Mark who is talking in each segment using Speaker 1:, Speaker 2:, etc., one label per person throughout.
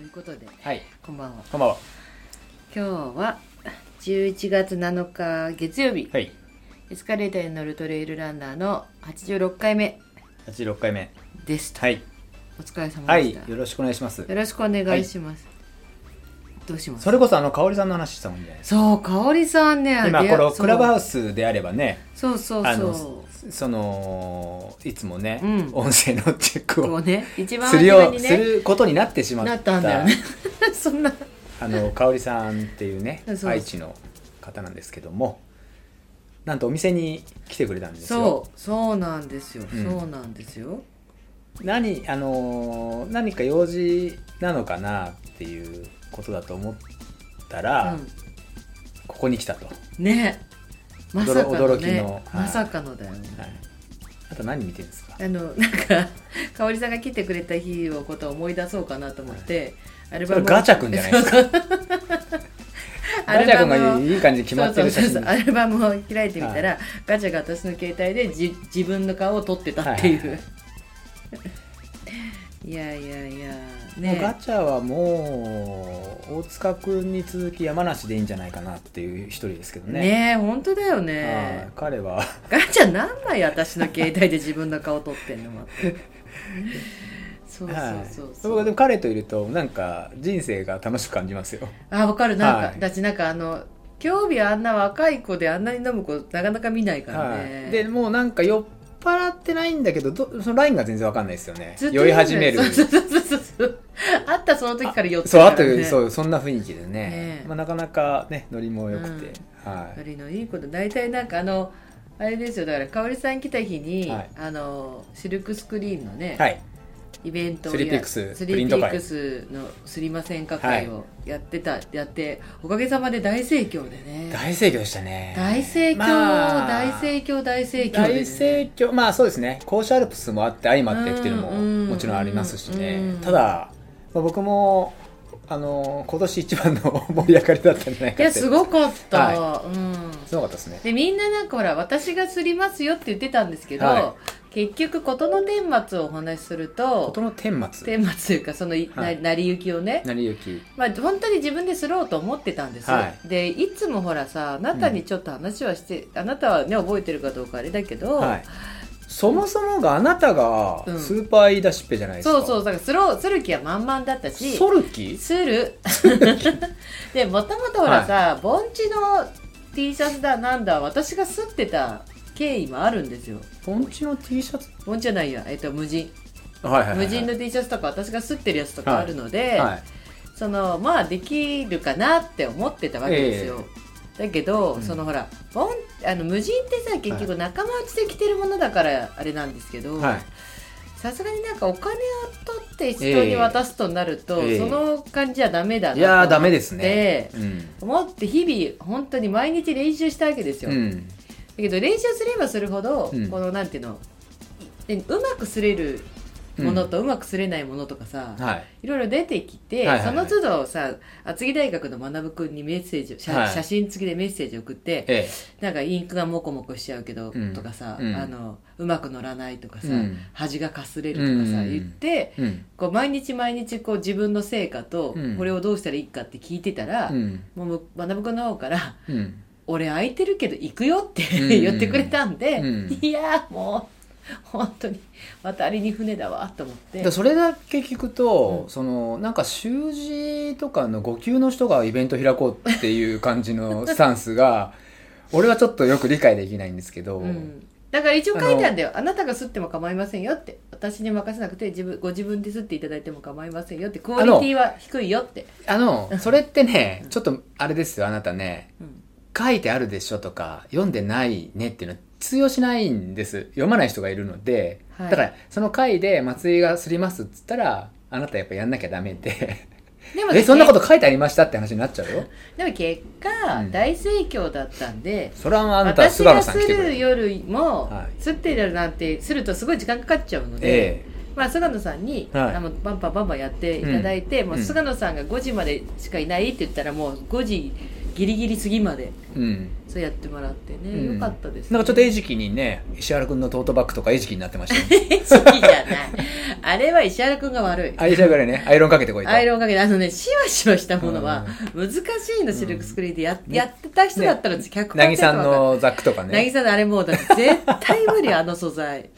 Speaker 1: いうことで、
Speaker 2: はい
Speaker 1: こんばんは。
Speaker 2: こんばんは
Speaker 1: 今日は11月7日月曜日、
Speaker 2: はい
Speaker 1: エスカレーターに乗るトレイルランナーの86回目
Speaker 2: 86回目
Speaker 1: でした。
Speaker 2: はい
Speaker 1: お疲れ様
Speaker 2: は
Speaker 1: でし
Speaker 2: い
Speaker 1: た。
Speaker 2: よろしくお願いします
Speaker 1: よろしくお願いします。どうします
Speaker 2: それこそあの香織さんの話したもんじゃないです
Speaker 1: そう、かおりさんね、
Speaker 2: か今このクラブハ
Speaker 1: ウ
Speaker 2: ウスであればね
Speaker 1: そうそう
Speaker 2: あ
Speaker 1: そう
Speaker 2: の
Speaker 1: そ
Speaker 2: そのいつもね、
Speaker 1: うん
Speaker 2: 音声のチェック
Speaker 1: う。こ
Speaker 2: を
Speaker 1: うね、一番
Speaker 2: する
Speaker 1: 初
Speaker 2: よ
Speaker 1: め
Speaker 2: う、
Speaker 1: に
Speaker 2: す
Speaker 1: ね、
Speaker 2: ることになってしまった
Speaker 1: なったんだよね。 そんな、
Speaker 2: あの香織さんっていうね
Speaker 1: そうそう
Speaker 2: 愛知の方なんですけどもなんとお店に来てくれたんですよ
Speaker 1: そう、そうなんですよ、
Speaker 2: うん
Speaker 1: そうなんですよ。
Speaker 2: 何あのー何か用事なのかなっていうことだと思ったら、
Speaker 1: う
Speaker 2: ここに来たと、は
Speaker 1: ん、ね、まさかの
Speaker 2: 驚き
Speaker 1: ね、
Speaker 2: のはい
Speaker 1: まさかのだよね。
Speaker 2: い、あと何見てるんですか
Speaker 1: あのなんか香織さんが来てくれた日のことを思い出そうかなと思って、アル
Speaker 2: それガチャ君じゃないです か
Speaker 1: ア
Speaker 2: ガ
Speaker 1: ル
Speaker 2: チャ
Speaker 1: バ
Speaker 2: 君
Speaker 1: ムを
Speaker 2: がいい感じに決まってる写
Speaker 1: そうそう
Speaker 2: 真
Speaker 1: そうアルバムを開いてみたら、ガチャが私の携帯でじ自分の顔を撮ってたっていう、
Speaker 2: はい
Speaker 1: い
Speaker 2: はいは
Speaker 1: や いやいや
Speaker 2: もうガ
Speaker 1: ね
Speaker 2: チャはもう大塚君に続き山梨でいいんじゃないかなっていう一人ですけど
Speaker 1: ね
Speaker 2: ね
Speaker 1: 本当だよ
Speaker 2: は
Speaker 1: ね
Speaker 2: い彼は
Speaker 1: ガチャ何枚私の携帯で自分の顔撮ってんのまって そうそう
Speaker 2: はい
Speaker 1: そうそう、
Speaker 2: 僕はでも彼といるとなんか人生が楽しく感じますよ
Speaker 1: あわかるなんか、
Speaker 2: はい
Speaker 1: だってなんかあの興味あんな若い子であんなに飲む子なかなか見ないからね、
Speaker 2: はい、でもうなんか酔っ払ってないんだけどどそのラインが全然わかんないですよね
Speaker 1: ずっと
Speaker 2: 酔い始める
Speaker 1: そうそうそうそうそう会ったその時から寄って
Speaker 2: そうあと、
Speaker 1: ね、
Speaker 2: そうそんな雰囲気でね、
Speaker 1: ねえ
Speaker 2: まあ、なかなかねノリも良くて、は
Speaker 1: あれのいいこと大体なんかあのあれですよだから香織さん来た日に、
Speaker 2: はい
Speaker 1: あのシルクスクリーンのね、
Speaker 2: い、はい、
Speaker 1: イベントを
Speaker 2: スリーピック
Speaker 1: や
Speaker 2: ス
Speaker 1: ス
Speaker 2: プ
Speaker 1: リ
Speaker 2: リ
Speaker 1: ー
Speaker 2: ン
Speaker 1: ピ
Speaker 2: ト
Speaker 1: ッ
Speaker 2: 会
Speaker 1: クスのすりませんか会をやってた、やっておかげさまで大盛況でね
Speaker 2: 大盛況でしたね
Speaker 1: 大盛況、
Speaker 2: まあ
Speaker 1: 大盛況大盛況で、ね、
Speaker 2: 大盛況まあそうですね甲子アルプスもあって相まってきてるのも
Speaker 1: うんうん
Speaker 2: もちろんありますし
Speaker 1: うんう
Speaker 2: ね
Speaker 1: ん
Speaker 2: ただ、まあ、僕もあの今年一番の盛り上がりだったんじゃないかって
Speaker 1: いやすごかった、
Speaker 2: は
Speaker 1: うん
Speaker 2: すごかったですね
Speaker 1: でみんななんかほら私がすりますよって言ってたんですけど、
Speaker 2: は
Speaker 1: 結局事の顛末をお話しする
Speaker 2: こと
Speaker 1: と
Speaker 2: の顛末
Speaker 1: 顛末というかその、い
Speaker 2: は
Speaker 1: ない成り行きをね
Speaker 2: 成り行き
Speaker 1: まあ、本当に自分でスローと思ってたんです、
Speaker 2: は
Speaker 1: でいつもほらさあなたにちょっと話はして、あなたはね覚えてるかどうかあれだけど、
Speaker 2: はい、そもそもがあなたが
Speaker 1: うん
Speaker 2: スーパー言い出しっぺじゃないですか、
Speaker 1: そうそうだからスローする気は満々だったし
Speaker 2: ソルキ
Speaker 1: す るでもともとほらさ、盆地の T シャツだなんだ私がすってた経緯もあるんですよ
Speaker 2: 盆地の T シャツ
Speaker 1: 盆地じゃないや、えっと、無人
Speaker 2: はいはいはい、
Speaker 1: 無人の T シャツとか私がすってるやつとかあるので、
Speaker 2: はい
Speaker 1: そのまあできるかなって思ってたわけですよ、だけど、
Speaker 2: うん
Speaker 1: そのほらボンあの無人ってさ結局仲間内で着てるものだからあれなんですけど
Speaker 2: はい
Speaker 1: さすがになんかお金を取って人に渡すとなると、
Speaker 2: ええ
Speaker 1: その感じじゃダメだなと思って
Speaker 2: いやーダメですねうん、
Speaker 1: 思って日々本当に毎日練習したわけですよ、
Speaker 2: う
Speaker 1: だ
Speaker 2: ん、
Speaker 1: けど練習すればするほど、
Speaker 2: うん
Speaker 1: このなんていうのいうまくすれるものとうまくすれないものとかさ、
Speaker 2: はい
Speaker 1: いろいろ出てきて、
Speaker 2: はいはいはい
Speaker 1: その都度さ厚木大学の学君にメッセージを写,、
Speaker 2: はい
Speaker 1: 写真付きでメッセージを送って
Speaker 2: え
Speaker 1: なんかインクがモコモコしちゃうけど、
Speaker 2: うん
Speaker 1: とかさ、
Speaker 2: うん
Speaker 1: あのうまく乗らないとかさ、
Speaker 2: うん
Speaker 1: 端がかすれるとかさ、
Speaker 2: うん
Speaker 1: 言って
Speaker 2: えうん
Speaker 1: こう毎日毎日こう自分の成果と、
Speaker 2: うん
Speaker 1: これをどうしたらいいかって聞いてたら、
Speaker 2: うん
Speaker 1: もう学君の方から「
Speaker 2: うん
Speaker 1: 俺空いてるけど行くよ」って
Speaker 2: う ん
Speaker 1: 言ってくれたんで、
Speaker 2: うん
Speaker 1: いやーもう本当に渡りに船だわと思って
Speaker 2: で。それだけ聞くと、
Speaker 1: うん
Speaker 2: そのなんか習字とかの5級の人がイベント開こうっていう感 じのスタンスが俺はちょっとよく理解できないんですけど、
Speaker 1: うん、だから一応書いてあるんだよあなたが吸っても構いませんよって私に任せなくて自分ご自分で吸っていただいても構いませんよってクオリティは低いよって、
Speaker 2: あのそれってねちょっとあれですよあなたね
Speaker 1: うん
Speaker 2: 書いてあるでしょとか読んでないねっていうのは通用しないんです読まない人がいるので、
Speaker 1: はい
Speaker 2: だからその回で松井がすりますっつったらあなたやっぱやんなきゃダメで
Speaker 1: でも
Speaker 2: えそんなこと書いてありましたって話になっちゃうよ
Speaker 1: でも結果、
Speaker 2: うん
Speaker 1: 大盛況だったんで
Speaker 2: それはあなた
Speaker 1: 私
Speaker 2: 菅
Speaker 1: が
Speaker 2: 野さん来
Speaker 1: す
Speaker 2: てくれ
Speaker 1: る
Speaker 2: る
Speaker 1: よりも、
Speaker 2: はい
Speaker 1: 吸ってるなんてするとすごい時間かかっちゃうので、
Speaker 2: え
Speaker 1: まあ、菅野さんに、
Speaker 2: はい
Speaker 1: あのバンバンバンバンやっていただいて、
Speaker 2: ん
Speaker 1: もう
Speaker 2: うん
Speaker 1: 菅野さんが5時までしかいないって言ったらもう5時ギリギリ過ぎまで
Speaker 2: えうん
Speaker 1: そうやってもらってね、
Speaker 2: うん
Speaker 1: よかったです、ね、
Speaker 2: なんかちょっと 餌食にね石原君のトートバッグとか餌食になってましたよね
Speaker 1: 好きじゃないあれは石原君が悪い
Speaker 2: あれじゃあぐらいねアイロンかけてこいと
Speaker 1: アイロンかけてあのねシワシワしたものは難しいのシルクスクリーンでや,、やってた人だったら100%
Speaker 2: なぎさん
Speaker 1: わか
Speaker 2: のザックとか
Speaker 1: るなぎ
Speaker 2: ね
Speaker 1: さんのあれもうだって絶対無理あの素 材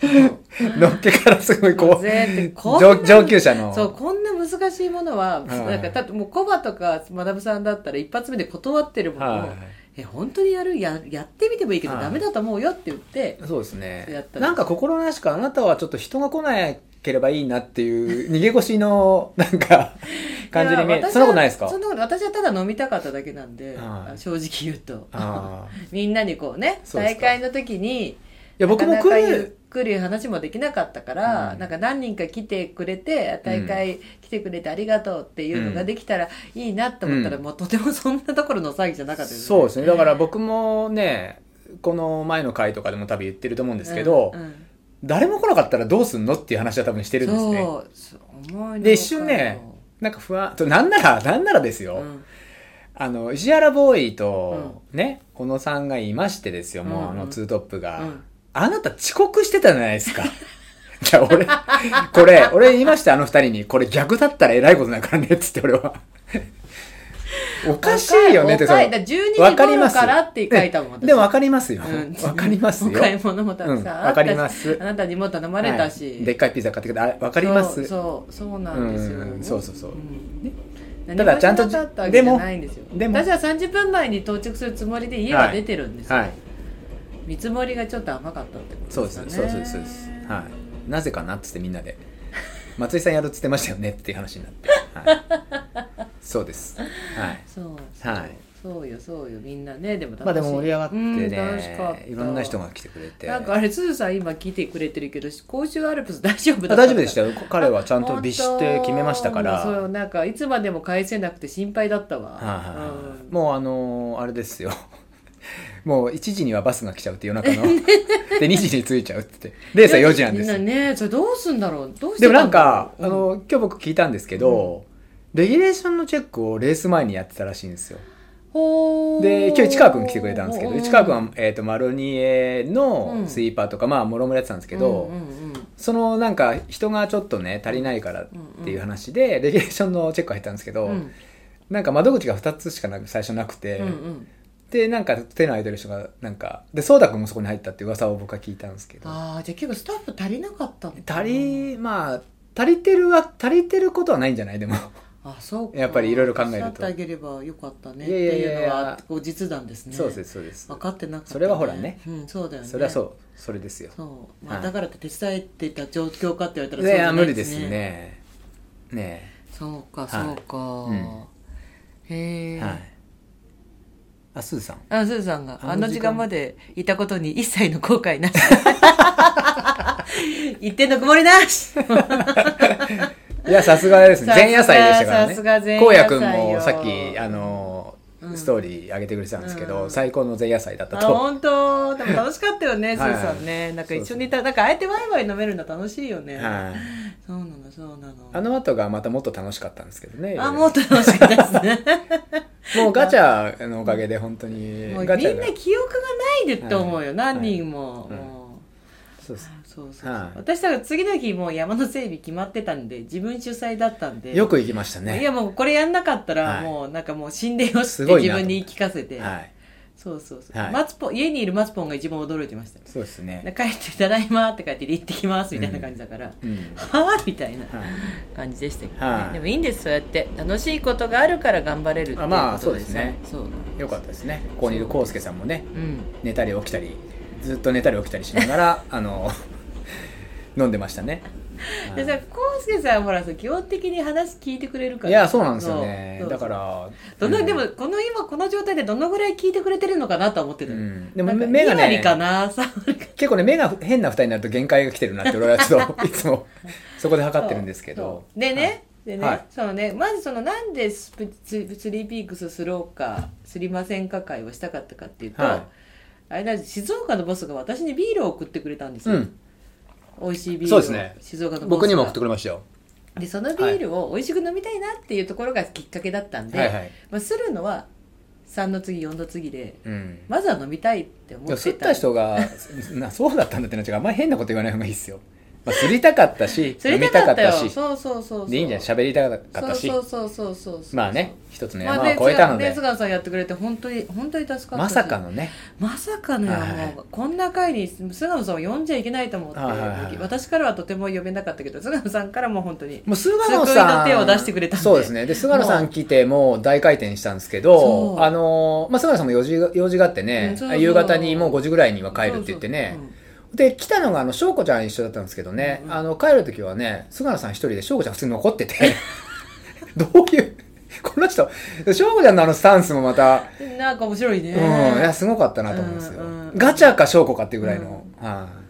Speaker 2: のっけからすご いこう
Speaker 1: 絶対こんな
Speaker 2: 上上級者の
Speaker 1: そうこんな難しいものは、なんかだってもうコバとか学さんだったら一発目で断ってるものを、
Speaker 2: は
Speaker 1: え本当にやるややってみてもいいけど、
Speaker 2: はい
Speaker 1: ダメだと思うよって言って
Speaker 2: いそうです
Speaker 1: やっ
Speaker 2: ね
Speaker 1: た
Speaker 2: なんか心なしかあなたはちょっと人が来なければいいなっていう逃げ腰のなんか感じに見え
Speaker 1: や私は
Speaker 2: そんなことないですか
Speaker 1: そんなこと私はただ飲みたかっただけなんで、
Speaker 2: はい
Speaker 1: 正直言うと
Speaker 2: あーい
Speaker 1: みんなにこうね
Speaker 2: そうです
Speaker 1: 大
Speaker 2: か
Speaker 1: 会の時に
Speaker 2: や僕も
Speaker 1: なかなか
Speaker 2: 来
Speaker 1: ゆっ
Speaker 2: る
Speaker 1: くり話もできなかったから、
Speaker 2: うん
Speaker 1: なんか何人か来てくれて大会来てくれてありがとうっていうのができたらいいなと思ったら、
Speaker 2: う
Speaker 1: もうとてもそんなところの騒ぎじゃなかったです
Speaker 2: そうですねだから僕もねこの前の回とかでも多分言ってると思うんですけど、
Speaker 1: うんうん
Speaker 2: 誰も来なかったらどうすんのっていう話は多分してるんですね
Speaker 1: そうそう思いのほか
Speaker 2: で一瞬ねなんか不 安となんならなんならですよ、
Speaker 1: うん
Speaker 2: あの石原ボーイとね、小野さんがいましてですよもう、
Speaker 1: うんうん
Speaker 2: あのツートップが、
Speaker 1: うん
Speaker 2: あなた遅刻してたじゃないですか いや俺これ俺言いましたあの二人にこれ逆だったらえらいことになるからねっつって俺 はおかしいよねって
Speaker 1: 若い
Speaker 2: その
Speaker 1: だ12
Speaker 2: わ
Speaker 1: 時
Speaker 2: かりま
Speaker 1: 頃
Speaker 2: す
Speaker 1: からって書いたもん
Speaker 2: でも分かりますよ。分かりますよ。
Speaker 1: お買い物もた
Speaker 2: う
Speaker 1: く
Speaker 2: ん、
Speaker 1: さんあ
Speaker 2: わ
Speaker 1: った
Speaker 2: か
Speaker 1: し、
Speaker 2: ります
Speaker 1: あ。なたにも頼まれたし、
Speaker 2: はいでっかいピザ買ってきて、あれ、わかります。
Speaker 1: そうそうそうなんですよ、
Speaker 2: うんそうそうそうんね
Speaker 1: 何もしなかっただ
Speaker 2: ただち
Speaker 1: ち
Speaker 2: ゃ
Speaker 1: ゃ
Speaker 2: ん
Speaker 1: ん
Speaker 2: と
Speaker 1: とでもないんですよ
Speaker 2: でも
Speaker 1: 私は30分前に到着するつもりで家は出てるんですよ、
Speaker 2: はい。
Speaker 1: 見積もりがちょっと甘かったってこと
Speaker 2: そう
Speaker 1: で
Speaker 2: ですす。
Speaker 1: よね
Speaker 2: そうです。そうです。はい。なぜかなっつってみんなで。 松井さんやるっつってましたよねっていう話になって。はい、そうです。はい。
Speaker 1: そう
Speaker 2: はい。
Speaker 1: そうよそうよみんなねでも楽しい
Speaker 2: まあでも盛り上がって
Speaker 1: うん楽しかっ
Speaker 2: ね
Speaker 1: た、
Speaker 2: いろんな人が来てくれて。
Speaker 1: なんかあれすずさん今聞いてくれてるけど甲州アルプス 大丈夫だ
Speaker 2: あ
Speaker 1: った
Speaker 2: 大丈夫でしたよ。彼はちゃんとビシって決めましたか
Speaker 1: 本当そう
Speaker 2: ら。
Speaker 1: なんかいつまでも返せなくて心配だったわ、
Speaker 2: はい
Speaker 1: うん
Speaker 2: もうあのーあれですよ。 もう1時にはバスが来ちゃうって夜 中の。で、2時に着いちゃうって。レースは4時なんですよ
Speaker 1: みんなねそれどうすんだろうどうして
Speaker 2: で
Speaker 1: た
Speaker 2: も
Speaker 1: だろう
Speaker 2: な
Speaker 1: ん
Speaker 2: か、あ
Speaker 1: うん
Speaker 2: の、今日僕聞いたんですけど、レギュレーションのチェックをレース前にやってたらしいんですよ。
Speaker 1: ほー
Speaker 2: で、今日市川くん来てくれたんですけど、市川くんは、えっ、と、マロニエ
Speaker 1: う
Speaker 2: の
Speaker 1: ん
Speaker 2: スイーパーとか、まあ、もろもろやってたんですけど、
Speaker 1: うんうんうん
Speaker 2: そのなんか人がちょっとね足りないからっていう話で、レギュレーションのチェック入ったんですけど、
Speaker 1: うん
Speaker 2: なんか窓口が2つしかなく最初なくて、
Speaker 1: うんうん
Speaker 2: でなんか手の空いてる人がなんかで颯太君もそこに入ったって噂を僕は聞いたんですけど
Speaker 1: ああじゃあ結構スタッフ足りなかったのかな
Speaker 2: 足りまあ足りてるは足りてることはないんじゃないでも
Speaker 1: あそうか
Speaker 2: やっぱりいろいろ考え
Speaker 1: お
Speaker 2: ると
Speaker 1: っしゃってあげればよかったねっ
Speaker 2: い
Speaker 1: て
Speaker 2: やいやいやいや
Speaker 1: いうのは後日談ですね
Speaker 2: そうですそうです
Speaker 1: 分かってなかったね
Speaker 2: それはほらね
Speaker 1: うんそうだよね
Speaker 2: それはそうそれですよ
Speaker 1: そう、ま
Speaker 2: は
Speaker 1: あ、
Speaker 2: い
Speaker 1: だからって手伝えてた状況かって言われたらそう
Speaker 2: い
Speaker 1: じ
Speaker 2: や
Speaker 1: ゃな
Speaker 2: 無
Speaker 1: い
Speaker 2: 理ですねね
Speaker 1: そうか
Speaker 2: い
Speaker 1: そうか、
Speaker 2: ん
Speaker 1: へ
Speaker 2: え、
Speaker 1: え、
Speaker 2: はいあすず さん
Speaker 1: あすずさんが
Speaker 2: あ
Speaker 1: あ
Speaker 2: の
Speaker 1: の
Speaker 2: 時
Speaker 1: 時
Speaker 2: 間
Speaker 1: 間までいたことに一切の後悔なし 一点の曇りな し
Speaker 2: いや、さすがですね。
Speaker 1: さすが
Speaker 2: 前夜祭でしたからね。
Speaker 1: さすが前夜祭よ
Speaker 2: 荒野くんもさっき、あの、
Speaker 1: うん
Speaker 2: ストーリー上げてくれてたんですけど、
Speaker 1: うん
Speaker 2: 最高の前夜祭だった
Speaker 1: あ
Speaker 2: と。
Speaker 1: 本当でも楽しかったよねすず
Speaker 2: はい
Speaker 1: さんねなんか一緒にいたなんかあえてワイワイ飲めるの楽しいよね、
Speaker 2: はい
Speaker 1: そうなのそうなの
Speaker 2: あの後がまたもっと楽しかったんですけどね。
Speaker 1: あもう楽しかったです ね
Speaker 2: もうガチャのおかげで本当に
Speaker 1: もう、
Speaker 2: ガチ
Speaker 1: み
Speaker 2: ャ
Speaker 1: ん
Speaker 2: が
Speaker 1: な。記憶がないでと思うよ、
Speaker 2: はい
Speaker 1: 何人も、
Speaker 2: はい
Speaker 1: もう
Speaker 2: そうです
Speaker 1: そうそうそう、
Speaker 2: はい
Speaker 1: 私だから次の日もう山の整備決まってたんで自分主催だったんで
Speaker 2: よく行きました
Speaker 1: い
Speaker 2: ね。
Speaker 1: やもうこれやんなかった
Speaker 2: は
Speaker 1: ら
Speaker 2: い
Speaker 1: もうなんかもう心霊をし
Speaker 2: す
Speaker 1: て
Speaker 2: ごい
Speaker 1: 自
Speaker 2: なと
Speaker 1: 分に言い聞かせて、
Speaker 2: はい。
Speaker 1: そうそうそう、
Speaker 2: はい
Speaker 1: マツポ家にいるマツポンが一番驚いてましたよ
Speaker 2: そうですね。
Speaker 1: 帰って「ただいま」って書いて「行ってきます」みたいな感じだから
Speaker 2: うん。
Speaker 1: 「はあ」みたいな
Speaker 2: はい
Speaker 1: 感じでしたけど、
Speaker 2: はい
Speaker 1: でもいいんですそうやって楽しいことがあるから頑張れるっていうこと
Speaker 2: あ
Speaker 1: で
Speaker 2: まあ
Speaker 1: さ
Speaker 2: そうですね
Speaker 1: そう
Speaker 2: よかったですね。ここにいるコウスケさんもね、
Speaker 1: うん
Speaker 2: 寝たり起きたり、ずっと寝たり起きたりしな がら、あの、飲んでましたね。はい
Speaker 1: でさコウスケさんほらさ基本的に話聞いてくれるから
Speaker 2: いや、そうなんですよね
Speaker 1: そ。う
Speaker 2: だから、
Speaker 1: どの
Speaker 2: うん
Speaker 1: でもこの今この状態でどのぐらい聞いてくれてるのかなとは思ってた
Speaker 2: う
Speaker 1: よ、
Speaker 2: ん、で
Speaker 1: で
Speaker 2: も
Speaker 1: も
Speaker 2: 目目が
Speaker 1: 2割
Speaker 2: ね
Speaker 1: かな3割か
Speaker 2: 結構ね目が変な二人になると限界が来てるなって俺はちょ っといつもそこで測ってるんですけど
Speaker 1: そうでね、
Speaker 2: はい
Speaker 1: でね、
Speaker 2: はい
Speaker 1: そうねまずそのなんでスプススリーピークスすろうかすりませんか会をしたかったかっていうと、
Speaker 2: はい
Speaker 1: あれだ静岡のボスが私にビールを送ってくれたんです
Speaker 2: う
Speaker 1: よ、
Speaker 2: ん
Speaker 1: 美味しいビールを
Speaker 2: そうですね
Speaker 1: 静岡のボスが
Speaker 2: 僕にも送ってくれましたよ
Speaker 1: でそのビールを美味しく飲みたいなっていうところがきっかけだったんで、
Speaker 2: はいはい
Speaker 1: まあ、するのは3の次4の次で
Speaker 2: うん
Speaker 1: まずは飲みたいって思
Speaker 2: でも
Speaker 1: って
Speaker 2: 吸ったた人が なそうだったんだってなっちゃうからあんまり変なこと言わない方がいいですよ、まあ、釣りたかっ たし
Speaker 1: そ
Speaker 2: 飲
Speaker 1: れで
Speaker 2: みた
Speaker 1: た
Speaker 2: か
Speaker 1: か
Speaker 2: っ
Speaker 1: った
Speaker 2: た
Speaker 1: よ
Speaker 2: し
Speaker 1: そうそうそう
Speaker 2: でいいんじゃない喋りたかったし
Speaker 1: そうそうそうそうそうそう
Speaker 2: まあね一つの
Speaker 1: まあ
Speaker 2: 山
Speaker 1: ね、
Speaker 2: は越えたので、
Speaker 1: レズガンさんやってくれて本当に本当に助かった
Speaker 2: まさかのね
Speaker 1: まさかのよ、
Speaker 2: はい
Speaker 1: もうこんな回に菅野さんを呼んじゃいけないと思って、
Speaker 2: はいはいはい
Speaker 1: 私からはとても呼べなかったけど菅野さんからも本当に
Speaker 2: もう菅野さん
Speaker 1: 救いの手を出してくれたんで
Speaker 2: そうですねで菅野さん来てもう大回転したんですけ
Speaker 1: そ
Speaker 2: ど
Speaker 1: う
Speaker 2: あのー、まあ、菅野さんも用事が用事があってね、
Speaker 1: うんそうそう
Speaker 2: 夕方にもう5時ぐらいには帰るって言ってねで来たのがあの翔子ちゃん一緒だったんですけどね、
Speaker 1: うんうん
Speaker 2: あの帰る時はね菅野さん一人で翔子ちゃん普通に残ってて どういうこの人翔子ちゃんのあのスタンスもまた、
Speaker 1: そうそうそううんなんか面白いね、
Speaker 2: うんいやすごかったなと思うんですよ、
Speaker 1: うんうん
Speaker 2: ガチャか翔子かっていうぐらいの、はい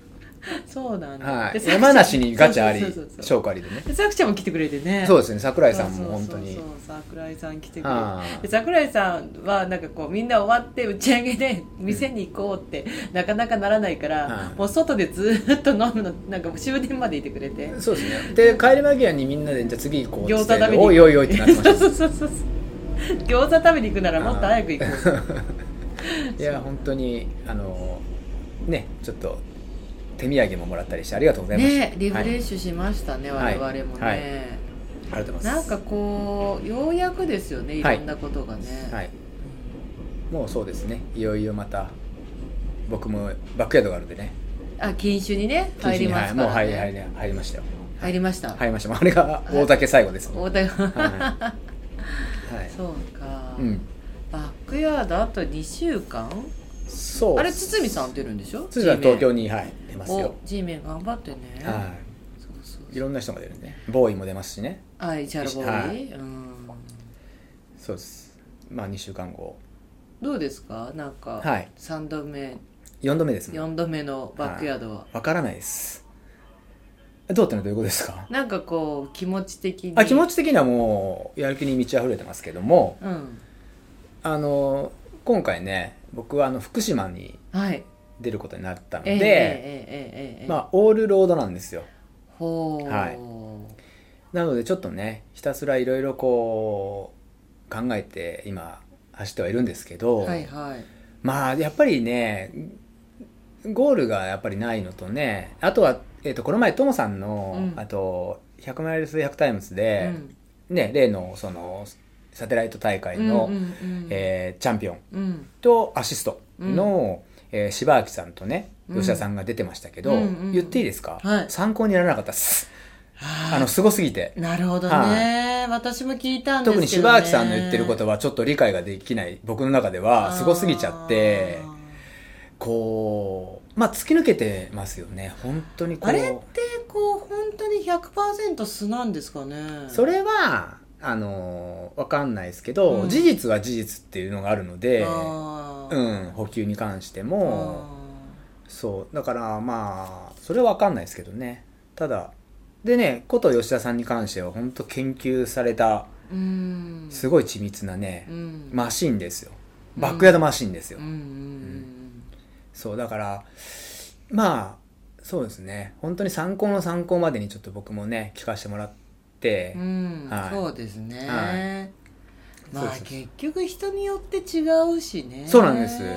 Speaker 1: そうなんだ、
Speaker 2: はい
Speaker 1: でさくちゃん
Speaker 2: 山梨にガチャあり
Speaker 1: そうそうそうそう
Speaker 2: 翔子ありでね
Speaker 1: でさくちゃんも来てくれてね
Speaker 2: そう
Speaker 1: う
Speaker 2: ですね桜井さんも本当に
Speaker 1: そうそうそう桜井さん来てくれて
Speaker 2: はい
Speaker 1: で桜井さんはなんかこうみんな終わって打ち上げで店に行こうってなかなかならないから、
Speaker 2: うん
Speaker 1: もう外でずーっと飲むのなんかもう終電までいてくれて
Speaker 2: そうですね。で、帰り間際にみんなで、じゃあ次行こうっつ
Speaker 1: 餃
Speaker 2: っ
Speaker 1: 子
Speaker 2: て
Speaker 1: 食べに
Speaker 2: おいおいおいってなってました。
Speaker 1: そうそうそうそう餃子食べに行くならもっと早く行こう
Speaker 2: いや、本当に、あの、ね、ちょっと、手土産ももらったりして、ありがとうございました。
Speaker 1: ねリフレッ
Speaker 2: はい
Speaker 1: シュしましたね、
Speaker 2: はい
Speaker 1: 我々もね、
Speaker 2: はいありがとうござい
Speaker 1: な
Speaker 2: ま
Speaker 1: ん
Speaker 2: す。
Speaker 1: かこうようやくですよねいろんなことがね、
Speaker 2: はい。もうそうですね。いよいよまた、僕もバックヤードがあるんでね。
Speaker 1: あ禁酒にね入りますから、ね
Speaker 2: はいもう入り、入り、入りましたよ。
Speaker 1: 入りました、
Speaker 2: 入りました。もうあれが大竹最後です。
Speaker 1: 大田が、
Speaker 2: ははい。
Speaker 1: そうか、
Speaker 2: うん。
Speaker 1: バックヤードあと2週間
Speaker 2: そう。
Speaker 1: あれ堤さん出るんでしょ
Speaker 2: 堤さん東京
Speaker 1: に
Speaker 2: に、はい、出ますよ。
Speaker 1: G メン頑張ってね
Speaker 2: はい。
Speaker 1: そうそう
Speaker 2: いろんな人が出るねボーイも出ますしね
Speaker 1: あイチャラボ
Speaker 2: は
Speaker 1: ー
Speaker 2: い
Speaker 1: イ、うん
Speaker 2: そうですまあ2週間後
Speaker 1: どうですかなんか、
Speaker 2: はい
Speaker 1: 3度目
Speaker 2: 4度目ですもん
Speaker 1: 4度目のバックヤードは、
Speaker 2: わからないですどうってのはどういうことですか
Speaker 1: なんかこう気持ち的に
Speaker 2: あ気持ち的にはもうやる気に満ち溢れてますけども
Speaker 1: うん
Speaker 2: あの今回ね僕はあの福島に
Speaker 1: はい
Speaker 2: 出ることになったの
Speaker 1: えええええ
Speaker 2: で、
Speaker 1: えええ
Speaker 2: まあオールロードなんですよ
Speaker 1: ほう、
Speaker 2: はいなのでちょっとねひたすらいろいろこう考えて今走ってはいるんですけど、
Speaker 1: はいはい
Speaker 2: まあやっぱりねゴールがやっぱりないのとねあとは、えっとこの前トモさんの、
Speaker 1: うん
Speaker 2: あと100マイルス100タイムズ
Speaker 1: う
Speaker 2: で、
Speaker 1: ん
Speaker 2: ね、例のそのサテライト大会の、
Speaker 1: うんうんうん
Speaker 2: えーチャンピオン
Speaker 1: うん
Speaker 2: とアシストの、えー柴明さんとね吉田さんが出てましたけど、
Speaker 1: うんうんうん
Speaker 2: 言っていいですか、
Speaker 1: はい
Speaker 2: 参考にならなかったですあ
Speaker 1: あ
Speaker 2: のすごすぎて。
Speaker 1: なるほどね、私も聞いたんですけど、ね、
Speaker 2: 特に柴明さんの言ってることはちょっと理解ができない僕の中ではすごすぎちゃって
Speaker 1: あー
Speaker 2: こう、まあ、突き抜けてますよね、本当にこう。
Speaker 1: あれってこう本当に100%素なんですかね
Speaker 2: そ
Speaker 1: れ
Speaker 2: れは、あのーわかんないですけど、
Speaker 1: うん
Speaker 2: 事実は事実っていうのがあるので、
Speaker 1: あー
Speaker 2: うん、補給に関して
Speaker 1: あ
Speaker 2: も、そう、だからまあ、それはわかんないですけどね。ただ、でね、こと吉田さんに関しては、本当研究された、
Speaker 1: ーうん
Speaker 2: すごい緻密なね
Speaker 1: う、ん
Speaker 2: マシンですよ。
Speaker 1: うん
Speaker 2: バックヤードマシンですよ。
Speaker 1: うんうんうん
Speaker 2: そう、だから、まあ、そうですね。本当に参考の参考までにちょっと僕もね、聞かせてもらって、
Speaker 1: うん
Speaker 2: はい
Speaker 1: そうですね、
Speaker 2: はそう
Speaker 1: まあ
Speaker 2: そうそう
Speaker 1: 結局人によって違うしね
Speaker 2: そうなんですう
Speaker 1: うん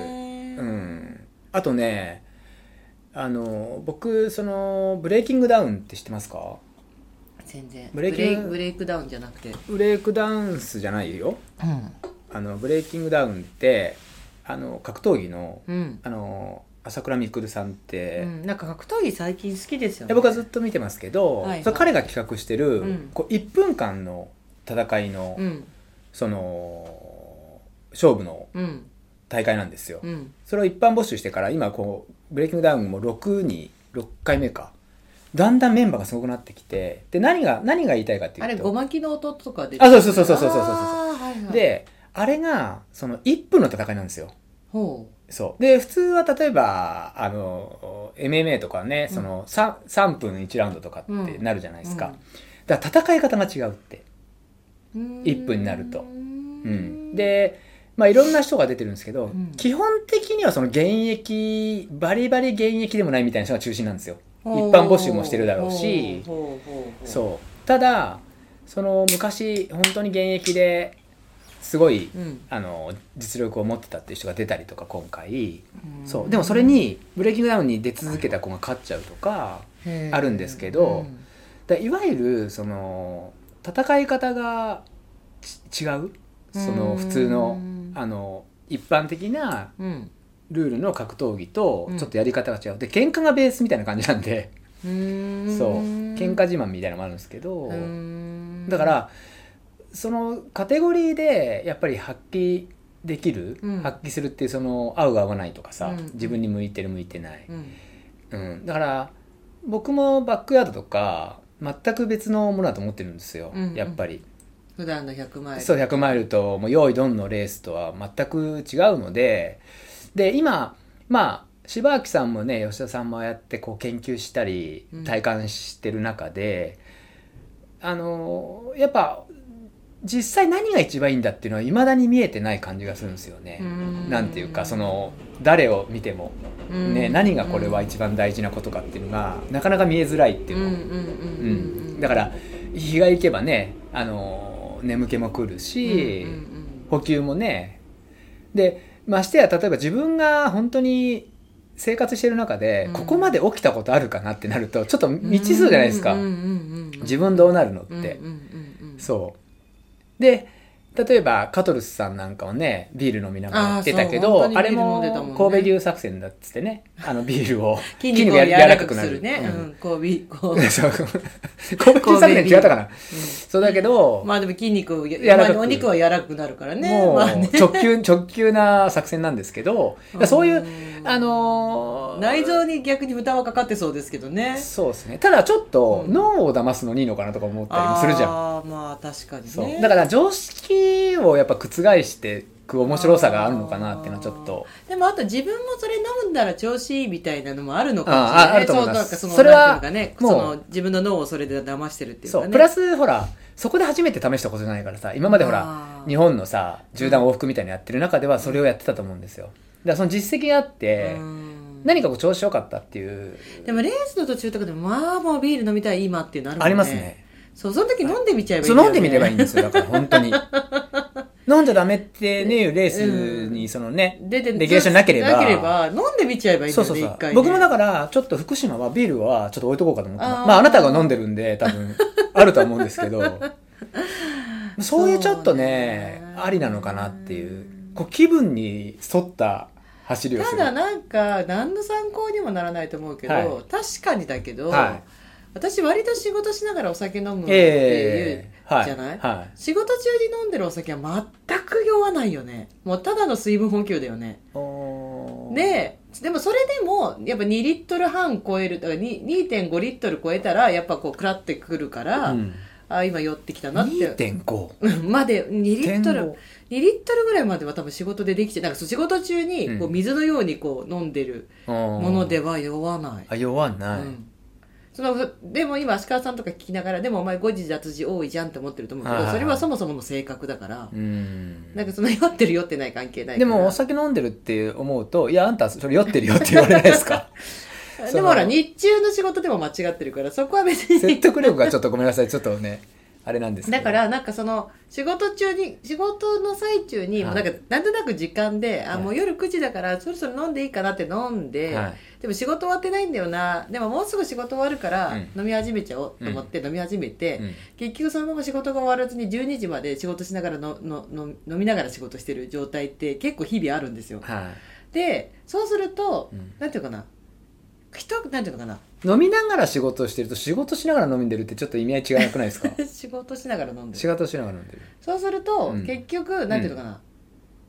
Speaker 2: ん。あとね、あの、僕、その、ブレイキングダウンって知ってますか
Speaker 1: 全然
Speaker 2: ブ
Speaker 1: ブ
Speaker 2: レ
Speaker 1: レ
Speaker 2: イ
Speaker 1: イ
Speaker 2: キング
Speaker 1: クブレイクダウンじゃなくて、
Speaker 2: ブレイクダンスじゃないよ。
Speaker 1: うん
Speaker 2: あの、ブレイキングダウンって、あの、格闘技の、
Speaker 1: うん
Speaker 2: あの、朝倉未来さんって、
Speaker 1: なんか格闘技最近好きですよ
Speaker 2: で
Speaker 1: ね
Speaker 2: 僕はずっと見てますけど、
Speaker 1: はいはい
Speaker 2: それ彼が企画してる、
Speaker 1: うん
Speaker 2: こう1分間の戦いの、
Speaker 1: うん
Speaker 2: その勝負の
Speaker 1: うん
Speaker 2: 大会なんですよ、
Speaker 1: うん
Speaker 2: それを一般募集してから今こうブレイキングダウンも6に6回目かだんだんメンバーがすごくなってきてで何が何が言いたいかっていうと
Speaker 1: あれごまきの弟とかで
Speaker 2: あそうそうそうそうそうそうそうそう
Speaker 1: あーはいはい、
Speaker 2: であれがその1分の戦いなんですよ
Speaker 1: ほ
Speaker 2: そうで普通は例えばあの MMA とかねその 3, 3分1ラウンドとかってなるじゃないですか、
Speaker 1: うんうん
Speaker 2: だから戦い方が違うって
Speaker 1: ううん
Speaker 2: 一分になるとう、
Speaker 1: うん
Speaker 2: で、まあ、いろんな人が出てるんですけど、
Speaker 1: うん
Speaker 2: 基本的にはその現役バリバリ現役でもないみたいな人が中心なんですよ一
Speaker 1: ほう
Speaker 2: 般募集もしてるだろうし
Speaker 1: ほうほうほうほう
Speaker 2: そうただその昔本当に現役ですごい、
Speaker 1: うん
Speaker 2: あの実力を持ってたっていう人が出たりとか今回
Speaker 1: うん
Speaker 2: そうでもそれにブレイキングダウンに出続けた子が勝っちゃうとか
Speaker 1: へー
Speaker 2: あるんですけど
Speaker 1: うん
Speaker 2: だいわゆるその戦い方がち違うその普通
Speaker 1: う
Speaker 2: の
Speaker 1: ん
Speaker 2: あの一般的な
Speaker 1: うん
Speaker 2: ルールの格闘技と
Speaker 1: うん
Speaker 2: ちょっとやり方が違うで喧嘩がベースみたいな感じなんで
Speaker 1: そう
Speaker 2: そう喧嘩自慢みたいなのもあるんですけどだからそのカテゴリーでやっぱり発揮できる、
Speaker 1: うん
Speaker 2: 発揮するっていうその合う合わないとかさ、
Speaker 1: うん
Speaker 2: 自分に向いてる向いてない、
Speaker 1: うん
Speaker 2: うん、だから僕もバックヤードとか全く別のものだと思ってるんですよ、
Speaker 1: うん
Speaker 2: やっぱり、
Speaker 1: 普段の100マイル
Speaker 2: そう100マイルともう用意ドンのレースとは全く違うのでで今まあ柴明さんもね吉田さんもああやってこう研究したり
Speaker 1: うん
Speaker 2: 体感してる中で、あのやっぱ実際何が一番いいんだっていうのはいまだに見えてない感じがするんですよね。
Speaker 1: うん
Speaker 2: なんていうかその誰を見ても、
Speaker 1: うん
Speaker 2: ね何がこれは一番大事なことかっていうのがなかなか見えづらいっていうのが
Speaker 1: うん
Speaker 2: う
Speaker 1: うん
Speaker 2: ん、だから日が行けばね、あのー眠気も来るし、
Speaker 1: うん
Speaker 2: 補給もねでましてや例えば自分が本当に生活してる中で、
Speaker 1: うん
Speaker 2: ここまで起きたことあるかなってなるとちょっと
Speaker 1: うんうん
Speaker 2: 未知数じゃないですか、
Speaker 1: うんうんうんうん
Speaker 2: 自分どうなるのって、
Speaker 1: うんうんうんうん
Speaker 2: そうで例えばカトルスさんなんかをねビール飲みながらやってたけど
Speaker 1: あ
Speaker 2: あ
Speaker 1: ーそう
Speaker 2: れも
Speaker 1: 本当にビール飲んでたもんね
Speaker 2: 神戸牛作戦だっつってねあのビールを
Speaker 1: 筋肉を柔らかくするね
Speaker 2: うん
Speaker 1: うんこうびこう
Speaker 2: そう 神戸牛作戦違ったかなそうだけ ど、
Speaker 1: まあでも筋肉をや
Speaker 2: 柔らかく
Speaker 1: まあお肉は柔らかくなるからね
Speaker 2: もう
Speaker 1: まあね
Speaker 2: 直球、 直球な作戦なんですけど、いやそういう、
Speaker 1: ん
Speaker 2: あのー
Speaker 1: 内臓に逆に負担はかかってそうですけどね
Speaker 2: そうですね。ただちょっと
Speaker 1: うん
Speaker 2: 脳を騙すのにいいのかなとか思ったりもするじゃん。
Speaker 1: ああまあ確かに
Speaker 2: そう
Speaker 1: ね
Speaker 2: だから常識をやっぱ覆していく面白さがあるのかなっていうのはちょっと。
Speaker 1: でもあと自分もそれ飲んだら調子いいみたいなのもあるのかもしれ
Speaker 2: あ
Speaker 1: な
Speaker 2: あ
Speaker 1: い
Speaker 2: あ
Speaker 1: ね
Speaker 2: ると思います
Speaker 1: そうなんかその
Speaker 2: それは
Speaker 1: なんていうのかね
Speaker 2: もう
Speaker 1: その自分の脳をそれで騙してるっていうか
Speaker 2: そ
Speaker 1: ね
Speaker 2: う。プラスほら、そこで初めて試したことじゃないからさ、今までほ
Speaker 1: あ
Speaker 2: ら、
Speaker 1: ー
Speaker 2: 日本のさ、縦断往復みたいなのやってる中ではそれをやってたと思うんですよ。だからその実績があって
Speaker 1: う、ん
Speaker 2: 何かこう調子良かったっていう、
Speaker 1: でもレースの途中とかでもまあもうビール飲みたい今っていうのあるもんね
Speaker 2: ありますね。
Speaker 1: そうその時飲んでみちゃえばいい
Speaker 2: そ
Speaker 1: ん
Speaker 2: う
Speaker 1: だよね、
Speaker 2: 飲んでみればいいんですよだから 本当に飲んじゃダメってねレース
Speaker 1: う
Speaker 2: にそのね、
Speaker 1: でで
Speaker 2: レギュレーションなければ
Speaker 1: 飲んでみちゃえばいいんだ
Speaker 2: そう
Speaker 1: よね
Speaker 2: そうそう
Speaker 1: 一回ね
Speaker 2: 僕もだからちょっと福島はビールはちょっと置いとこうかと思って
Speaker 1: あー
Speaker 2: まああなたが飲んでるんで 多分あると思うんですけどそういうちょっとね
Speaker 1: そうね
Speaker 2: ありなのかなっていうこう気分に沿った走りを
Speaker 1: た
Speaker 2: する
Speaker 1: だなんか何の参考にもならないと思うけど、
Speaker 2: はい
Speaker 1: 確かにだけど、
Speaker 2: はい
Speaker 1: 私割と仕事しながらお酒飲むっていう
Speaker 2: ええはい
Speaker 1: じゃない
Speaker 2: はい
Speaker 1: 仕事中に飲んでるお酒は全く酔わないよねもうただの水分補給だよね
Speaker 2: おー
Speaker 1: ででもそれでもやっぱ2リットル半超えるだからに2.5リットル超えたらやっぱこうくらってくるから、
Speaker 2: うん、
Speaker 1: あ今酔ってきたなって
Speaker 2: 2.5
Speaker 1: まで2リットル
Speaker 2: 点
Speaker 1: 2
Speaker 2: 五
Speaker 1: リットルぐらいまでは多分仕事でできてなんかそう仕事中にこ
Speaker 2: う
Speaker 1: うん水のようにこう飲んでるも
Speaker 2: も
Speaker 1: のでは酔わない、
Speaker 2: あ酔わない、
Speaker 1: うんそのでも今足利さんとか聞きながらでもお前誤字脱字多いじゃんって思ってると思うけ
Speaker 2: はい
Speaker 1: ど
Speaker 2: はい
Speaker 1: それはそもそもの性格だから、
Speaker 2: うん
Speaker 1: なんかその酔ってる酔ってない関係ない
Speaker 2: で
Speaker 1: から
Speaker 2: もお酒飲んでるって思うと「いやあんたそれ酔ってるよ」って言われないですか
Speaker 1: でもほら日中の仕事でも間違ってるからそこは別
Speaker 2: 説
Speaker 1: に
Speaker 2: 得力がちょっとごめんなさいちょっとねあれなんですけど
Speaker 1: だからなんかその仕事中に仕事の最中にもう
Speaker 2: はい
Speaker 1: なんかなんとなく時間で、あ
Speaker 2: はい
Speaker 1: もう夜9時だからそろそろ飲んでいいかなって飲んで、
Speaker 2: はい
Speaker 1: でも仕事終わってないんだよなでももうすぐ仕事終わるから
Speaker 2: うん
Speaker 1: 飲み始めちゃおうと思って飲み始めて、
Speaker 2: うん
Speaker 1: 結局そのまま仕事が終わらずに12時まで仕事しながらののの飲みながら仕事してる状態って結構日々あるんですよ
Speaker 2: は
Speaker 1: でそうすると、
Speaker 2: うん
Speaker 1: なんていうかな人なんていうのかな
Speaker 2: い、飲みながら仕事をしてると仕事しながら飲んでるってちょっと意味合い違わなくない ですか
Speaker 1: 仕事しながら飲んでる
Speaker 2: 仕事しながら飲んでる
Speaker 1: そうすると、
Speaker 2: うん
Speaker 1: 結局なんていうのかな、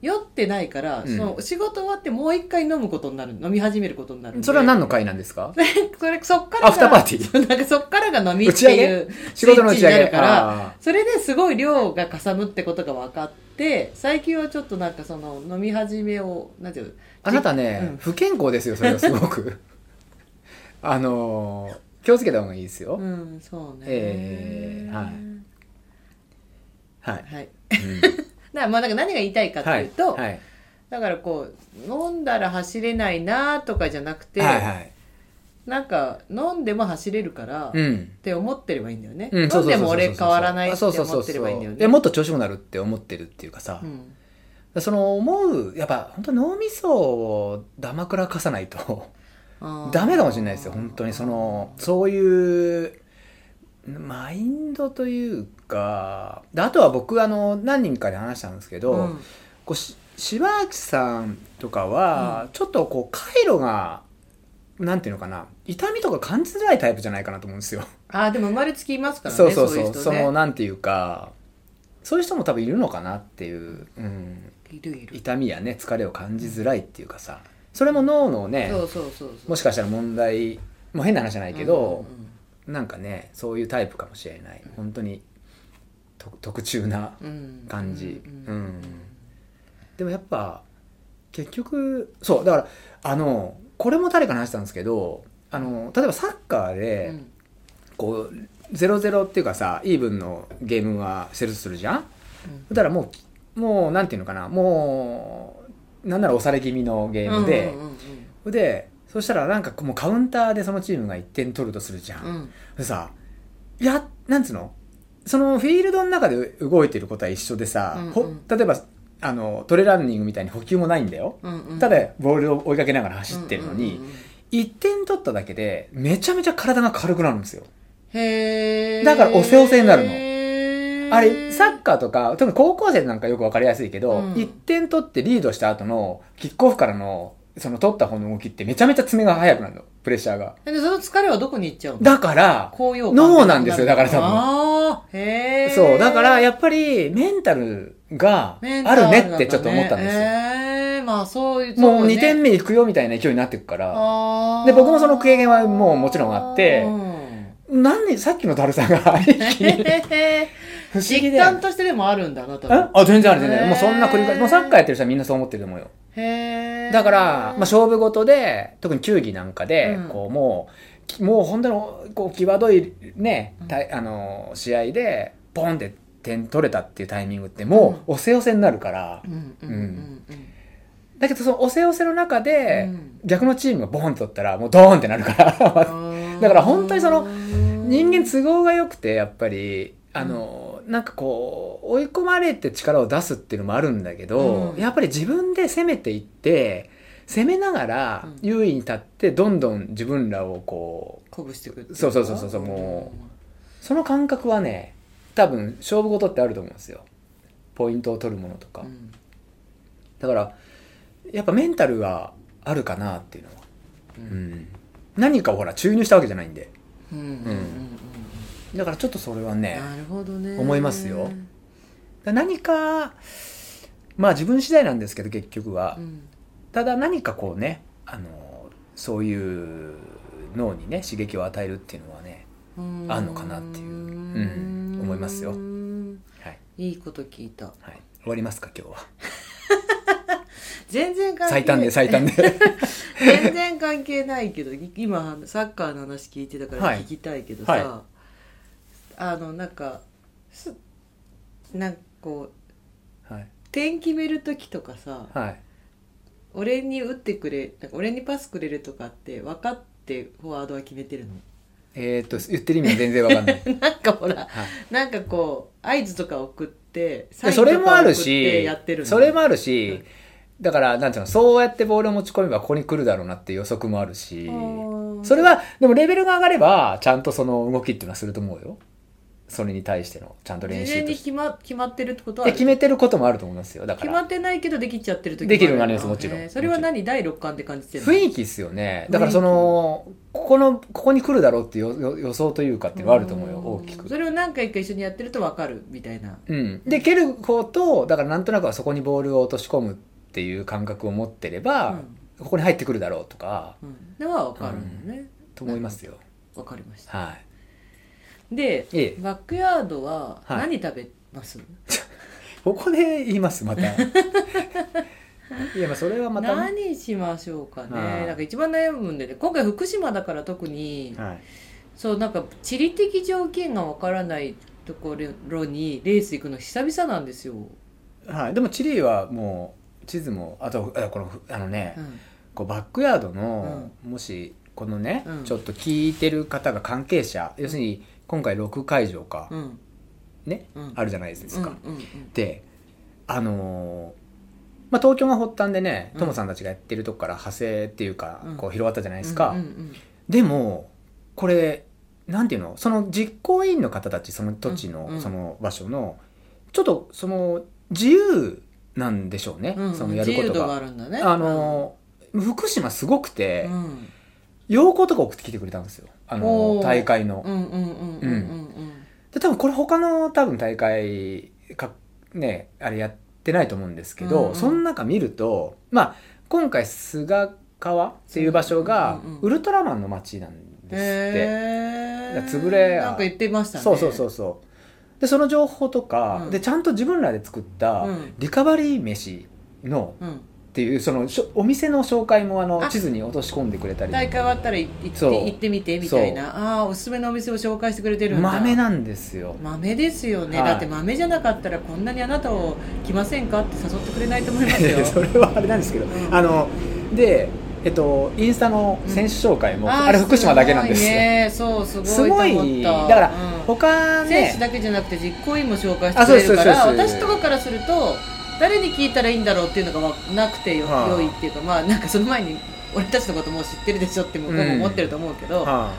Speaker 1: 酔ってないから、
Speaker 2: うん
Speaker 1: その仕事終わってもう一回飲むことになる飲み始めることになるんで
Speaker 2: それは 何の会なんですか
Speaker 1: それそっからが
Speaker 2: アフターパーティ
Speaker 1: ーなんかそっからが飲みっていう
Speaker 2: 仕事の打
Speaker 1: ス
Speaker 2: ち上
Speaker 1: イッチにな
Speaker 2: げ
Speaker 1: るから
Speaker 2: あ
Speaker 1: それですごい量がかさむってことが分かって最近はちょっとなんかその飲み始めをなんていうの
Speaker 2: ーあなた
Speaker 1: う
Speaker 2: ね
Speaker 1: ん
Speaker 2: 不健康ですよそれはすごく あのー気をつけた方がいいですよ、
Speaker 1: うんそうね
Speaker 2: ええはいはい、
Speaker 1: はい
Speaker 2: うん
Speaker 1: だからまあなんか何が言いたいかっていうと、
Speaker 2: はい
Speaker 1: だからこう飲んだら走れないなとかじゃなくて、
Speaker 2: はいはい
Speaker 1: なんか飲んでも走れるから、
Speaker 2: う
Speaker 1: っ
Speaker 2: ん
Speaker 1: て思ってればいいんだよね、
Speaker 2: うん、
Speaker 1: 飲んでも
Speaker 2: そうそうそうそう
Speaker 1: 俺変わらないって
Speaker 2: そう
Speaker 1: 思
Speaker 2: そうそう
Speaker 1: ってればいいんだ
Speaker 2: そ
Speaker 1: よ
Speaker 2: う
Speaker 1: ね
Speaker 2: でもっと調子もなるって思ってるっていうかさ、
Speaker 1: うん
Speaker 2: その思うやっぱ本当脳みそをダマくらかさないと
Speaker 1: あー
Speaker 2: ダメかもしれないですよ本当にそのそういうマインドというかであとは僕あの何人かで話したんですけど、
Speaker 1: うん
Speaker 2: こうし柴内さんとかは、
Speaker 1: う
Speaker 2: ちょっとこう回路がなんていうのかな痛みとか感じづらいタイプじゃないかなと思うんですよ。
Speaker 1: あーでも生まれつきいますからね
Speaker 2: そうそうそう
Speaker 1: い
Speaker 2: そ
Speaker 1: 人ね
Speaker 2: のなんていうかそういう人も多分いるのかなっていう、うん、
Speaker 1: いるいる
Speaker 2: 痛みやね疲れを感じづらいっていうかさそれも脳のね
Speaker 1: そうそうそうそう
Speaker 2: もしかしたら問題もう変な話じゃないけ
Speaker 1: う
Speaker 2: ど
Speaker 1: ん、
Speaker 2: なんかねそういうタイプかもしれない本当にと特注な
Speaker 1: うんうんうん
Speaker 2: 感じ
Speaker 1: うん
Speaker 2: うんでもやっぱ結局そうだからあのこれも誰かの話したんですけどあの例えばサッカー
Speaker 1: う
Speaker 2: で、
Speaker 1: ん
Speaker 2: こう0-0っていうかさイーブンのゲームはセルするじゃんだからもうもうなんていうのかなもうなんなら押され気味のゲームで、
Speaker 1: うんうん
Speaker 2: でそしたらなんかもうカウンターでそのチームが1点取るとするじゃん、
Speaker 1: うんうん
Speaker 2: でさいやなんつうのそのフィールドの中で動いてることは一緒でさ、
Speaker 1: うんうん
Speaker 2: ほ例えばあのトレランニングみたいに補給もないんだよ、
Speaker 1: うんうん
Speaker 2: ただボールを追いかけながら走ってるのに、
Speaker 1: うんうんうん
Speaker 2: 1点取っただけでめちゃめちゃ体が軽くなるんですよ
Speaker 1: へー
Speaker 2: だからおせおせになるの
Speaker 1: へー
Speaker 2: あれ、サッカーとか、特に高校生なんかよくわかりやすいけど、
Speaker 1: うん
Speaker 2: 1点取ってリードした後の、キックオフからの、その取った方の動きってめちゃめちゃ爪が速くなるの、プレッシャーが。
Speaker 1: でその疲れはどこに行っちゃうの
Speaker 2: だから、
Speaker 1: 高揚
Speaker 2: 脳なんですよだから多分
Speaker 1: ああへえ
Speaker 2: そう、だからやっぱりメンタルがあるねってちょっと思ったんですよ。
Speaker 1: えまあそういう
Speaker 2: もう2点目行くよみたいな勢いになってくから、
Speaker 1: あー
Speaker 2: で僕もその経験はもうもちろんあって
Speaker 1: うん
Speaker 2: なんでさっきのだるさが 一気に
Speaker 1: へー
Speaker 2: 不思議
Speaker 1: 実
Speaker 2: だよ
Speaker 1: 感
Speaker 2: ね。
Speaker 1: としてでもあるんだな多分
Speaker 2: あ、全然ある全然ある。もうそんな繰り
Speaker 1: へ
Speaker 2: 返
Speaker 1: ー
Speaker 2: し、もうサッカーやってる人はみんなそう思ってると思うよ。
Speaker 1: へえ
Speaker 2: だから、まあ、勝負事で特に球技なんかで、
Speaker 1: うん
Speaker 2: こうもうきもう本当にこう際どいね、
Speaker 1: うん
Speaker 2: たいあの試合でポンって点取れたっていうタイミングってもうおせおせになるから、
Speaker 1: うんうんうんうん
Speaker 2: だけどそのおせおせの中で、
Speaker 1: うん
Speaker 2: 逆のチームがボンと取ったらもうドーンってなるから
Speaker 1: うん
Speaker 2: だから本当にその
Speaker 1: うん
Speaker 2: 人間都合が良くてやっぱりあの、なんかこう追い込まれて力を出すっていうのもあるんだけど、
Speaker 1: うん
Speaker 2: やっぱり自分で攻めていって攻めながら
Speaker 1: うん
Speaker 2: 優位に立ってどんどん自分らをこう
Speaker 1: 鼓舞していくっていか
Speaker 2: そうそうそうそうそうもその感覚はね多分勝負事ってあると思うんですよポイントを取るものとか、
Speaker 1: うん
Speaker 2: だからやっぱメンタルがあるかなっていうのは、
Speaker 1: う
Speaker 2: うんん、何かをほら注入したわけじゃないんで
Speaker 1: うんうんうんうん
Speaker 2: だからちょっとそれはね、
Speaker 1: なるほどね
Speaker 2: 思いますよだ何かまあ自分次第なんですけど結局は、
Speaker 1: うん
Speaker 2: ただ何かこうねあのそういう脳にね刺激を与えるっていうのはね
Speaker 1: うん
Speaker 2: あんのかなっていううん思いますよはい、
Speaker 1: いいこと聞いた
Speaker 2: はい、終わりますか今日は
Speaker 1: 全然関係
Speaker 2: 最短で最 短で
Speaker 1: 全然関係ないけどい今サッカーの話聞いてたから
Speaker 2: はい
Speaker 1: 聞きたいけどさ、
Speaker 2: は
Speaker 1: あのなんかすなんかこう
Speaker 2: はい、
Speaker 1: 点決める時とかさ
Speaker 2: はい、
Speaker 1: 俺に打ってくれなんか俺にパスくれるとかって分かってフォワードは決めてるの
Speaker 2: えー、っと言ってる意味は全然わかんない、
Speaker 1: なんかほら
Speaker 2: はい
Speaker 1: なんかこう合図とか送って
Speaker 2: でそれもある
Speaker 1: サインとか送って
Speaker 2: し
Speaker 1: やってるの
Speaker 2: それもあるし、
Speaker 1: うん
Speaker 2: だからなんていうのそうやってボールを持ち込めばここに来るだろうなっていう予測もあるし
Speaker 1: うん
Speaker 2: それはでもレベルが上がればちゃんとその動きっていうのはすると思うよそれに対してのちゃんと練
Speaker 1: 事
Speaker 2: 習
Speaker 1: 前
Speaker 2: と
Speaker 1: に
Speaker 2: して
Speaker 1: 決ま決まってるってことはあ
Speaker 2: で
Speaker 1: る
Speaker 2: 決めてることもあると思いますよだか
Speaker 1: 決ま
Speaker 2: ら
Speaker 1: ってないけどできちゃってる時
Speaker 2: できるようになり
Speaker 1: り
Speaker 2: ますもちろん
Speaker 1: それは何第六感って感じてるの
Speaker 2: 雰囲気ですよねだからそのここのここに来るだろうっていう予予想というかっていうのはあると思うよ大き
Speaker 1: そ
Speaker 2: く
Speaker 1: れを何回か一緒にやってると分かるみたいな
Speaker 2: うんで蹴る方とだからなんとなくはそこにボールを落とし込むっていう感覚を持ってれば、ここに入ってくるだろうとか
Speaker 1: うんうん、では分かるんだね、
Speaker 2: と思いますよ
Speaker 1: 分かりました
Speaker 2: はい
Speaker 1: で
Speaker 2: いえ
Speaker 1: バックヤードは
Speaker 2: はい
Speaker 1: 何食べます、
Speaker 2: ここで言いま すまたいやまあそれはまたね
Speaker 1: 何しましょうかね
Speaker 2: はい
Speaker 1: なんか一番悩むんでね今回福島だから特に
Speaker 2: はい
Speaker 1: そうなんか地理的条件が分からないところにレース行くの久々なんですよ、う
Speaker 2: はい、でもチリはもう地図もあとあこのあのね、
Speaker 1: ん
Speaker 2: こうバックヤードの、もしこのね、
Speaker 1: うん
Speaker 2: ちょっと聞いてる方が関係者要するに今回6会場か、
Speaker 1: うん
Speaker 2: ね、
Speaker 1: うん
Speaker 2: あるじゃないですか。
Speaker 1: うんうんうん
Speaker 2: であのーまあ、東京が発端でね
Speaker 1: うん
Speaker 2: ともさんたちがやってるとこから派生っていうか、
Speaker 1: うん
Speaker 2: こう広がったじゃないですか。
Speaker 1: うんうん
Speaker 2: でもこれなんていうのその実行委員の方たちその土地の、
Speaker 1: うんうん
Speaker 2: その場所のちょっとその自由なんでしょうね、
Speaker 1: うんうん
Speaker 2: そのやるこ
Speaker 1: 自由
Speaker 2: と
Speaker 1: 度
Speaker 2: が。
Speaker 1: があるんだね
Speaker 2: あの福島すごくて、
Speaker 1: うんうん
Speaker 2: 陽光とか送ってきてくれたんですよあの
Speaker 1: おー
Speaker 2: 大会の、
Speaker 1: うんうんうんうんうん
Speaker 2: で多分これ他の多分大会かねあれやってないと思うんですけど、
Speaker 1: うんうん
Speaker 2: その中見るとまあ今回菅川っていう場所が
Speaker 1: うんうんうん
Speaker 2: ウルトラマンの街なんですって、
Speaker 1: へえ
Speaker 2: だから潰れ
Speaker 1: なんか言ってましたね
Speaker 2: そうそうそうそうでその情報とか、
Speaker 1: うん
Speaker 2: でちゃんと自分らで作った
Speaker 1: うん
Speaker 2: リカバリー飯の
Speaker 1: うん
Speaker 2: っていうそのしょお店の紹介もあの
Speaker 1: あ
Speaker 2: 地図に落とし込んでくれたり
Speaker 1: 大会終わったらい行って
Speaker 2: そう
Speaker 1: 行ってみてみたいなああーおすすめのお店を紹介してくれてるんだ
Speaker 2: 豆なんですよ
Speaker 1: 豆ですよね、
Speaker 2: はい
Speaker 1: だって豆じゃなかったらこんなにあなたを来ませんかって誘ってくれないと思います
Speaker 2: そ
Speaker 1: よ
Speaker 2: れはあれなんですけど、
Speaker 1: うん
Speaker 2: あのでえっとインスタの選手紹介も、
Speaker 1: ー
Speaker 2: あれ福島だけなんですよ
Speaker 1: ごいねそうす
Speaker 2: す
Speaker 1: ご
Speaker 2: ご
Speaker 1: い
Speaker 2: い
Speaker 1: と思った
Speaker 2: だから
Speaker 1: うん
Speaker 2: 他
Speaker 1: 選手
Speaker 2: ね
Speaker 1: だけじゃなくて実行委員も紹介してくれるから
Speaker 2: あそうですそうですそうです
Speaker 1: 私とかからすると誰に聞いたらいいんだろうっていうのがわなくてよ、
Speaker 2: は
Speaker 1: 良
Speaker 2: い
Speaker 1: いっていうかまあなんかその前に俺たちのこともう知ってるでしょって僕も思ってると思うけど、
Speaker 2: は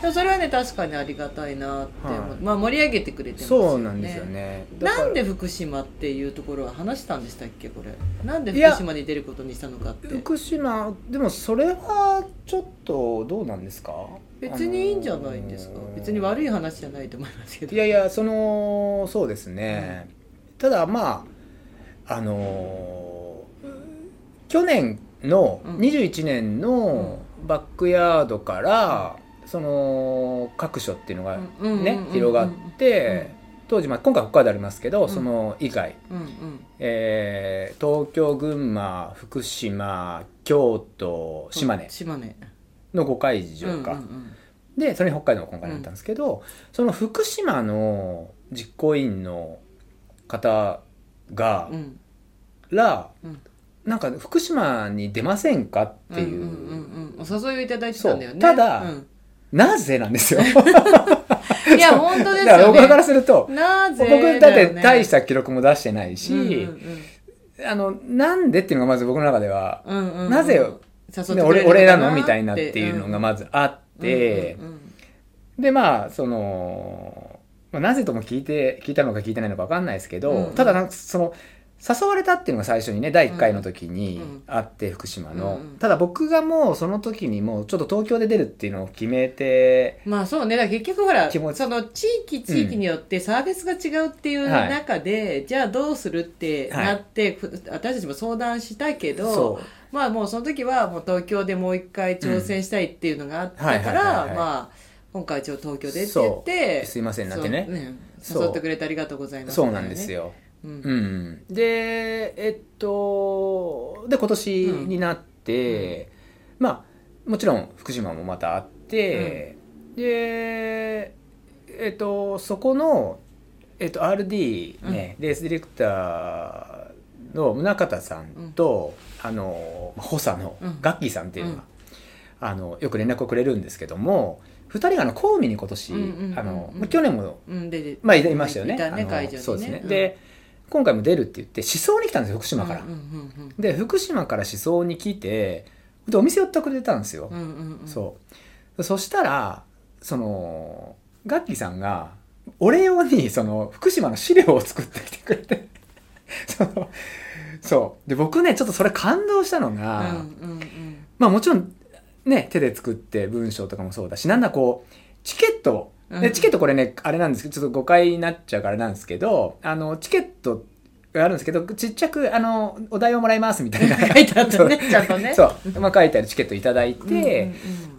Speaker 1: でもそれはね確かにありがたいなって思う、
Speaker 2: はい
Speaker 1: まあ盛り上げてくれて
Speaker 2: い
Speaker 1: ますよね
Speaker 2: そうなんですよねだから
Speaker 1: なんで福島っていうところは話したんでしたっけこれなんで
Speaker 2: いや
Speaker 1: 福島に出ることにしたのかって
Speaker 2: 福島でもそれはちょっとどうなんですか
Speaker 1: 別にいいんじゃないんですか、別に
Speaker 2: い
Speaker 1: 悪い話じゃないと思いますけど
Speaker 2: いやいやそのそうですね、ただまああのー去年の
Speaker 1: うん
Speaker 2: 21年のバックヤードから、その各所っていうのがね、
Speaker 1: うんうんうんうん
Speaker 2: 広がって、当時、まあ、今回北海道ありますけど、
Speaker 1: ん
Speaker 2: その以外、
Speaker 1: うんうん
Speaker 2: えー東京群馬福島京都島根
Speaker 1: 島根
Speaker 2: の5会場か、
Speaker 1: うんうん
Speaker 2: でそれに北海道が今回だったんですけど、その福島の実行委員の方が
Speaker 1: うんうん
Speaker 2: ら、
Speaker 1: うん
Speaker 2: なんか福島に出ませんかっていう,、
Speaker 1: うんうんうんうんお誘いをいただいてたんだよ
Speaker 2: そう
Speaker 1: ね
Speaker 2: ただ
Speaker 1: うん
Speaker 2: なぜなん です よ
Speaker 1: いや本当で
Speaker 2: だ
Speaker 1: す
Speaker 2: から
Speaker 1: よ
Speaker 2: 僕から
Speaker 1: ね
Speaker 2: すると、
Speaker 1: なぜ
Speaker 2: 僕だって大したた記録も出してないし、あのなんでっていうのがまず僕の中では、なぜね俺俺なのみたいなっていうのがまずあって、でまあその、まあ、なぜとも聞いて聞いたのか聞いてないのか分かんないですけど、
Speaker 1: うんうん
Speaker 2: ただなんかその誘われたっていうのが最初にね第1回の時に
Speaker 1: うん
Speaker 2: あって、福島の、
Speaker 1: うんうん
Speaker 2: ただ僕がもうその時にもうちょっと東京で出るっていうのを決めて
Speaker 1: まあそうね、だから結局ほら、
Speaker 2: 気持ち
Speaker 1: その地域地域によってサービスが違うっていう
Speaker 2: はい
Speaker 1: 中で、じゃあどうするって
Speaker 2: はい
Speaker 1: なって、ふ私たちも相談したけど、
Speaker 2: そう
Speaker 1: まあもうその時はもう東京でもう一回挑戦したいっていうのがあったか
Speaker 2: うんはいはい
Speaker 1: ら
Speaker 2: はいは、い
Speaker 1: まあ今回一応東京でって言って、
Speaker 2: すいませんなんて
Speaker 1: そう
Speaker 2: ね
Speaker 1: うん
Speaker 2: そう
Speaker 1: 誘ってくれてありがとうございます、
Speaker 2: そうなんです
Speaker 1: よ。
Speaker 2: よ、
Speaker 1: うん
Speaker 2: うん、でえっとで今年になって、まあもちろん福島もまたあって、でえっとそこの、えっと、RD ね、レースディレクターの宗像さんと、あの補佐の
Speaker 1: うん
Speaker 2: ガッキーさんっていうのが、あのよく連絡をくれるんですけども2人があの公務に今年、
Speaker 1: うんうんうんうん
Speaker 2: あのまあ去年も
Speaker 1: うん、で、で
Speaker 2: まあ、いいましたよね。
Speaker 1: いたね
Speaker 2: あの
Speaker 1: 会場にね
Speaker 2: そうですね。
Speaker 1: うん
Speaker 2: で、今回も出るって言って、思想に来たんですよ、福島から。
Speaker 1: うんうん
Speaker 2: で、福島から思想に来て、で、お店寄ってくれたんですよ
Speaker 1: うんう。んうんうん、
Speaker 2: そう。そしたら、その、ガッキーさんが、俺用に、その、福島の資料を作ってきてくれて、 その、そう。で、僕ね、ちょっとそれ感動したの
Speaker 1: う
Speaker 2: が、
Speaker 1: んうんうん
Speaker 2: まあもちろん、ね、手で作って文章とかもそうだし、なんだこう、チケット、で
Speaker 1: うん
Speaker 2: チケットこれね、あれなんですけど、ちょっと誤解になっちゃうからなんですけど、あの、チケットがあるんですけど、ちっちゃく、あの、お題をもらいますみたい な。
Speaker 1: 書いてあったねちゃんとね
Speaker 2: そう。まあ書いてあるチケットいただい
Speaker 1: うんうんうん
Speaker 2: て、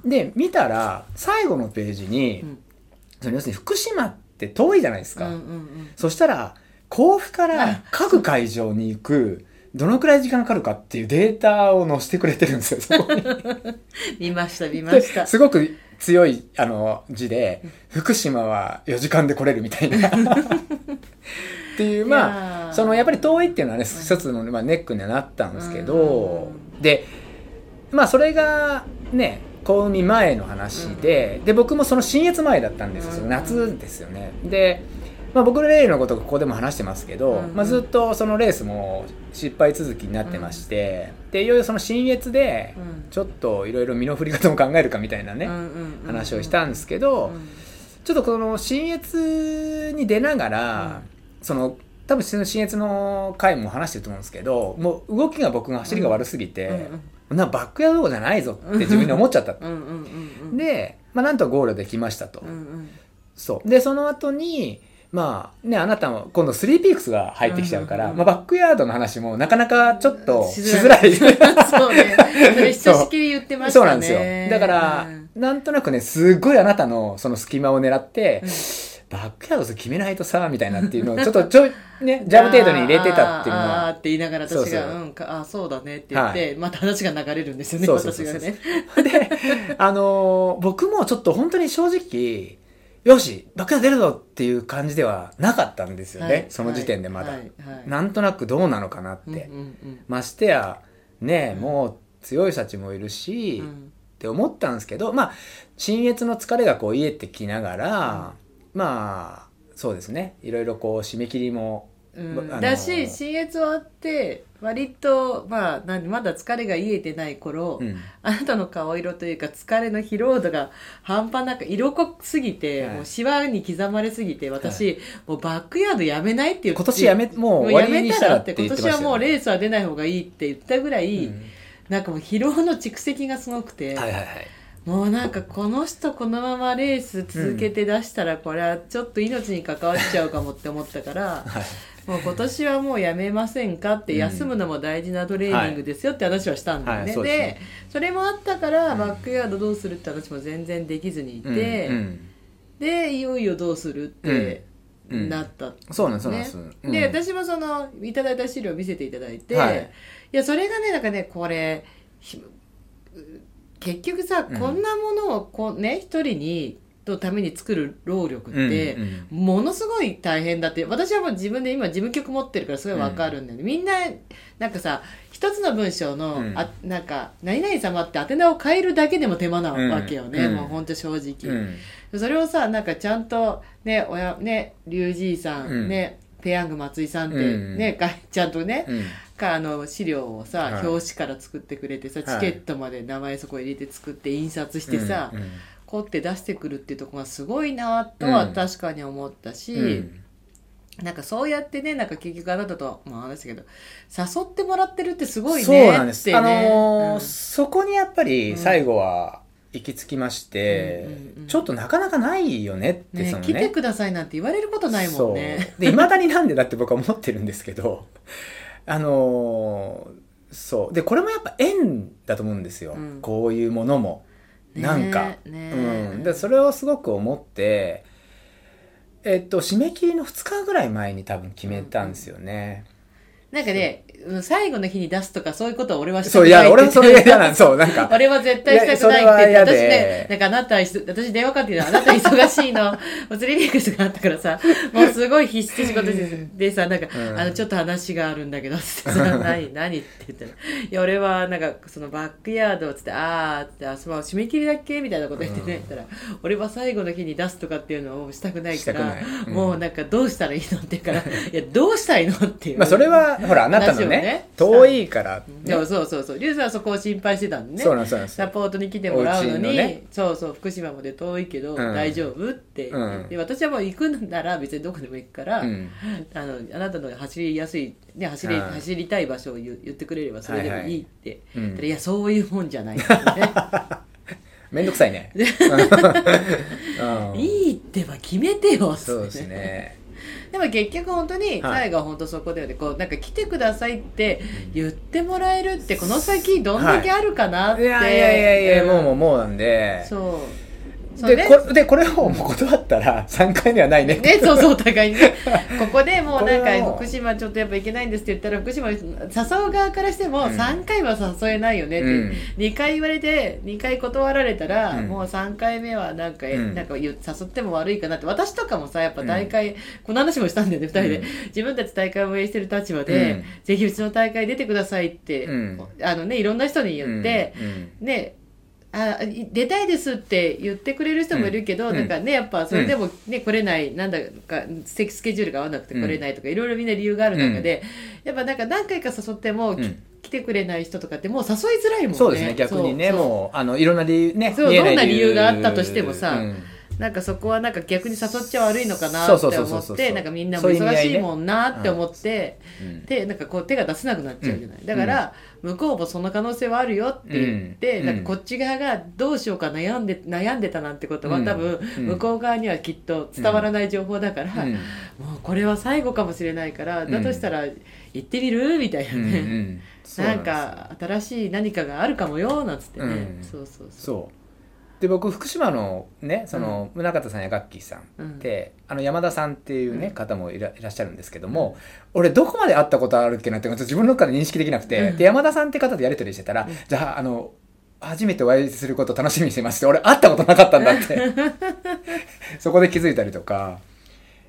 Speaker 2: で、見たら、最後のページに、
Speaker 1: うん
Speaker 2: その要するに福島って遠いじゃないですか。
Speaker 1: うんうんうん
Speaker 2: そしたら、甲府か
Speaker 1: あ
Speaker 2: ら各会場に行く、どのくらい時間かかるかっていうデータを載せてくれてるんですよ、そこに。
Speaker 1: 見ました見ま
Speaker 2: で
Speaker 1: した
Speaker 2: すごく強いあの字で福島は4時間で来れるみたいなっていうまあ
Speaker 1: あ
Speaker 2: そのやっぱり遠いっていうのはね一つの、まあ、ネックにはなったんです
Speaker 1: う
Speaker 2: け
Speaker 1: んうん
Speaker 2: どでまあそれがね公海前の話で、で僕もその新越前だったんですよ、その
Speaker 1: うんう
Speaker 2: 夏ですよねで、まあ、僕の例のことここでも話してますけど、
Speaker 1: うんうん
Speaker 2: まあ、ずっとそのレースも失敗続きになってまして、でいよいよその新越で
Speaker 1: うん
Speaker 2: ちょっといろいろ身の振り方も考えるかみたいなね、
Speaker 1: うんうんうん
Speaker 2: 話をしたんですけど、
Speaker 1: うん
Speaker 2: ちょっとこの新越に出ながら、その多分その新越の回も話してると思うんですけどもう動きが僕が走りが悪すぎて、なバックヤードじゃないぞって自分で思っちゃった
Speaker 1: う。んうんうんうんうん
Speaker 2: で、まあ、なんとかゴールできましたと。
Speaker 1: うんうん
Speaker 2: そう。で、その後に、まあね、あなたも今度スリーピークスが入ってきちゃうから、
Speaker 1: うんうんう
Speaker 2: ま
Speaker 1: ん
Speaker 2: あ、バックヤードの話もなかなかちょっとし
Speaker 1: し
Speaker 2: づ
Speaker 1: づ
Speaker 2: ら
Speaker 1: ら
Speaker 2: い。
Speaker 1: そうねそれひとしきり言ってましたね
Speaker 2: そうなんですよ。だから、
Speaker 1: うん
Speaker 2: なんとなくね、すごいあなたのその隙間を狙って、
Speaker 1: うん
Speaker 2: バックヤード決めないとさ、みたいなっていうのを、ちょっとちょい、 ね、ジャブ程度に入れてたっていうの
Speaker 1: あーあー
Speaker 2: は、
Speaker 1: って言いながら私
Speaker 2: そう
Speaker 1: が
Speaker 2: そう
Speaker 1: うんかあーそうだねって言って、
Speaker 2: は
Speaker 1: また話が流れるんですよね
Speaker 2: そうそうそう
Speaker 1: 私
Speaker 2: そう
Speaker 1: がね
Speaker 2: で、あのー僕もちょっと本当に正直、よし、バックヤード出るぞっていう感じではなかったんですよね、
Speaker 1: はい
Speaker 2: その時点でまだ、
Speaker 1: はいはい
Speaker 2: なんとなくどうなのかなって。
Speaker 1: うんうん
Speaker 2: ましてや、ね、
Speaker 1: うん
Speaker 2: もう強い人たちもいるし、
Speaker 1: うんう
Speaker 2: っ
Speaker 1: ん
Speaker 2: て思ったんですけど、まあ、新越の疲れがこう癒えてきながら、まあ、そうですね、いろいろこう締め切りも、
Speaker 1: うん
Speaker 2: あの
Speaker 1: だし新越終わって割と、まあ、なんまだ疲れが癒えてない頃、
Speaker 2: うん
Speaker 1: あなたの顔色というか疲れの疲労度が半端なく色濃すぎて、
Speaker 2: はい
Speaker 1: もうシワに刻まれすぎて私、もうバックヤードやめないっていう
Speaker 2: 今年やめ、もう
Speaker 1: もう
Speaker 2: 終わ
Speaker 1: や
Speaker 2: り
Speaker 1: め
Speaker 2: にしたた
Speaker 1: ら
Speaker 2: ら
Speaker 1: っ
Speaker 2: って
Speaker 1: て
Speaker 2: 言
Speaker 1: 今
Speaker 2: って
Speaker 1: 年
Speaker 2: まし
Speaker 1: は
Speaker 2: た
Speaker 1: も
Speaker 2: よ
Speaker 1: う
Speaker 2: ね、
Speaker 1: レースは出ない方がいいって言ったぐらい、なんかもう疲労の蓄積がすごくて、
Speaker 2: うんはいはいはい。
Speaker 1: もうなんかこの人このままレース続けて出したらこれはちょっと命に関わっちゃうかもって思った から、
Speaker 2: はい
Speaker 1: もう今年はもうやめませんかって、
Speaker 2: うん
Speaker 1: 休むのも大事なトレーニングですよって話はしたんだよね、
Speaker 2: はいそ
Speaker 1: そう
Speaker 2: ですね
Speaker 1: れもあったからバックヤードどうするって話も全然できずにいて、
Speaker 2: うんうん
Speaker 1: でいよいよどうするって
Speaker 2: うん
Speaker 1: なった、
Speaker 2: そうなんです、そうなんです。うん
Speaker 1: で私もそのいただいた資料を見せていただいて、
Speaker 2: はい
Speaker 1: い、やそれがねなんかねこれひ結局さ、
Speaker 2: うん
Speaker 1: こんなものをこうね一人にのために作る労力って、
Speaker 2: うんうん
Speaker 1: ものすごい大変だって私はもう自分で今事務局持ってるからすごいわかるんだよね、みんななんかさ一つの文章の、
Speaker 2: うん
Speaker 1: あなんか「何々様」って宛名を変えるだけでも手間なわけよね、
Speaker 2: うん
Speaker 1: もうほんと正直、
Speaker 2: うん
Speaker 1: それをさなんかちゃんとね親ねリュウジーさん、
Speaker 2: うん
Speaker 1: ねペヤング松井さんって
Speaker 2: うん
Speaker 1: ね、かちゃんとね、
Speaker 2: うん
Speaker 1: かあの資料をさ、
Speaker 2: はい
Speaker 1: 表紙から作ってくれてさ
Speaker 2: はい
Speaker 1: チケットまで名前そこ入れて作って印刷してさ、
Speaker 2: うん
Speaker 1: こうって出してくるっていうとこがすごいなとは
Speaker 2: うん
Speaker 1: 確かに思ったし、
Speaker 2: うん
Speaker 1: なんかそうやってねなんか結局あなたとも話したけど誘ってもらってるってすごいねって
Speaker 2: そう
Speaker 1: ね
Speaker 2: なんです。あのー
Speaker 1: うん
Speaker 2: そこにやっぱり最後は行き着きまして、
Speaker 1: うんうんうん
Speaker 2: ちょっとなかなかないよねって、
Speaker 1: ね
Speaker 2: そのね。
Speaker 1: 来てくださいなんて言われることないもんね。
Speaker 2: そう。で、未だになんでだって僕は思ってるんですけど、 あのーそう。で、これもやっぱ縁だと思うんですよ。
Speaker 1: うん
Speaker 2: こういうものも。なんか。
Speaker 1: ねね
Speaker 2: うん、でそれをすごく思って、えっと、締め切りの2日ぐらい前に多分決めたんですよね。
Speaker 1: なんかね、うん最後の日に出すとかそういうことは俺はした
Speaker 2: そう、
Speaker 1: く
Speaker 2: い
Speaker 1: ない
Speaker 2: や、俺も
Speaker 1: って
Speaker 2: そ
Speaker 1: 言
Speaker 2: れ
Speaker 1: って
Speaker 2: 嫌なんそう、なんか、
Speaker 1: 俺は絶対したくないって
Speaker 2: い
Speaker 1: 言
Speaker 2: や
Speaker 1: っ
Speaker 2: それは
Speaker 1: て、
Speaker 2: 嫌で
Speaker 1: 私ね、なんかあなた、私電話かかってきたのあなた忙しいの、 もう釣りリークスがあったからさ、もうすごい必死で仕事ででさ、なんか、
Speaker 2: うん
Speaker 1: あの、ちょっと話があるんだけど、つって さ、何、何って言ったら、いや、俺はなんか、そのバックヤード、つって、あーって、あ、そう、締め切りだっけみたいなこと言ってね、言ったら、俺は最後の日に出すとかっていうのをしたくないか
Speaker 2: した
Speaker 1: ら
Speaker 2: くない、うん
Speaker 1: もうなんかどうしたらいいのって言う から、いや、どうしたらいいのっていう。
Speaker 2: まあ、それは、ほら、あなたの
Speaker 1: 話を
Speaker 2: ね、
Speaker 1: ね
Speaker 2: 遠いから、ね
Speaker 1: でもそうそうそう。リュウさんはそこを心配してたんでね。
Speaker 2: そうなんです、そうなんです。
Speaker 1: サポートに来てもらうの
Speaker 2: お家の
Speaker 1: に
Speaker 2: ね
Speaker 1: そうそう福島まで遠いけど
Speaker 2: うん
Speaker 1: 大丈夫って、
Speaker 2: うん
Speaker 1: で私はもう行くなら別にどこでも行くから、
Speaker 2: うん
Speaker 1: あのあなたの走りやすい、ね走り
Speaker 2: うん
Speaker 1: 走りたい場所を言う言ってくれればそれでもいいって、
Speaker 2: はいはいうん
Speaker 1: ただいやそういうもんじゃ ないからね
Speaker 2: めんどくさ いね。うん
Speaker 1: いいってば決めてよっつ
Speaker 2: そう
Speaker 1: っ
Speaker 2: で
Speaker 1: て
Speaker 2: すね。
Speaker 1: でも結局本当に最後は本当そこだよね、こうなんか来てくださいって言ってもらえるってこの先どんだけあるかなっ
Speaker 2: い
Speaker 1: て、
Speaker 2: やいやいやいや、も
Speaker 1: う
Speaker 2: うもうんもうなんで。
Speaker 1: そうそう
Speaker 2: で
Speaker 1: ね
Speaker 2: これで、これをもう断ったら3回目はないね。
Speaker 1: ね、そうそう、お互い にね。ここでもうなん
Speaker 2: これはも
Speaker 1: か、
Speaker 2: う
Speaker 1: 福島ちょっとやっぱ行けないんですって言ったら、福島、誘う側からしても、
Speaker 2: うん
Speaker 1: 3回は誘えないよねって。
Speaker 2: うん
Speaker 1: 2回言われて、2回断られたら、
Speaker 2: うん
Speaker 1: もう3回目はなんか、え
Speaker 2: うん
Speaker 1: なんか言う誘っても悪いかなって。私とかもさ、やっぱ大会、この話もしたんだよね、2人で。
Speaker 2: うん
Speaker 1: 自分たち大会を運営してる立場で、
Speaker 2: うん
Speaker 1: ぜひうちの大会出てくださいって、
Speaker 2: うん
Speaker 1: あのね、いろんな人に言って、
Speaker 2: うんうん
Speaker 1: ね、あい出たいですって言ってくれる人もいるけど、
Speaker 2: うん
Speaker 1: なんかねやっぱそれでも、ね来れないなんだかスケスケジュールが合わなくて来れないとか、いろいろみんな理由がある中で、やっぱなんか何回か誘っても、き
Speaker 2: うん
Speaker 1: 来てくれない人とかってもう誘いづらいもんね
Speaker 2: そうですね逆にね
Speaker 1: そうそう
Speaker 2: もうあのいろんな理由ね
Speaker 1: そう
Speaker 2: 見えい
Speaker 1: どんな理由があったとしてもさ
Speaker 2: うん
Speaker 1: なんかそこはなんか逆に誘っちゃ悪いのかな
Speaker 2: そう
Speaker 1: っ
Speaker 2: そう
Speaker 1: て
Speaker 2: そうそう
Speaker 1: 思
Speaker 2: そ
Speaker 1: っ
Speaker 2: う
Speaker 1: てなんかみんなも忙しいもんなって思って
Speaker 2: うん
Speaker 1: でなんかこう手が出せなくなっちゃうじゃない、
Speaker 2: うん
Speaker 1: だから向こうもその可能性はあるよって言って、
Speaker 2: うん
Speaker 1: なんかこっち側がどうしようか悩んで悩んでたなんてことは
Speaker 2: うん
Speaker 1: 多分
Speaker 2: うん
Speaker 1: 向こう側にはきっと伝わらない情報だから、
Speaker 2: うん
Speaker 1: もうこれは最後かもしれないから
Speaker 2: うん
Speaker 1: だとしたら行ってみるみたいな
Speaker 2: うんう
Speaker 1: ね、
Speaker 2: んそ う
Speaker 1: なん
Speaker 2: ですよ
Speaker 1: か新しい何かがあるかもよなんつってね、
Speaker 2: うん
Speaker 1: そうそうそう。
Speaker 2: そうで僕福島のねその宗像さんやガッキーさん
Speaker 1: うん
Speaker 2: で、あの山田さんっていうね、
Speaker 1: うん
Speaker 2: 方もいらいらっしゃるんですけども、俺どこまで会ったことあるっけなってこと自分の中で認識できなくて、
Speaker 1: うん
Speaker 2: で山田さんって方とやり取りしてたら、
Speaker 1: うん
Speaker 2: じゃああの初めてお会いすることを楽しみにしてますって俺会ったことなかったんだって そこで気づいたりとか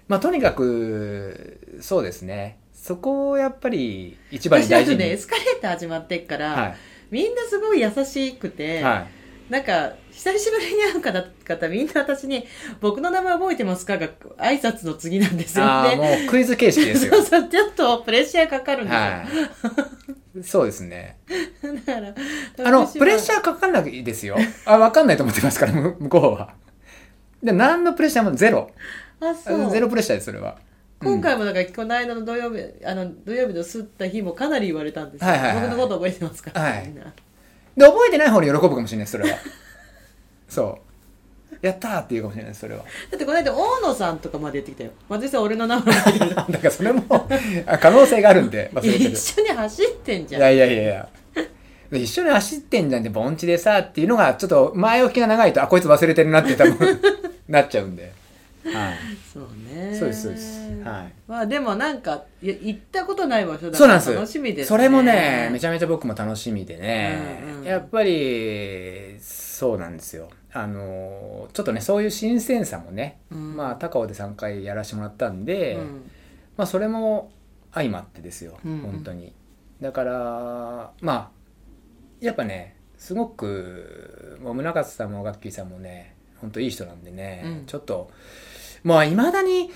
Speaker 2: まあとにかくそうですねそこをやっぱり一番に
Speaker 1: 私あ
Speaker 2: 大
Speaker 1: と
Speaker 2: 事 に、
Speaker 1: ねエスカレーター始まってっから、
Speaker 2: は
Speaker 1: みんなすごい優しく
Speaker 2: い、
Speaker 1: て、
Speaker 2: はい、
Speaker 1: なんか久しぶりに会う方々みんな私に「僕の名前覚えてますか?」が挨拶の次なんですよ
Speaker 2: ああ
Speaker 1: ね。
Speaker 2: もうクイズ形式ですよ
Speaker 1: そうそうちょっとプレッシャーかかるんですよ、
Speaker 2: はい。そうです ね。
Speaker 1: だから
Speaker 2: あの、プレッシ
Speaker 1: ャー
Speaker 2: ャーかかんないですよ。あ、わかんないと思ってますから、 む向こうは。で、何のプレッシャーもゼロ。
Speaker 1: あそう
Speaker 2: ゼロプレッシャーです、それは。うん
Speaker 1: 今回もなんかこの間の土曜日あの土曜日の吸った日もかなり言われたんですよ、
Speaker 2: はいはいはい
Speaker 1: 僕のこと覚えてますか、
Speaker 2: はい
Speaker 1: みんな
Speaker 2: で、覚えてない方に喜ぶかもしれないです、そ れは。そう。やったーって言うかもしれないです、それは。
Speaker 1: だってこの間大野さんとかまで言ってきたよ松井さん俺の名前覚えてる
Speaker 2: だからそれも、あ可能性がある んで、忘れてる
Speaker 1: 一。緒に走ってん
Speaker 2: い
Speaker 1: じゃん
Speaker 2: やいやいやいや。で一緒に走ってんじゃんって、盆地でさ、っていうのが、ちょっと前置きが長いと、あ、こいつ忘れてるなって多 分、なっちゃうんで。はい。
Speaker 1: そうね
Speaker 2: そうですそうですはい
Speaker 1: まあでもなんかいや行ったことない場所だ
Speaker 2: そう
Speaker 1: か
Speaker 2: なん
Speaker 1: ら
Speaker 2: です
Speaker 1: 楽しみです、ね、
Speaker 2: それもねめちゃめちゃ僕も楽しみでね、
Speaker 1: うんうん
Speaker 2: やっぱりそうなんですよあのちょっとねそういう新鮮さもね、
Speaker 1: うん
Speaker 2: まあ高尾で3回やらせてもらったんで、
Speaker 1: うん
Speaker 2: まあそれも相まってですよ、
Speaker 1: うんうん
Speaker 2: 本当にだからまあやっぱねすごくもう宗像さんもガッキーさんもね本当いい人なんでね、
Speaker 1: うん
Speaker 2: ちょっとまあいまだに、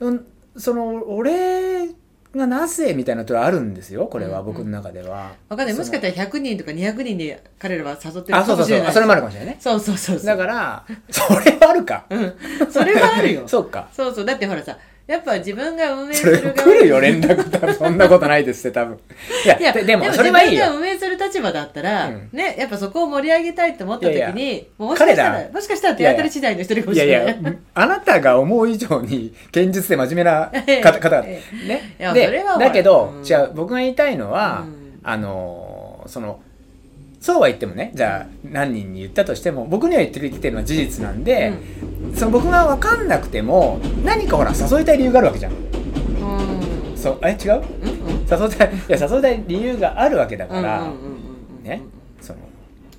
Speaker 2: うん、その俺がなぜみたいなところあるんですよこれ
Speaker 1: うん
Speaker 2: は
Speaker 1: うん
Speaker 2: 僕の中では、
Speaker 1: わかんないもしかした
Speaker 2: ら
Speaker 1: ら100人とか200人で彼らは誘ってる
Speaker 2: あそ
Speaker 1: か
Speaker 2: う
Speaker 1: もし
Speaker 2: そうそ
Speaker 1: れ
Speaker 2: う
Speaker 1: ない
Speaker 2: あそれもあるかもしれないね
Speaker 1: そうそうそうそう
Speaker 2: だからそれはあるか
Speaker 1: うんそれはあるよそ
Speaker 2: そうか
Speaker 1: うそうだってほらさやっぱ自分が運営す
Speaker 2: それ
Speaker 1: る側
Speaker 2: 来るよ連絡 多分そんなことないですって多分いや
Speaker 1: いや
Speaker 2: で
Speaker 1: で
Speaker 2: で
Speaker 1: も
Speaker 2: もそれはいい
Speaker 1: 自
Speaker 2: よ
Speaker 1: 分が運営する立場だったら、
Speaker 2: うん
Speaker 1: ねやっぱそこを盛り上げたいと思った時に
Speaker 2: いやい
Speaker 1: もうもしかした
Speaker 2: 彼
Speaker 1: ら
Speaker 2: ら
Speaker 1: もしかしたら手当たり次第の一人かも
Speaker 2: い
Speaker 1: し
Speaker 2: や
Speaker 1: れ
Speaker 2: い
Speaker 1: ない
Speaker 2: や、あなたが思う以上に堅実で真面 目な方方々
Speaker 1: え
Speaker 2: ね。
Speaker 1: いやそ
Speaker 2: で
Speaker 1: れは、
Speaker 2: だけど、
Speaker 1: うん
Speaker 2: 違う、僕が言いたいのは、
Speaker 1: うん
Speaker 2: あのー、その、そうは言ってもね、じゃあ何人に言ったとしても、僕には言ってきてるのは事実なんで、その僕が分かんなくても、何かほら、誘いたい理由があるわけじゃん。
Speaker 1: うんうん
Speaker 2: そう、え、違
Speaker 1: うんう
Speaker 2: う
Speaker 1: ん
Speaker 2: 誘いたい、いや、誘いたい理由があるわけだ
Speaker 1: う
Speaker 2: か
Speaker 1: ん
Speaker 2: ら、
Speaker 1: うんうんうんうん
Speaker 2: ね、その、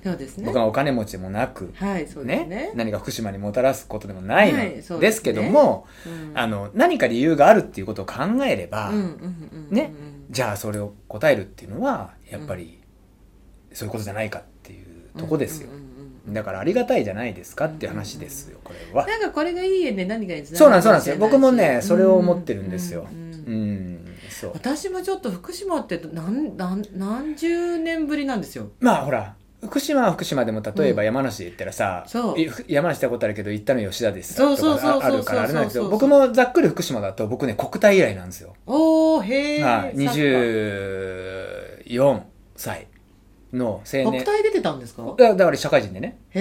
Speaker 1: そうですね
Speaker 2: 僕がお金持ちでもなく、
Speaker 1: はいそうです
Speaker 2: ね
Speaker 1: ね
Speaker 2: 何か福島にもたらすことでもないの、
Speaker 1: はいそう
Speaker 2: で
Speaker 1: ですすね
Speaker 2: けども、
Speaker 1: うん
Speaker 2: あの何か理由があるっていうことを考えれば、
Speaker 1: うんうんうんうん
Speaker 2: ねじゃあそれを答えるっていうのはやっぱりそういうことじゃないかっていうとこですよ、
Speaker 1: うんうんうんうん
Speaker 2: だからありがたいじゃないですかっていう話ですよこれは
Speaker 1: なんかこれがいいよね何かにつ
Speaker 2: そうな
Speaker 1: が
Speaker 2: ん
Speaker 1: る
Speaker 2: そう
Speaker 1: か
Speaker 2: なん
Speaker 1: もしれないし
Speaker 2: ですよ僕もねそれを思ってるんですよ
Speaker 1: う
Speaker 2: うんんそう
Speaker 1: 私もちょっと福島って何何何十年ぶりなんですよ
Speaker 2: まあほら福島は福島でも例え
Speaker 1: う
Speaker 2: ば
Speaker 1: ん
Speaker 2: 山梨で言ったらさ、
Speaker 1: そう
Speaker 2: い山梨行ったことあるけど行ったの吉田です
Speaker 1: そうそう
Speaker 2: とかあ
Speaker 1: そ
Speaker 2: あ
Speaker 1: うそう
Speaker 2: るからあれなんですけど
Speaker 1: そうそう
Speaker 2: 僕
Speaker 1: そう
Speaker 2: もざっくり福島だと僕ね国体以来なんですよ
Speaker 1: おおへえ、
Speaker 2: はい、
Speaker 1: サッ
Speaker 2: 24歳の青
Speaker 1: カー
Speaker 2: 年
Speaker 1: 国体出てたんですか
Speaker 2: だだから社会人でね
Speaker 1: へ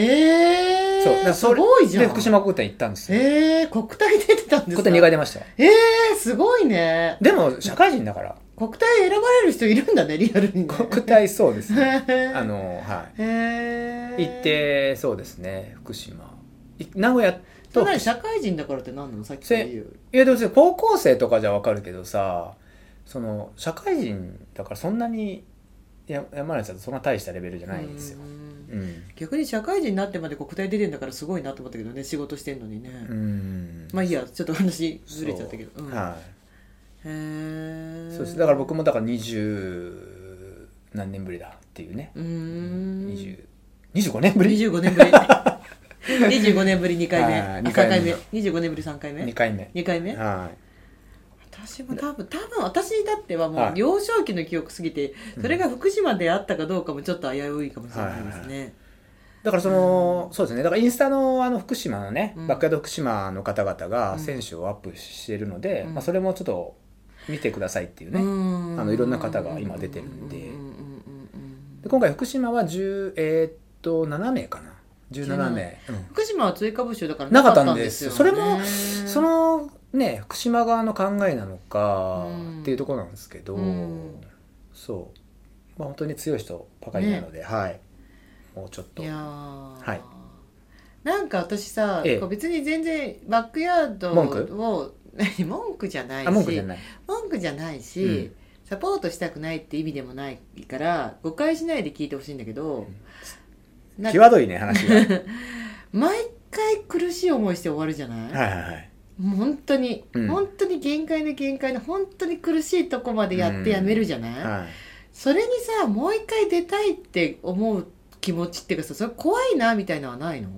Speaker 1: え
Speaker 2: そうだから
Speaker 1: す
Speaker 2: それ
Speaker 1: ごいじゃん
Speaker 2: で福島国体行ったんですよ
Speaker 1: へえ国体出てたんです
Speaker 2: 国
Speaker 1: か
Speaker 2: 体2回出ましたよ
Speaker 1: ええすごいね
Speaker 2: でも社会人だから
Speaker 1: 国体選ばれる人いるんだねリアルに、ね、
Speaker 2: 国体そうですねあ
Speaker 1: あ
Speaker 2: のはい
Speaker 1: へえ
Speaker 2: 行ってそうですね福島い名古屋
Speaker 1: そ
Speaker 2: と
Speaker 1: んなに社会人だからって何なのさっきから言う
Speaker 2: いやでもそれ高校生とかじゃわかるけどさその社会人だからそんなにや山梨だとそんな大したレベルじゃないんですよ
Speaker 1: う、ん
Speaker 2: うん
Speaker 1: 逆に社会人になってまで国体出てんだからすごいなと思ったけどね仕事してんのにね、
Speaker 2: うん
Speaker 1: まあいいやちょっと話ずれちゃったけど、
Speaker 2: そう
Speaker 1: うん
Speaker 2: はい
Speaker 1: へえ
Speaker 2: そうですだから僕もだから二十何年ぶりだっていうね
Speaker 1: うーん
Speaker 2: 二十25年ぶり
Speaker 1: 25年ぶり 25年ぶり2回目
Speaker 2: あー
Speaker 1: あ
Speaker 2: 二
Speaker 1: 3
Speaker 2: 回目
Speaker 1: 回目25年ぶり3回目
Speaker 2: 2回目
Speaker 1: 2回目
Speaker 2: は
Speaker 1: 私も多分多分私にだってはも
Speaker 2: は
Speaker 1: う
Speaker 2: い
Speaker 1: 幼少期の記憶すぎてそれが福島であったかどうかもちょっと危ういかもしれないですね
Speaker 2: いだからその、そうですねだからインスタのあの福島のね、
Speaker 1: うん
Speaker 2: バックヤード福島の方々
Speaker 1: う
Speaker 2: が
Speaker 1: ん
Speaker 2: 選手をアップしてるので、
Speaker 1: うん
Speaker 2: まあ、それもちょっと見てくださいっていうね、
Speaker 1: うん
Speaker 2: あのいろんな方が今出てるんで
Speaker 1: うんうんうんうん
Speaker 2: で今回福島は10えーっと7名かな17名、うん
Speaker 1: 福島は追加募集だから
Speaker 2: な
Speaker 1: な
Speaker 2: か
Speaker 1: か
Speaker 2: っ
Speaker 1: ったた
Speaker 2: ん
Speaker 1: ん
Speaker 2: で
Speaker 1: ですす
Speaker 2: よ
Speaker 1: よ、
Speaker 2: それも
Speaker 1: ね
Speaker 2: そのね福島側の考えなのか
Speaker 1: うん
Speaker 2: っていうところなんですけど、
Speaker 1: うん
Speaker 2: そう、まあ、本当に強い人ばかりなので、はいもうちょっと
Speaker 1: いやー
Speaker 2: はい
Speaker 1: なんか私さ、
Speaker 2: ええ
Speaker 1: こう別に全然バックヤード
Speaker 2: 文句
Speaker 1: を何 文句じゃないし
Speaker 2: あ文句じゃない
Speaker 1: 文句じゃないし、
Speaker 2: うん
Speaker 1: サポートしたくないって意味でもないから誤解しないで聞いてほしいんだけど、なんか
Speaker 2: 際どいね 話がはい
Speaker 1: 毎回苦しい思いして終わるじゃない、
Speaker 2: はいはい
Speaker 1: もう本当に、
Speaker 2: うん
Speaker 1: 本当に限界の限界の本当に苦しいとこまでやってやめるじゃない、
Speaker 2: はい
Speaker 1: それにさもう一回出たいって思う気持ちっていうかさそれ怖いなみたいなのはないの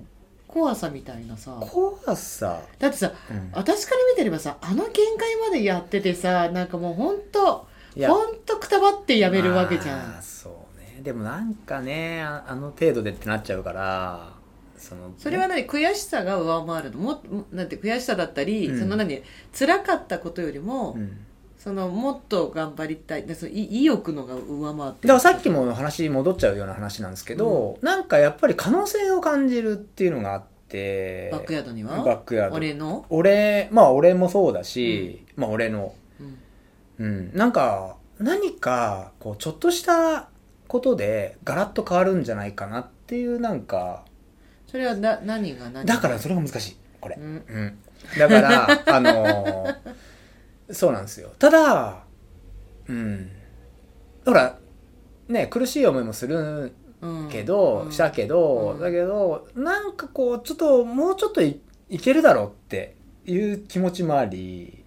Speaker 1: 怖さみたいなさ
Speaker 2: 怖さ、
Speaker 1: だってさ
Speaker 2: うん
Speaker 1: 私から見てればさあの限界までやっててさなんかもうほんと
Speaker 2: いや
Speaker 1: ほんとくたばってやめるわけじゃ
Speaker 2: あー
Speaker 1: ん
Speaker 2: そうねでもなんかねああの程度でってなっちゃうからその
Speaker 1: それは何悔しさが上回るのももなんて悔しさだったり、
Speaker 2: うん
Speaker 1: その何辛かったことよりも、
Speaker 2: うん
Speaker 1: そのもっと頑張りたいでそのい意欲のが上回ってる
Speaker 2: だからさっきも話戻っちゃうような話なんですけど、なんかやっぱり可能性を感じるっていうのがあって
Speaker 1: バックヤードには
Speaker 2: バックヤード
Speaker 1: 俺の、
Speaker 2: 俺まあ俺もそうだし、まあ俺の
Speaker 1: うん
Speaker 2: うんなんか何かこうちょっとしたことでガラッと変わるんじゃないかなっていうなんか
Speaker 1: それはな何が何
Speaker 2: だからそれが難しいこれ
Speaker 1: うん
Speaker 2: うんだから あのーそうなんですよただうんほらね苦しい思いもする
Speaker 1: うん
Speaker 2: けど、
Speaker 1: うん
Speaker 2: したけど、
Speaker 1: うん
Speaker 2: だけどなんかこうちょっともうちょっといいけるだろうっていう気持ちもあり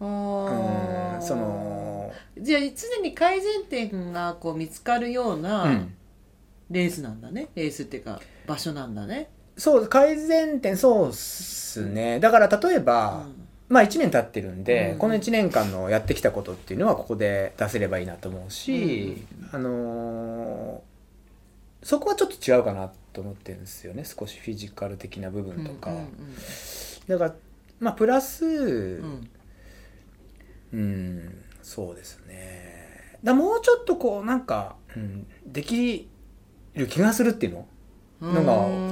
Speaker 1: あ
Speaker 2: う
Speaker 1: ー
Speaker 2: んその
Speaker 1: じゃあ常に改善点がこう見つかるよう
Speaker 2: う
Speaker 1: なんレースなんだね、レースっていうか場所なんだね、
Speaker 2: そう改善点そうっすねだから例え
Speaker 1: う
Speaker 2: ば、
Speaker 1: ん
Speaker 2: まあ1年経ってるんで、
Speaker 1: うん
Speaker 2: この1年間のやってきたことっていうのはここで出せればいいなと思うし、あのーそこはちょっと違うかなと思ってるんですよね少しフィジカル的な部分とか、
Speaker 1: うんうん
Speaker 2: だからまあプラス、
Speaker 1: うんうん
Speaker 2: うんそうですねだもうちょっとこうなんか、うん、できる気がするっていうの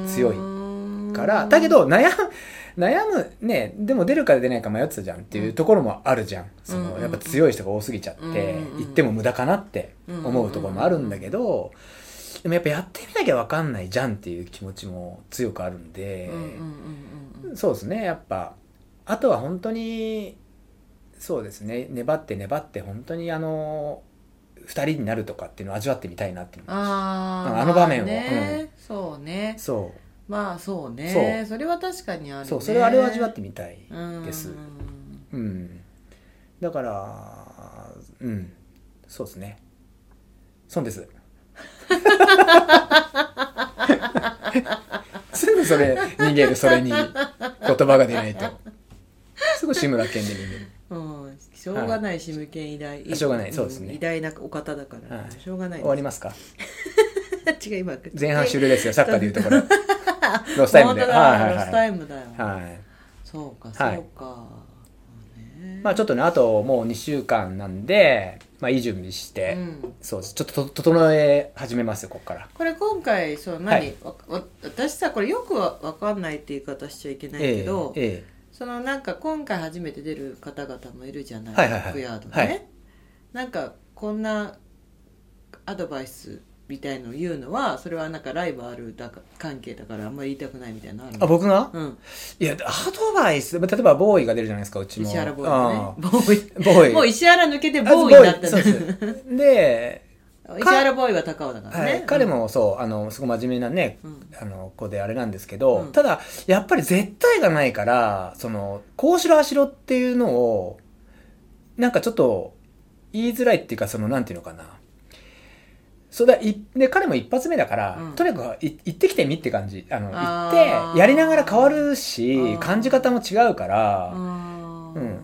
Speaker 2: が強のからだけど悩む悩むねでも出るか出ないか迷ってたじゃんっていうところもあるじゃんそ
Speaker 1: うんうん
Speaker 2: の
Speaker 1: うん
Speaker 2: やっぱ強い人が多すぎちゃって
Speaker 1: うんうんうん
Speaker 2: 行っても無駄かなって思うところもあるんだけどでもやっぱやってみなきゃ分かんないじゃんっていう気持ちも強くあるんで
Speaker 1: うんうんうんうん
Speaker 2: そうですねやっぱあとは本当にそうですね粘って粘って本当にあの2人になるとかっていうのを味わってみたいなっていうのは
Speaker 1: あ
Speaker 2: うん
Speaker 1: ー
Speaker 2: あの場面を
Speaker 1: まあねそうね
Speaker 2: そ
Speaker 1: まあそうねそれは確かにある
Speaker 2: う
Speaker 1: ね
Speaker 2: そうそれはあれを味わってみたいで
Speaker 1: う
Speaker 2: す
Speaker 1: ん
Speaker 2: うんだからうんそうですねそうですすぐそれ逃げるそれに言葉が出ないとすぐ志村けんで逃げる
Speaker 1: うん、しょうがない、シムケン偉大。
Speaker 2: あしょうがないそうですね
Speaker 1: 偉大なお方だから、
Speaker 2: はい
Speaker 1: しょうがない
Speaker 2: 終わりますか
Speaker 1: 違う、今。
Speaker 2: 前半終了ですよ、サッカーでいうところ。 ロスタイムで。
Speaker 1: 本当だ
Speaker 2: はい
Speaker 1: ロ
Speaker 2: は
Speaker 1: ス
Speaker 2: い
Speaker 1: タ
Speaker 2: はい。
Speaker 1: イムだよ。
Speaker 2: はい。
Speaker 1: そうか、
Speaker 2: はい
Speaker 1: そうか。ね
Speaker 2: まあちょっとね、あともう2週間なんで、まあいい準備して、
Speaker 1: うん
Speaker 2: そうです。ちょっとと整え始めますよ、ここから。
Speaker 1: これ今回、そう、
Speaker 2: は
Speaker 1: 何、
Speaker 2: い
Speaker 1: わわ私さ、これよくわわかんないっていう言い方しちゃいけないけど、
Speaker 2: ええ
Speaker 1: そのなんか今回初めて出る方々もいるじゃない、
Speaker 2: はいはいはい
Speaker 1: バックヤードね、
Speaker 2: はい
Speaker 1: なんかこんなアドバイスみたいのを言うのはそれはなんかライバルだか関係だからあんまり言いたくないみたいなのある
Speaker 2: あ、僕が
Speaker 1: うん、
Speaker 2: いや、アドバイス、まあ例えばボーイが出るじゃないですか、うちも。
Speaker 1: 石原ボ
Speaker 2: あ
Speaker 1: ーイだねボー
Speaker 2: あボー
Speaker 1: イ
Speaker 2: イ。
Speaker 1: もう
Speaker 2: イ。
Speaker 1: 石原抜けてボーイになったん
Speaker 2: そう
Speaker 1: だ
Speaker 2: で
Speaker 1: 石
Speaker 2: す。で、
Speaker 1: 原ボーイは高尾だから
Speaker 2: は
Speaker 1: ね、
Speaker 2: い、彼もそう、あの、すごい真面目なね、
Speaker 1: うん
Speaker 2: あの子であれなんですけど、
Speaker 1: うん
Speaker 2: ただやっぱり絶対がないからそのこうしろああしろっていうのをなんかちょっと言いづらいっていうかそのなんていうのかなそれいで彼も一発目だから、
Speaker 1: うん
Speaker 2: とにかくい行ってきてみって感じあの
Speaker 1: あー
Speaker 2: 行ってやりながら変わるし
Speaker 1: うん
Speaker 2: 感じ方も違うから、
Speaker 1: あー、
Speaker 2: うん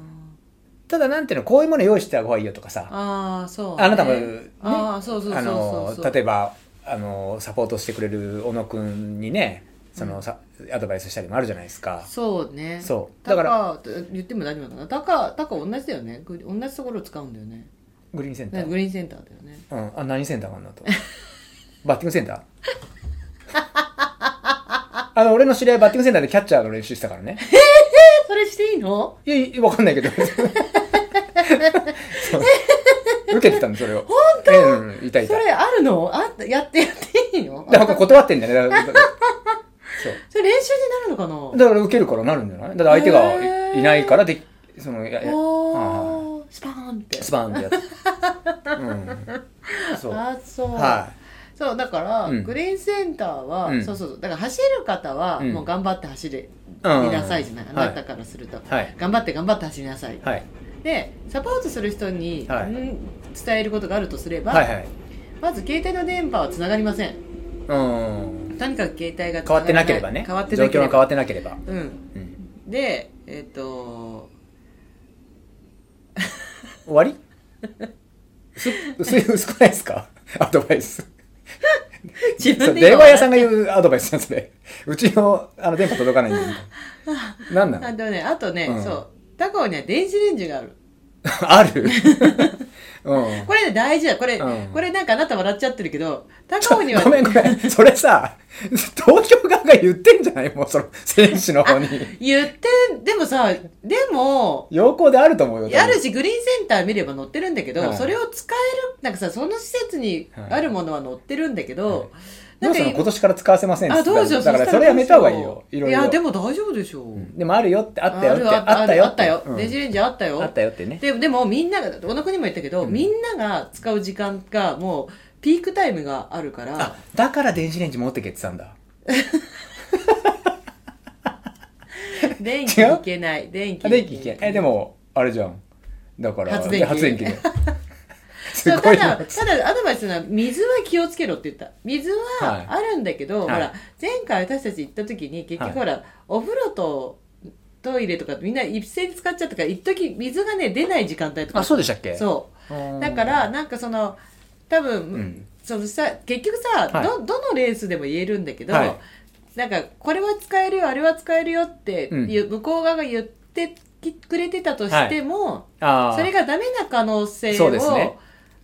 Speaker 2: ただなんていうのこういうもの用意してあげた方がいいよとかさ
Speaker 1: ああそう、
Speaker 2: あなたもね
Speaker 1: ああそうそうそ
Speaker 2: あ
Speaker 1: うそう
Speaker 2: の
Speaker 1: そう
Speaker 2: 例えばあのサポートしてくれる小野くんにねその、さアドバイスしたりもあるじゃないですか。
Speaker 1: そうね
Speaker 2: そう
Speaker 1: だ
Speaker 2: だ
Speaker 1: か
Speaker 2: から
Speaker 1: ら言っても大丈夫かなだからだから同じだよねグリ同じところを使うんだよね
Speaker 2: グリーンセンタ
Speaker 1: ね
Speaker 2: ー
Speaker 1: グリーンセンターだよね
Speaker 2: うん、あ何センターかなと バッティングセンター あの俺の知り合いバッティングセンターでキャッチャーの練習したか らね
Speaker 1: えそれしていいの
Speaker 2: いやいやわかんないけど そう受けてたんでそれを本当、ええうん、いたい
Speaker 1: そ
Speaker 2: た
Speaker 1: れあるのあやってやっていいの
Speaker 2: だから断ってんだよねだからそう
Speaker 1: それ練習になるのかな
Speaker 2: だから受けるからなるんじゃないだって相手が
Speaker 1: へー
Speaker 2: いいないからでそのややあ
Speaker 1: おースパーンって
Speaker 2: スパーンってやつ、うん、そうは
Speaker 1: あそう、
Speaker 2: い、
Speaker 1: そうだから、
Speaker 2: うん
Speaker 1: グリーンセンターは、
Speaker 2: うん
Speaker 1: そうそうそうだから走る方は、
Speaker 2: うん
Speaker 1: もう頑張って走り
Speaker 2: うん
Speaker 1: なさいじゃない、あなたからすると、
Speaker 2: はい
Speaker 1: 頑張って頑張って走りなさい、
Speaker 2: はい
Speaker 1: でサポートする人に、
Speaker 2: は
Speaker 1: う
Speaker 2: い
Speaker 1: ん伝えることがあるとすれば、
Speaker 2: はいはい
Speaker 1: まず携帯の電波はつながりません
Speaker 2: うん
Speaker 1: とにかく携帯が繋がらい
Speaker 2: 変わってなければね
Speaker 1: 変わって
Speaker 2: 状
Speaker 1: なけ
Speaker 2: 況
Speaker 1: れ
Speaker 2: が変
Speaker 1: ば
Speaker 2: わってなければ、
Speaker 1: うん
Speaker 2: うん、
Speaker 1: でえっ、と
Speaker 2: 終わり薄薄い薄くないですか アドバイス
Speaker 1: 自
Speaker 2: そ
Speaker 1: 分
Speaker 2: う
Speaker 1: で
Speaker 2: 電話屋さんが言うアドバイスなんですねうちのあの電波届かないんで何な
Speaker 1: あ
Speaker 2: の
Speaker 1: とねあとね、
Speaker 2: うん
Speaker 1: そう高尾には電子レンジがある
Speaker 2: あるうん
Speaker 1: これね大事だこれ、
Speaker 2: うん
Speaker 1: これなんかあなた笑っちゃってるけど高尾には
Speaker 2: ごめんごめんそれさ東京側が言ってんじゃないもうその選手の方に
Speaker 1: 言ってでもさでも
Speaker 2: 要項であると思うよ多分
Speaker 1: あるしグリーンセンター見れば載ってるんだけど、
Speaker 2: はい
Speaker 1: それを使えるなんかさその施設にあるものは載ってるんだけど、
Speaker 2: どうするの今年から使わせませんっつ
Speaker 1: あ
Speaker 2: って
Speaker 1: どうしよう
Speaker 2: だから
Speaker 1: した
Speaker 2: それやめた方がいいよいろいろ
Speaker 1: やでも大丈夫でしょう、
Speaker 2: うんでもあるよってあったよって
Speaker 1: る
Speaker 2: あったよ
Speaker 1: あったよ、
Speaker 2: うん
Speaker 1: 電子レンジあったよ
Speaker 2: あったよってね
Speaker 1: ででもみんなが小野君にも言ったけど、みんなが使う時間がもうピークタイムがあるから
Speaker 2: あだから電子レンジ持ってけって言ってたんだ
Speaker 1: 電気いけない電気
Speaker 2: あ電気いけえでもあれじゃんだから
Speaker 1: 発電機
Speaker 2: 発電 機です
Speaker 1: そう
Speaker 2: ご
Speaker 1: た
Speaker 2: いな
Speaker 1: だ、ただアドバイスなのは水は気をつけろって言った。水
Speaker 2: はい
Speaker 1: はあるんだけど、
Speaker 2: はい
Speaker 1: ほら、前回私たち行った時に、結
Speaker 2: はい
Speaker 1: 局ほら、お風呂とトイレとかみんな一斉に使っちゃったから、一時水がね、出ない時間帯とか。
Speaker 2: あそうでしたっけ
Speaker 1: そうう。
Speaker 2: ん
Speaker 1: だから、なんかその、多分、
Speaker 2: ん
Speaker 1: そのさ、結局さ、
Speaker 2: はい
Speaker 1: ど、どのレースでも言えるんだけど、
Speaker 2: はい
Speaker 1: なんか、これは使えるよ、あれは使えるよって、
Speaker 2: うん
Speaker 1: いう向こう側が言ってきくれてたとしても、
Speaker 2: あー
Speaker 1: それがダメな可能性
Speaker 2: そう
Speaker 1: を、
Speaker 2: ですね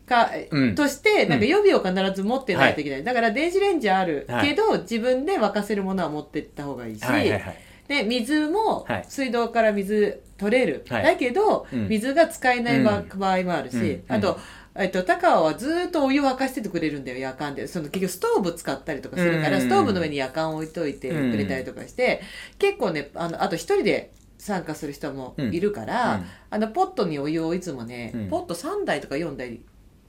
Speaker 1: か
Speaker 2: うん
Speaker 1: として、なんか予備を必ず持ってないといけない。だから電子レンジある、
Speaker 2: はい
Speaker 1: けど、自分で沸かせるものは持ってった方がいいし、
Speaker 2: はいはいはい
Speaker 1: で、水も
Speaker 2: はい、
Speaker 1: 水道から水取れる。
Speaker 2: はい
Speaker 1: だけど、
Speaker 2: うん
Speaker 1: 水が使えない場,、
Speaker 2: うん
Speaker 1: 場合もあるし、
Speaker 2: うん
Speaker 1: あと、えっと、高尾はずっとお湯沸かしててくれるんだよ、夜間で。その結局ストーブ使ったりとかするから、
Speaker 2: うん
Speaker 1: ストーブの上に夜間置いといてくれたりとかして、結構ね、あの、あと一人で参加する人もいるから、
Speaker 2: うんうん
Speaker 1: あの、ポットにお湯をいつもね、
Speaker 2: うん
Speaker 1: ポット3台とか4台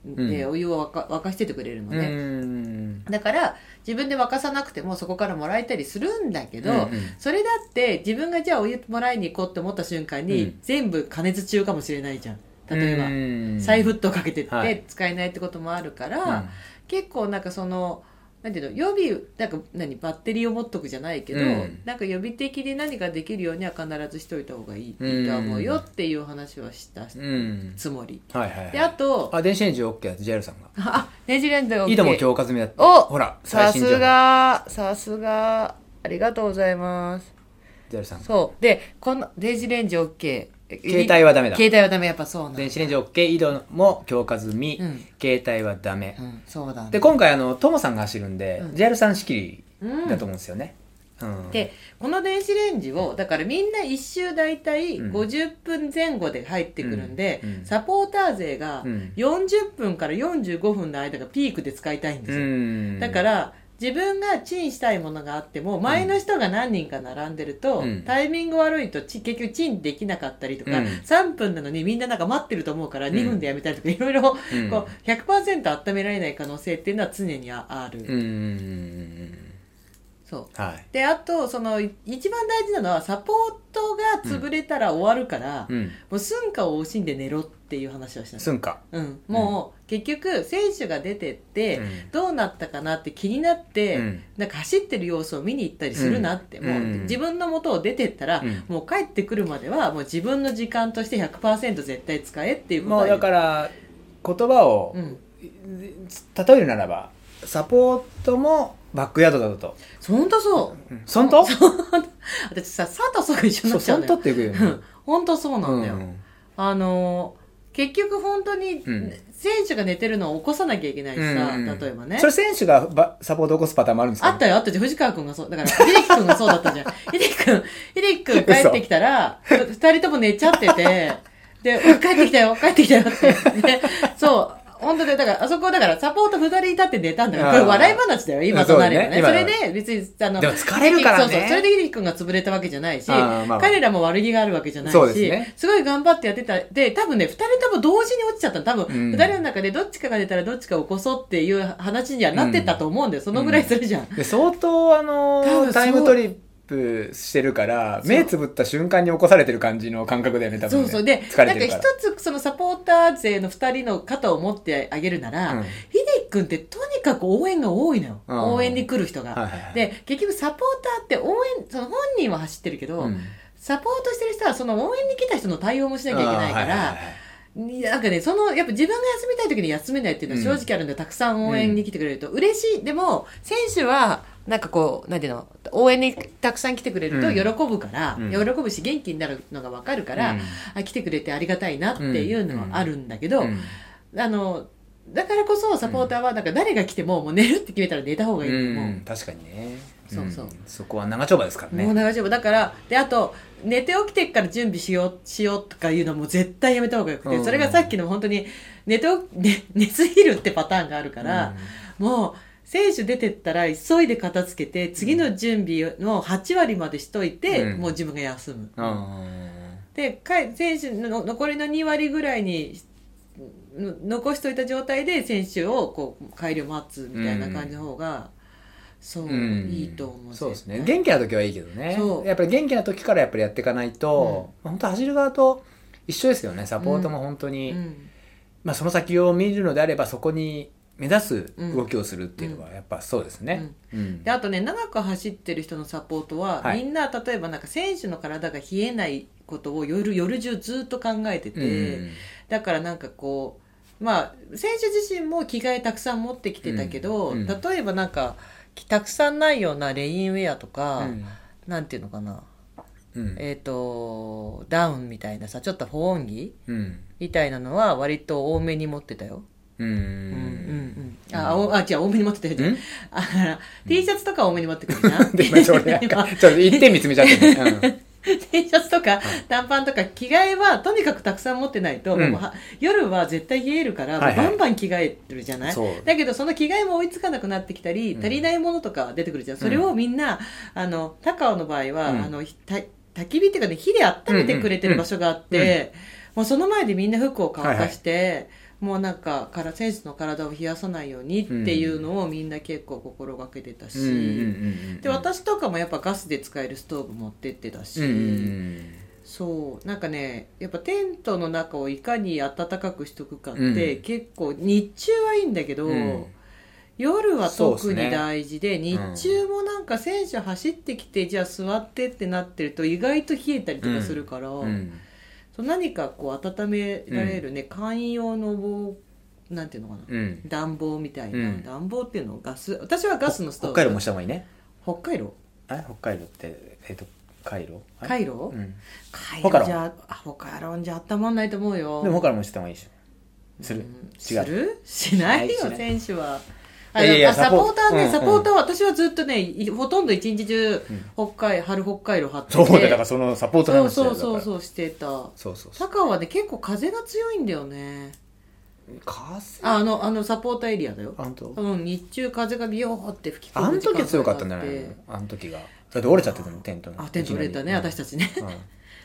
Speaker 1: で
Speaker 2: うん
Speaker 1: お湯を沸か沸かしててくれるの
Speaker 2: う
Speaker 1: ね。
Speaker 2: ーん
Speaker 1: だから自分で沸かさなくてもそこからもらえたりするんだけど、
Speaker 2: うんうん
Speaker 1: それだって自分がじゃあお湯もらいに行こうって思った瞬間に、
Speaker 2: うん
Speaker 1: 全部加熱中かもしれないじゃん例えば、
Speaker 2: うーん
Speaker 1: 再沸騰かけてっ
Speaker 2: は
Speaker 1: て
Speaker 2: い
Speaker 1: 使えないってこともあるから、
Speaker 2: うん
Speaker 1: 結構なんかそのなんていうの予備なんか何バッテリーを持っとくじゃないけど、
Speaker 2: うん
Speaker 1: なんか予備的で何かできるようには必ずしといた方がいいとは思うよっていう話はした
Speaker 2: うん
Speaker 1: つもり、
Speaker 2: はいはいはい
Speaker 1: であと
Speaker 2: あ電子レンジ OK だって JR さんが
Speaker 1: あねじれんだよ
Speaker 2: 井戸も強化済みだって
Speaker 1: お
Speaker 2: ほら最
Speaker 1: さ
Speaker 2: 新情
Speaker 1: す
Speaker 2: 報
Speaker 1: がさすがありがとうございます
Speaker 2: JR さん
Speaker 1: そうでこの電子レンジ OK
Speaker 2: 携帯はダメだ
Speaker 1: 携帯はダメやっぱそうなんだ
Speaker 2: 電子レンジ OK 井戸も強化済み
Speaker 1: うん
Speaker 2: 携帯はダメ
Speaker 1: うんそうだね
Speaker 2: で今回あのトモさんが走るんで、
Speaker 1: うん
Speaker 2: JR さん仕切
Speaker 1: う
Speaker 2: り
Speaker 1: ん
Speaker 2: だと思うんですよね、うん
Speaker 1: でこの電子レンジをだからみんな1周大体
Speaker 2: うん
Speaker 1: 50分前後で入ってくるんで、
Speaker 2: うんうん
Speaker 1: サポーター勢が
Speaker 2: うん
Speaker 1: 40分から45分の間がピークで使いたいんですよ、
Speaker 2: ん
Speaker 1: だから自分がチンしたいものがあっても前の人が何人か並んでると、
Speaker 2: うん
Speaker 1: タイミング悪いとチ結局チンできなかったりとか、
Speaker 2: うん
Speaker 1: 3分なのにみんななんか待ってると思うから
Speaker 2: ん
Speaker 1: 2分でやめたりとか、いろいろこう
Speaker 2: うん
Speaker 1: 100%温められない可能性っていうのは常にあある、
Speaker 2: うーん
Speaker 1: そう
Speaker 2: はい
Speaker 1: であとそのい一番大事なのはサポートが潰れたら終わるから、
Speaker 2: うん
Speaker 1: もう寸暇を惜しんで寝ろってっていう話をしたの
Speaker 2: すんか、
Speaker 1: うん、もう結局選手が出てって、
Speaker 2: うん
Speaker 1: どうなったかなって気になって、
Speaker 2: うん
Speaker 1: なんか走ってる様子を見に行ったりするなって、
Speaker 2: うん
Speaker 1: もう
Speaker 2: うん
Speaker 1: 自分の元を出てったら、
Speaker 2: うん
Speaker 1: もう帰ってくるまではもう自分の時間として100%絶対使えっていうこと、
Speaker 2: もうだからら言葉を、
Speaker 1: うん、
Speaker 2: 例えるならばサポートもバックヤードだと、
Speaker 1: そんとそう
Speaker 2: うん、そんとそ
Speaker 1: 私さ佐藤そが一緒にな
Speaker 2: う
Speaker 1: っちゃ
Speaker 2: そ
Speaker 1: うんの
Speaker 2: と
Speaker 1: よ
Speaker 2: っていくよね、
Speaker 1: うん本当そうなんだよ、
Speaker 2: うん
Speaker 1: あのー結局本当に
Speaker 2: うん
Speaker 1: 選手が寝てるのを起こさなきゃいけないしさ、例えばね
Speaker 2: それ選手がばサポートを起こすパターンもあるんですか
Speaker 1: あったよ、あったじゃん。藤川くんがそう。だから、秀樹くんがそうだったじ ゃん。秀樹くん、秀樹くん帰ってきたら、ふ二人とも寝ちゃってて、で、お帰ってきたよ、帰ってきたよって。ね、そう。本当で、だから、あそこ、だから、サポート二人いたって寝たんだよ。
Speaker 2: あー
Speaker 1: これ笑い話だよ、今となればね。
Speaker 2: そ
Speaker 1: そう
Speaker 2: ね
Speaker 1: れで、別に、あの、
Speaker 2: でも疲れるからね
Speaker 1: 秀樹そうそう。それで秀樹くんが潰れたわけじゃないし、
Speaker 2: あーまあ
Speaker 1: 彼らも悪気があるわけじゃないし、
Speaker 2: そうですね
Speaker 1: すごい頑張ってやってた。で、多分ね、二人とも同時に落ちちゃったの。多
Speaker 2: う
Speaker 1: 分、
Speaker 2: ん
Speaker 1: 二人の中でどっちかが出たらどっちかを起こそうっていう話にはなってたと思うんだよ。そのぐらいするじゃん
Speaker 2: で相当あのー
Speaker 1: 多分そう
Speaker 2: タイムトリップしてるから
Speaker 1: そう
Speaker 2: 目つぶった瞬間に起こされてる感じの感覚だよね多分
Speaker 1: そ
Speaker 2: ね
Speaker 1: うそう。で、
Speaker 2: 疲
Speaker 1: なん
Speaker 2: れ
Speaker 1: か
Speaker 2: てるか
Speaker 1: 一
Speaker 2: ら
Speaker 1: つ、そのサポーター勢の二人の肩を持ってあげるなら、
Speaker 2: うん
Speaker 1: ヒデ君ってとにかく応援が多いのよ。
Speaker 2: うん
Speaker 1: 応援に来る人が。
Speaker 2: はいはいはい
Speaker 1: で、結局サポーターって応援、その本人は走ってるけど、
Speaker 2: うん
Speaker 1: サポートしてる人はその応援に来た人の対応もしなきゃいけないか
Speaker 2: あーはいはい
Speaker 1: ら、
Speaker 2: はい
Speaker 1: なんかね、その、やっぱ自分が休みたい時に休めないっていうのは正直あるんで、たくさん応援に来てくれると嬉しい。でも、選手は、なんかこう、なんていうの、応援にたくさん来てくれると喜ぶから、
Speaker 2: うん
Speaker 1: 喜ぶし元気になるのがわかるから、
Speaker 2: うん
Speaker 1: あ来てくれてありがたいなっていうのはあるんだけど、
Speaker 2: うん
Speaker 1: あのだからこそサポーターはなんか誰が来てももう寝るって決めたら寝た方がいい、
Speaker 2: うん
Speaker 1: もう
Speaker 2: 確かにね
Speaker 1: そうそうん
Speaker 2: そこは長丁場ですからね
Speaker 1: もう長丈夫だからであと寝て起きてから準備しようしようとかいうのはもう絶対やめた方がよくて、
Speaker 2: うん
Speaker 1: それがさっきの本当に寝て起き、ね、寝すぎるってパターンがあるから、もう選手出てったら急いで片付けて次の準備の8割までしといて、
Speaker 2: うん
Speaker 1: もう自分が休む、
Speaker 2: うんうん
Speaker 1: でかい選手の残りの2割ぐらいにの残しといた状態で選手をこう改良待つみたいな感じの方が、そう、
Speaker 2: うん
Speaker 1: いいと思う
Speaker 2: そうですね
Speaker 1: 絶対
Speaker 2: 元気な時はいいけどね
Speaker 1: そう
Speaker 2: やっぱり元気な時からやっぱりやっていかないと、まあ本当走る側と一緒ですよねサポートも本当に、
Speaker 1: うん
Speaker 2: まあ、その先を見るのであればそこに目指す動きをするっていうのはやっぱそうですね、うん
Speaker 1: であとね長く走ってる人のサポートは、
Speaker 2: はい
Speaker 1: みんな例えばなんか選手の体が冷えないことを夜夜中ずっと考えてて、
Speaker 2: うん
Speaker 1: だからなんかこうまあ選手自身も着替えたくさん持ってきてたけど、
Speaker 2: うんうん
Speaker 1: 例えばなんか着たくさんないようなレインウェアとか、
Speaker 2: うん
Speaker 1: なんていうのかな
Speaker 2: うん
Speaker 1: えっ、とダウンみたいなさちょっと保温着
Speaker 2: うん
Speaker 1: みたいなのは割と多めに持ってたよ。
Speaker 2: うん
Speaker 1: うんうんうん。あ、おあ違う多めに持ってたよじゃん
Speaker 2: ん。
Speaker 1: あだから T シャツとか多めに持ってくるじゃん。
Speaker 2: で今ちょっと俺なんか
Speaker 1: 今
Speaker 2: ちょっと一点見つめちゃってる、ね
Speaker 1: T シャツとか短パンとか着替えはとにかくたくさん持ってないと、
Speaker 2: うん
Speaker 1: もうは夜は絶対冷えるから、
Speaker 2: はいは
Speaker 1: もう
Speaker 2: い
Speaker 1: バンバン着替えてるじゃない
Speaker 2: そう
Speaker 1: だけどその着替えも追いつかなくなってきたり、
Speaker 2: うん
Speaker 1: 足りないものとか出てくるじゃんそれをみんな、あの高尾の場合は、
Speaker 2: うん
Speaker 1: あのひた焚き火っていうかね火で温めてくれてる場所があって、
Speaker 2: うんうん
Speaker 1: もうその前でみんな服を乾かして。もうなんかから選手の体を冷やさないようにっていうのをみんな結構心がけてたし、
Speaker 2: うんうんうん
Speaker 1: で私とかもやっぱガスで使えるストーブ持ってってたし、
Speaker 2: うんうんうん
Speaker 1: そうなんかねやっぱテントの中をいかに暖かくしとくかって、
Speaker 2: うん
Speaker 1: 結構日中はいいんだけど、
Speaker 2: うん
Speaker 1: 夜は
Speaker 2: そう
Speaker 1: 特
Speaker 2: っすね
Speaker 1: に大事で、
Speaker 2: うん
Speaker 1: 日中もなんか選手走ってきてじゃあ座ってってなってると意外と冷えたりとかするから、
Speaker 2: うん
Speaker 1: そう何かこう温められるね、簡易用の棒なんていうのかな、
Speaker 2: うん
Speaker 1: 暖房みたいな、
Speaker 2: うん
Speaker 1: 暖房っていうのガス私はガスのストー
Speaker 2: 北
Speaker 1: ブ
Speaker 2: 海道もした方がいいね
Speaker 1: 北海道
Speaker 2: あれ北海道ってえっ、とカイロあれ
Speaker 1: カイロ、
Speaker 2: うん
Speaker 1: カイ
Speaker 2: ホカロ
Speaker 1: ロ
Speaker 2: ン
Speaker 1: じゃあホカロンじゃ温まんないと思うよ
Speaker 2: でも他のもした方がいいでしょする、
Speaker 1: うんす
Speaker 2: 違う
Speaker 1: るしないよ
Speaker 2: しない
Speaker 1: 選手は。
Speaker 2: い
Speaker 1: あ
Speaker 2: やいや
Speaker 1: でもあ
Speaker 2: サ
Speaker 1: サ
Speaker 2: ポ
Speaker 1: ポーター
Speaker 2: うん
Speaker 1: ね、サポーターは私はずっとね、いほとんど一日中、北海、春北海道張って
Speaker 2: そ
Speaker 1: て。
Speaker 2: うだよだからそのサポートの
Speaker 1: そう
Speaker 2: 話だ
Speaker 1: そうそう
Speaker 2: よだから
Speaker 1: そうしてた。
Speaker 2: そうそうそう
Speaker 1: 高尾はね、結構風が強いんだよね。
Speaker 2: 風
Speaker 1: ああの、あの、サポーターエリアだよ。
Speaker 2: あんと
Speaker 1: うん、日中風がビヨーって吹き込む
Speaker 2: あん
Speaker 1: 時間
Speaker 2: 時は強かったんじゃない
Speaker 1: があ
Speaker 2: の
Speaker 1: って
Speaker 2: あん時がだって折れちゃってたのテントの
Speaker 1: あ、テント売れたね、私た
Speaker 2: ち、
Speaker 1: ちね。
Speaker 2: うん
Speaker 1: だ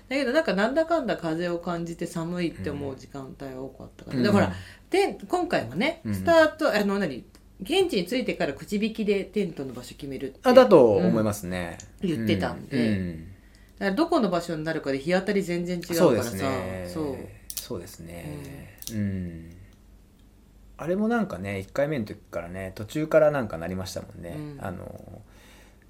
Speaker 1: けどなんかなんだかんだ風を感じて寒いって思う時間帯が多かったから、
Speaker 2: うん
Speaker 1: だからで今回はね、
Speaker 2: うん
Speaker 1: スタートあの何現地に着いてから口引きでテントの場所決めるって
Speaker 2: あだと思いますね、
Speaker 1: うん言ってたんで
Speaker 2: うん
Speaker 1: だからどこの場所になるかで日当たり全然違う
Speaker 2: そ
Speaker 1: か
Speaker 2: うで
Speaker 1: ら
Speaker 2: す
Speaker 1: さ
Speaker 2: ね
Speaker 1: そう
Speaker 2: そそうですねうん、あれもなんかね1回目の時からね途中からなんかなりましたもんね、
Speaker 1: うん
Speaker 2: あの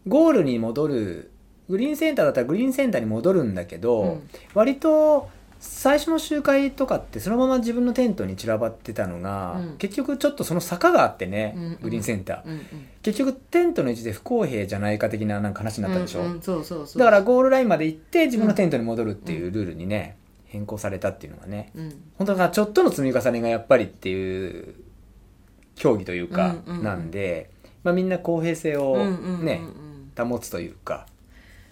Speaker 2: ゴールに戻るグリーンセンターだったらグリーンセンターに戻るんだけど、
Speaker 1: うん
Speaker 2: 割と最初の周回とかってそのまま自分のテントに散らばってたのが、
Speaker 1: うん
Speaker 2: 結局ちょっとその坂があってね、
Speaker 1: うんうん
Speaker 2: グリーンセンター
Speaker 1: うんうん
Speaker 2: 結局テントの位置で不公平じゃないか的ななんか話になったでしょ、
Speaker 1: うんうんそうそうそう
Speaker 2: だからゴールラインまで行って自分のテントに戻るっていうルールにね、変更されたっていうのがね
Speaker 1: うん
Speaker 2: 本当だからちょっとの積み重ねがやっぱりっていう競技というか
Speaker 1: うんうんうん
Speaker 2: なんで、まあ、みんな公平性
Speaker 1: う
Speaker 2: を
Speaker 1: んう
Speaker 2: ね、
Speaker 1: んうんうん
Speaker 2: 保つというか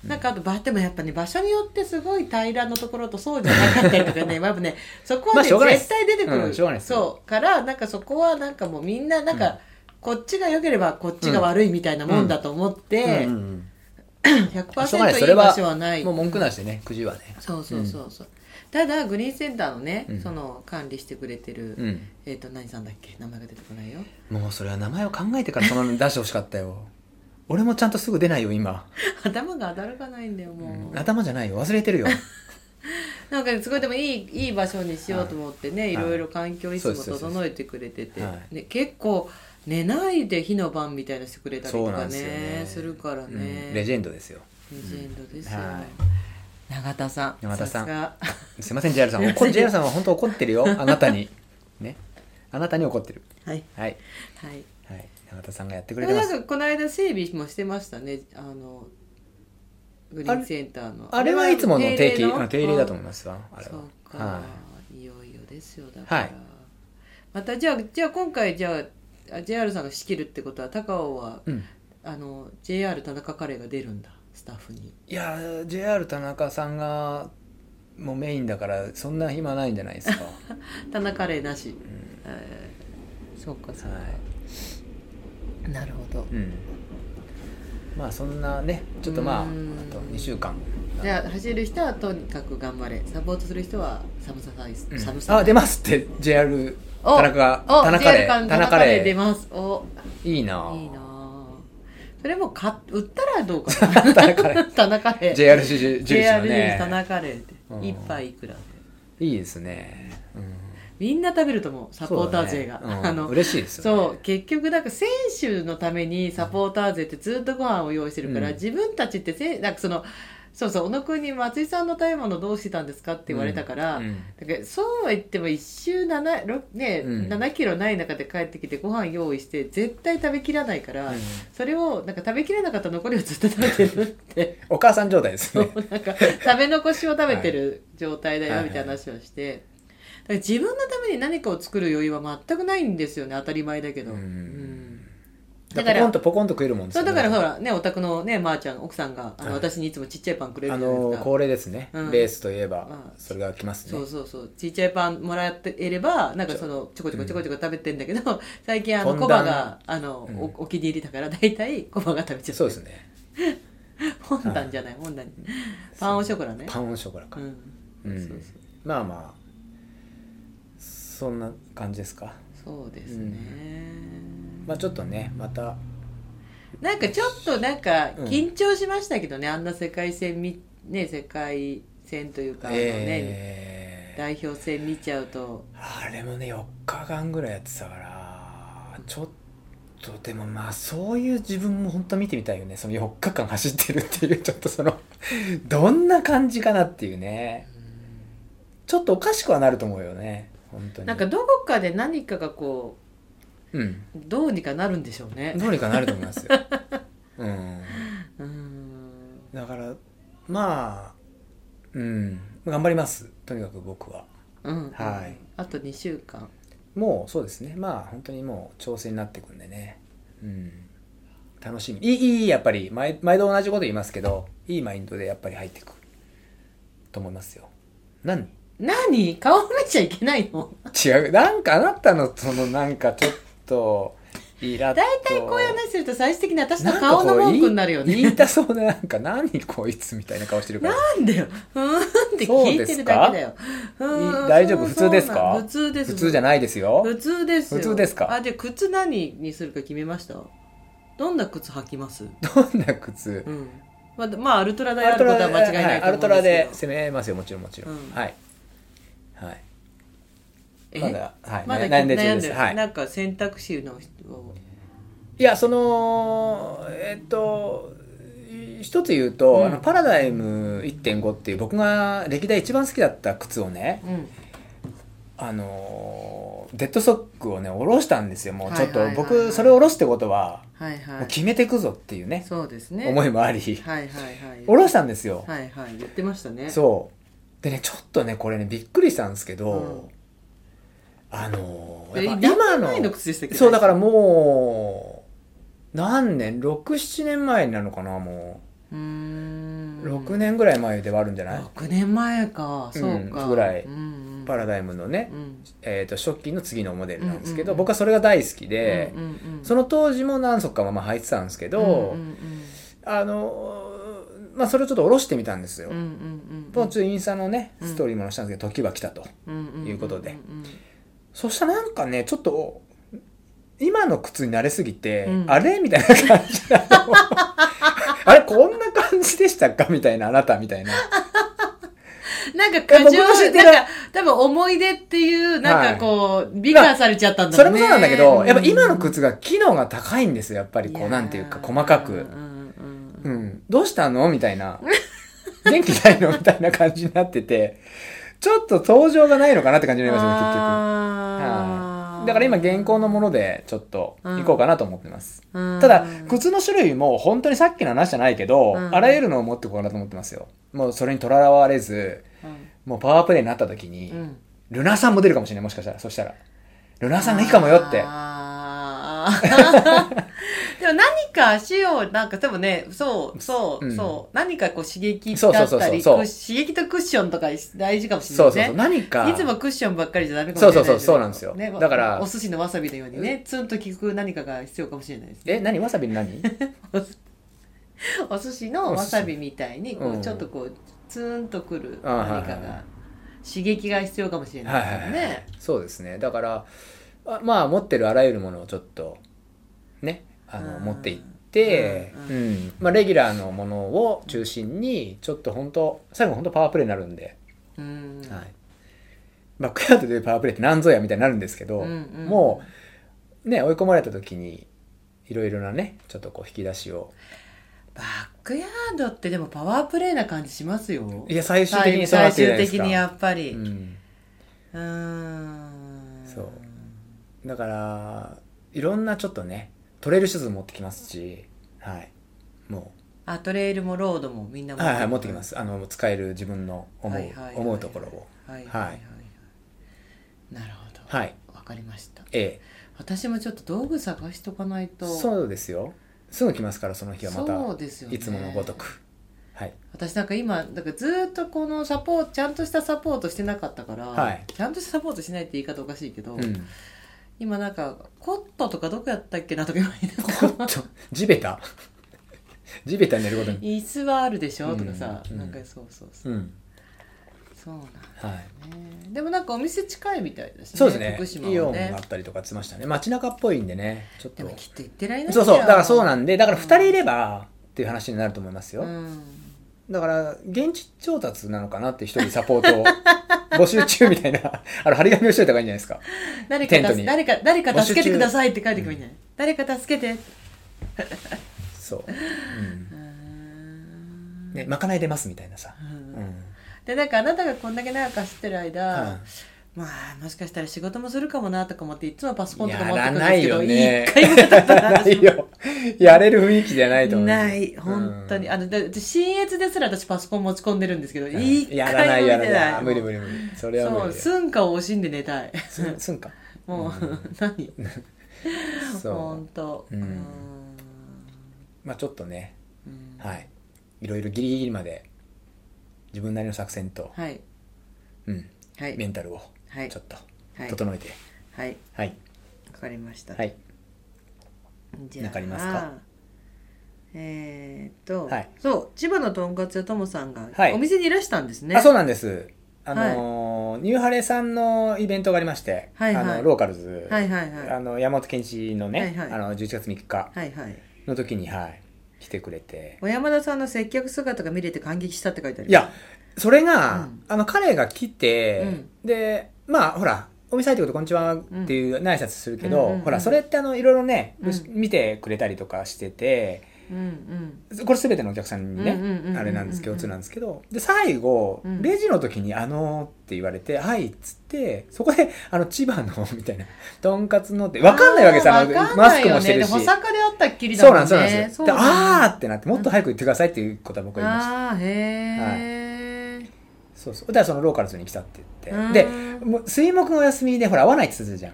Speaker 1: なんかあとばでもやっぱね場所によってすごい平らのところとそうじゃなかったりと かねまあやっぱねそこ
Speaker 2: ま
Speaker 1: は
Speaker 2: あ
Speaker 1: ね、
Speaker 2: しょうがないです
Speaker 1: 絶対出てくる、
Speaker 2: うんしょうがないです
Speaker 1: そうからなんかそこはなんかもうみんななんか、
Speaker 2: うん
Speaker 1: こっちが良ければこっちが悪いみたいなもんだと思って、
Speaker 2: うんうんうんしょうがないで
Speaker 1: 100%
Speaker 2: すそ
Speaker 1: い
Speaker 2: れ
Speaker 1: い場
Speaker 2: は
Speaker 1: 所はない
Speaker 2: もう文句なしでねくじはね、
Speaker 1: そうそうそうそう、ただグリーンセンターのね、
Speaker 2: うん
Speaker 1: その管理してくれてる、
Speaker 2: うん、
Speaker 1: えっ、と何さんだっけ名前が出てこないよ
Speaker 2: もうそれは名前を考えてからその出してほしかったよ俺もちゃんとすぐ出ないよ今、
Speaker 1: 頭が当たるかないんだよもう、
Speaker 2: 頭じゃないよ忘れて るよ
Speaker 1: なんかすごいでもいいいい場所にしようと思ってね、
Speaker 2: い
Speaker 1: い、ろいろ環境いつ
Speaker 2: そう
Speaker 1: も
Speaker 2: ですそうです
Speaker 1: 整えてくれてて、
Speaker 2: は
Speaker 1: ね、結構寝ないで火の晩みたいなしてくれたり
Speaker 2: そ
Speaker 1: と
Speaker 2: うな
Speaker 1: か
Speaker 2: ん
Speaker 1: ね
Speaker 2: です
Speaker 1: す
Speaker 2: よね
Speaker 1: るからね、
Speaker 2: うんレジェンドですよ
Speaker 1: レジェンドですよ、
Speaker 2: は
Speaker 1: 永田さん
Speaker 2: 永田さん
Speaker 1: すが
Speaker 2: すいません JR さん怒 JR さんは本当怒ってる よあなたにねあなたに怒ってる
Speaker 1: はい
Speaker 2: はい
Speaker 1: はい
Speaker 2: はい永田さんがやって
Speaker 1: で
Speaker 2: くれて
Speaker 1: も
Speaker 2: ま
Speaker 1: なん
Speaker 2: す
Speaker 1: かこの間整備もしてましたねあのグリーンセンターの
Speaker 2: あれはいつもの定期
Speaker 1: の
Speaker 2: うん定例だと思いますわあれ
Speaker 1: そ
Speaker 2: は
Speaker 1: うか、、
Speaker 2: はい
Speaker 1: よいよですよだから、
Speaker 2: はい、
Speaker 1: またじゃあじゃあ今回じゃああ JR さんが仕切るってことは高尾はい
Speaker 2: うん、
Speaker 1: あの JR 田中カレーが出るんだスタッフに
Speaker 2: いやー JR 田中さんがもうメインだからそんな暇ないんじゃないです かは
Speaker 1: 田中カレーなし、えーそうかそうか、なるほど
Speaker 2: い、うん、まあそんなねちょっとまああ
Speaker 1: うーん
Speaker 2: と2週間
Speaker 1: じゃあ走る人はとにかく頑張れサポートする人は寒さ対
Speaker 2: うん
Speaker 1: 寒さ対
Speaker 2: あ出ますって JR
Speaker 1: お
Speaker 2: 田中が
Speaker 1: お
Speaker 2: 田中レ
Speaker 1: JR さん
Speaker 2: ー
Speaker 1: 田
Speaker 2: 田
Speaker 1: 中
Speaker 2: 中
Speaker 1: カレー出
Speaker 2: レ
Speaker 1: ますお
Speaker 2: ーいいない
Speaker 1: いな
Speaker 2: ぁ
Speaker 1: ぁそれもか売ったらどうかな
Speaker 2: 田中レー
Speaker 1: 田中カレー
Speaker 2: JR 重視の
Speaker 1: JR 田
Speaker 2: ね
Speaker 1: 中カレーって
Speaker 2: うん
Speaker 1: 一杯いくらで
Speaker 2: いいですね、うん、
Speaker 1: みんな食べると思うサポーター勢が、
Speaker 2: そうだね
Speaker 1: あ
Speaker 2: う
Speaker 1: の
Speaker 2: ん、嬉しいですよね
Speaker 1: そう結局なんか選手のためにサポーター勢ってずっとご飯を用意してるから、
Speaker 2: うん
Speaker 1: 自分たちってせなんかそのそうそう小野君に松井さんの食べ物どうしてたんですかって言われたから、
Speaker 2: うん
Speaker 1: だからそうは言っても1周 7,、ろね
Speaker 2: うん
Speaker 1: 7キロない中で帰ってきてご飯用意して絶対食べきらないから、
Speaker 2: うん
Speaker 1: それをなんか食べきれなかった残りをずっと食べてるっ て
Speaker 2: お母さん状態ですね
Speaker 1: なんか食べ残しを食べてる状態だよみたいな話をして、だから自分のために何かを作る余裕は全くないんですよね当たり前だけど、
Speaker 2: うん
Speaker 1: うん
Speaker 2: だ
Speaker 1: だか
Speaker 2: か
Speaker 1: らら
Speaker 2: ポコンとポコンと食えるもんです
Speaker 1: そ
Speaker 2: よ
Speaker 1: う
Speaker 2: ね
Speaker 1: だからほらねお宅のねまー、ちゃん奥さんがあの、
Speaker 2: はい
Speaker 1: 私にいつもちっちゃいパンくれる
Speaker 2: あ
Speaker 1: じゃないです
Speaker 2: の
Speaker 1: か、
Speaker 2: 恒例ですね、
Speaker 1: うん
Speaker 2: レースといえば
Speaker 1: あ
Speaker 2: それが来ます
Speaker 1: そ
Speaker 2: ね
Speaker 1: うそうそうちっちゃいパンもらっていればなんかそのちょこちょこちょこちょこ食べてんだけど、 最近あの
Speaker 2: フォ
Speaker 1: コ
Speaker 2: ンダ
Speaker 1: バ
Speaker 2: ン
Speaker 1: があの、
Speaker 2: うん
Speaker 1: おお気に入りだから大体コバが食べちゃう
Speaker 2: そうですね
Speaker 1: 本団じゃない本団にパンオショコラね
Speaker 2: パンオショコラ
Speaker 1: う
Speaker 2: か、
Speaker 1: ん、
Speaker 2: うん
Speaker 1: そうそう
Speaker 2: まあまあそんな感じですか
Speaker 1: そうですね、
Speaker 2: まあちょっとねまた
Speaker 1: なんかちょっとなんか
Speaker 2: うん
Speaker 1: 緊張しましたけどね、あんな世界戦みね世界戦というか、あのね
Speaker 2: えー
Speaker 1: 代表戦見ちゃうと
Speaker 2: あれもね4日間ぐらいやってたからちょっとでもまあそういう自分も本当見てみたいよねその4日間走ってるっていうちょ っとそのどんな感じかなっていうねちょっとおかしくはなると思うよね本当に
Speaker 1: なんかどこかで何かがこ
Speaker 2: うん
Speaker 1: うどうにかなるんでしょうね
Speaker 2: どうにかなると思いますよ うん
Speaker 1: うん
Speaker 2: だからまあうん頑張りますとにかく僕は
Speaker 1: うん
Speaker 2: はい
Speaker 1: あと2週間
Speaker 2: もうそうですねまあ本当にもう調整になっていくんでねうん楽しみいいいいやっぱり毎毎度同じこと言いますけどいいマインドでやっぱり入っていくと思いますよ何
Speaker 1: 何顔見ちゃいけないの
Speaker 2: 違うなんかあなたのそのなんかちょっとイラッと
Speaker 1: 大体こういう話すると最終的に私の顔の文句になるよ
Speaker 2: んかこう言い言
Speaker 1: ね
Speaker 2: いたそうななんか何こいつみたいな顔してるから
Speaker 1: なんだようーんって聞いてるだけだようーん
Speaker 2: い大丈夫
Speaker 1: そう
Speaker 2: 普通ですか
Speaker 1: そうなの普通です
Speaker 2: 普通じゃないですよ
Speaker 1: 普通ですよ
Speaker 2: 普通ですか
Speaker 1: あで靴何にするか決めましたどんな靴履きます
Speaker 2: どんな靴
Speaker 1: うんまあ、まあ、アルトラであることは間違いないと思うんですけど、
Speaker 2: アルトラで攻めますよもちろんもちろん、
Speaker 1: うん
Speaker 2: はいはい
Speaker 1: え
Speaker 2: まだ、はい、
Speaker 1: まだ
Speaker 2: 悩んで
Speaker 1: 悩
Speaker 2: 中
Speaker 1: んで
Speaker 2: で。
Speaker 1: する、
Speaker 2: はい。
Speaker 1: なんか選択肢の人を
Speaker 2: いや、その、えっと、い一つ言うと、
Speaker 1: うん
Speaker 2: あのパラダイム1.5っていう僕が歴代一番好きだった靴をね、
Speaker 1: うん
Speaker 2: あのーデッドソックをね、下ろしたんですよ。もうちょっと、
Speaker 1: はいはいはいはい
Speaker 2: 僕、それ下ろすってことは、
Speaker 1: はいは
Speaker 2: もう
Speaker 1: い
Speaker 2: 決めてくぞっていうね、
Speaker 1: そうですね
Speaker 2: 思い
Speaker 1: は
Speaker 2: もあり、
Speaker 1: いはいはい
Speaker 2: 下ろしたんですよ。
Speaker 1: はいはい言ってましたね
Speaker 2: そう。でね、ちょっとね、これね、びっくりしたんですけど、
Speaker 1: うん
Speaker 2: あの
Speaker 1: え
Speaker 2: ー、やっぱ
Speaker 1: 何
Speaker 2: 今
Speaker 1: 年前の
Speaker 2: の、
Speaker 1: 靴でしたっけ
Speaker 2: そう、だからもう、何年 ?6、7年前になるのかな、も
Speaker 1: うーん
Speaker 2: う。6年ぐらい前ではあるんじゃない、
Speaker 1: 6年前かそうか、
Speaker 2: うんぐらい
Speaker 1: うんうん
Speaker 2: パラダイムのね
Speaker 1: う、ん
Speaker 2: えっ、と、初期の次のモデルなんですけ
Speaker 1: うんうん
Speaker 2: ど、
Speaker 1: うん
Speaker 2: 僕はそれが大好きで、
Speaker 1: うんうんうん
Speaker 2: その当時も何足かまあまあ履いてたんですけど、
Speaker 1: うんうんうん
Speaker 2: あのー、まあそれをちょっと下ろしてみたんですよ。
Speaker 1: うんうん
Speaker 2: もうちょっとインスタのね、
Speaker 1: うん
Speaker 2: ストーリーもしたんですけど、時は来たと。
Speaker 1: うん
Speaker 2: いうことで
Speaker 1: うんうんうん
Speaker 2: そしたらなんかね、ちょっと、今の靴に慣れすぎて、
Speaker 1: うん
Speaker 2: あれみたいな感じなの。あれこんな感じでしたかみたいな、あなたみたいな。
Speaker 1: なんか過
Speaker 2: いや僕の知
Speaker 1: 剰
Speaker 2: ってる
Speaker 1: なんか多分思い出っていうなんかこう美化されちゃったんだ
Speaker 2: それ
Speaker 1: ろう
Speaker 2: も
Speaker 1: ね
Speaker 2: そうなんだけど、やっぱ今の
Speaker 1: っ
Speaker 2: 靴が機能が高いんですよ、やっぱりこう、なんていうか、細かく。うん。どうしたのみたいな。元気ないのみたいな感じになってて、ちょっと登場がないのかなって感じになりますよね、結局。だから今現行のものでちょっと行こうかなと思ってます。
Speaker 1: の
Speaker 2: ただ、靴の種類も本当にさっきの話じゃないけど、
Speaker 1: うん
Speaker 2: あらゆるのを持ってこうかなと思ってますよ。もうそれにとらわれず、もうパワープレイになった時に、ルナさんも出るかもしれない、もしかしたら。そしたら。ルナさんがいいかもよって。
Speaker 1: あー でも何か足をなんかでもねそうそう
Speaker 2: うん
Speaker 1: そう何かこう刺激
Speaker 2: そうそ
Speaker 1: だ
Speaker 2: う
Speaker 1: っ
Speaker 2: そうそ
Speaker 1: た
Speaker 2: う
Speaker 1: り
Speaker 2: そう
Speaker 1: 刺激とクッションとか大事かもしれ
Speaker 2: そ
Speaker 1: な
Speaker 2: う
Speaker 1: い
Speaker 2: そう
Speaker 1: ね
Speaker 2: そう。何か。
Speaker 1: いつもクッションばっかりじゃダメか
Speaker 2: そ
Speaker 1: も
Speaker 2: う
Speaker 1: しれ
Speaker 2: そう
Speaker 1: ない
Speaker 2: そう
Speaker 1: けど
Speaker 2: そうなんですよ
Speaker 1: ね
Speaker 2: だから
Speaker 1: お寿司のわさびのようにね、ツンと効く何かが必要かもしれないですね。
Speaker 2: え、何わさび に何
Speaker 1: お寿司のわさびみたいに、こ
Speaker 2: うん
Speaker 1: う、ちょっとこう、ツンとくる
Speaker 2: あはいはい
Speaker 1: 何かが、刺激が必要かもしれ
Speaker 2: は
Speaker 1: ないいです
Speaker 2: はい
Speaker 1: よ
Speaker 2: はい
Speaker 1: ね。。
Speaker 2: そうですね。だから、あまあ持ってるあらゆるものをちょっと、ね、あの、
Speaker 1: うん
Speaker 2: 持っていって、う、
Speaker 1: うんん
Speaker 2: まあレギュラーのものを中心に、ちょっと本当最後本当パワープレイになるんで、
Speaker 1: うん。
Speaker 2: はい、バックヤードでパワープレイって何ぞやみたいになるんですけど、
Speaker 1: うんうん
Speaker 2: もうね追い込まれた時にいろいろなねちょっとこう引き出しを
Speaker 1: バックヤードってでもパワープレイな感じしますよ。
Speaker 2: いや最終的にそう
Speaker 1: 最
Speaker 2: なってるじ
Speaker 1: 終
Speaker 2: ゃないですか
Speaker 1: 的にやっぱり。
Speaker 2: う、
Speaker 1: うんーん。
Speaker 2: そうだからいろんなちょっとねトレイルシューズ持ってきますしはいも
Speaker 1: あ、トレイルもロードもみんな
Speaker 2: う、はいはい、持ってきますあの使える自分の思
Speaker 1: は
Speaker 2: う,、
Speaker 1: いはいはい
Speaker 2: 思うところを
Speaker 1: はいはい
Speaker 2: はい
Speaker 1: はい。なるほど。
Speaker 2: はい
Speaker 1: わかりました。
Speaker 2: ええ
Speaker 1: 私もちょっと道具探しとかないと。
Speaker 2: そうですよすぐ来ますからその日はま
Speaker 1: そう
Speaker 2: た、
Speaker 1: ですよね。
Speaker 2: いつものごと。くはい
Speaker 1: 私なんか今、だからずーっとこのサポート、ちゃんとしたサポートしてなかったから、
Speaker 2: はい
Speaker 1: ちゃんとしたサポートしないって言い方おかしいけど、
Speaker 2: うん
Speaker 1: 今なんか、コットとかどこやったっけなとか今言いながら
Speaker 2: ちょっと地べた 地べたに寝ることに
Speaker 1: 椅子はあるでしょとかさ、
Speaker 2: うん
Speaker 1: なんかそうそうそう。
Speaker 2: うん
Speaker 1: そうなんだ
Speaker 2: はい
Speaker 1: ね。でもなんかお店近いみたいだしね。
Speaker 2: そうで
Speaker 1: 福
Speaker 2: す
Speaker 1: 島
Speaker 2: ねイオ
Speaker 1: は
Speaker 2: ンがあ
Speaker 1: ね
Speaker 2: っ。たりとかしましたね街中っぽいんでねちょっ
Speaker 1: で
Speaker 2: と
Speaker 1: もきっと行ってられない
Speaker 2: そうそうだからそうなんんでだから
Speaker 1: うん
Speaker 2: 2人いればっていう話になると思いますよ、
Speaker 1: うん。
Speaker 2: だから現地調達なのかなって一人サポートを 募集中みたいな あの張り紙をしといた方がいいんじゃないですか
Speaker 1: 誰
Speaker 2: テン
Speaker 1: か
Speaker 2: ト
Speaker 1: 助け、
Speaker 2: に
Speaker 1: 誰か、誰か助けて
Speaker 2: 募集中
Speaker 1: くださいって書いてくれない。誰か助けて。
Speaker 2: そう、
Speaker 1: う
Speaker 2: う
Speaker 1: ーん
Speaker 2: んね、まかない出ますみたいなさ、
Speaker 1: う
Speaker 2: うんん
Speaker 1: でなんかあなたがこんだけ長く走ってる間、
Speaker 2: は
Speaker 1: まあもしかしたら仕事もするかもなとか思っていつもパソコンとか持って
Speaker 2: や
Speaker 1: くる
Speaker 2: ら
Speaker 1: ん
Speaker 2: な
Speaker 1: です
Speaker 2: い
Speaker 1: け
Speaker 2: よ
Speaker 1: ど
Speaker 2: ね
Speaker 1: 一回もやったことない
Speaker 2: な いよやれる雰囲気じゃないと思う
Speaker 1: ない本当に、
Speaker 2: うん
Speaker 1: あのだって新越ですら私パソコン持ち込んでるんですけど、一
Speaker 2: や
Speaker 1: 回
Speaker 2: らない
Speaker 1: も
Speaker 2: や
Speaker 1: や
Speaker 2: ら
Speaker 1: て
Speaker 2: ない無理無理無理それは無
Speaker 1: そう
Speaker 2: 理だよ
Speaker 1: 寸歌を惜しんで寝たい
Speaker 2: すすんか
Speaker 1: もう、何
Speaker 2: そう
Speaker 1: 本当
Speaker 2: うんまあちょっとね、
Speaker 1: うん
Speaker 2: はい。いろいろギリギリまで、自分なりの作戦と、
Speaker 1: はい
Speaker 2: うん、
Speaker 1: は
Speaker 2: メ
Speaker 1: い
Speaker 2: ンタルを、
Speaker 1: はい
Speaker 2: ちょっと、
Speaker 1: はい
Speaker 2: 整えて、
Speaker 1: はい
Speaker 2: はい。
Speaker 1: わかりました、
Speaker 2: はい。
Speaker 1: じゃあ
Speaker 2: なんかありますか
Speaker 1: えーっと、
Speaker 2: はい
Speaker 1: そう千葉のとんかつ屋ともさんが
Speaker 2: はい
Speaker 1: お店にいらしたんですね、
Speaker 2: あ、そうなんです。あのーニューハレさんのイベントがありまして、
Speaker 1: はいはい
Speaker 2: あの、ローカルズ、
Speaker 1: はいはいはい
Speaker 2: あの、山本健一のね、
Speaker 1: はいはい
Speaker 2: あの、11月3日
Speaker 1: はいはい
Speaker 2: の時に、はい、来てくれて。
Speaker 1: 小山田さんの接客姿が見れて感激したって書いてある
Speaker 2: いや、それが、
Speaker 1: うん
Speaker 2: あの、彼が来て、
Speaker 1: うん
Speaker 2: で、まあ、ほら、お店入ってくると「こんにちは」っていうね挨拶するけど、
Speaker 1: うんうんうん
Speaker 2: ほらそれってあのいろいろね、
Speaker 1: うん
Speaker 2: 見てくれたりとかしてて
Speaker 1: うんうん
Speaker 2: これ全てのお客さんにね、
Speaker 1: うんうんうんうんうん
Speaker 2: あれなんです共通なんですけどで最後、
Speaker 1: うん
Speaker 2: レジの時に「あのー」って言われて「はい」っつってそこで「あの千葉の」みたいな「とんかつの」って分かんないわけさ、あの
Speaker 1: わかん
Speaker 2: マ
Speaker 1: な
Speaker 2: ス
Speaker 1: いよね
Speaker 2: クもしてるし
Speaker 1: で。も坂であったっきりだ
Speaker 2: そ
Speaker 1: も
Speaker 2: うんなん
Speaker 1: ね
Speaker 2: です、そうなんです。
Speaker 1: そう
Speaker 2: で、
Speaker 1: だね
Speaker 2: あーってなって、もっと早く言ってくださいっていうことは僕は言いました。
Speaker 1: ああへえ、
Speaker 2: そうそう。だからそのローカルズに来たって言
Speaker 1: う
Speaker 2: っ
Speaker 1: ん
Speaker 2: て。で、もう水木のお休みで、ほら、合わないって言ってたじゃん。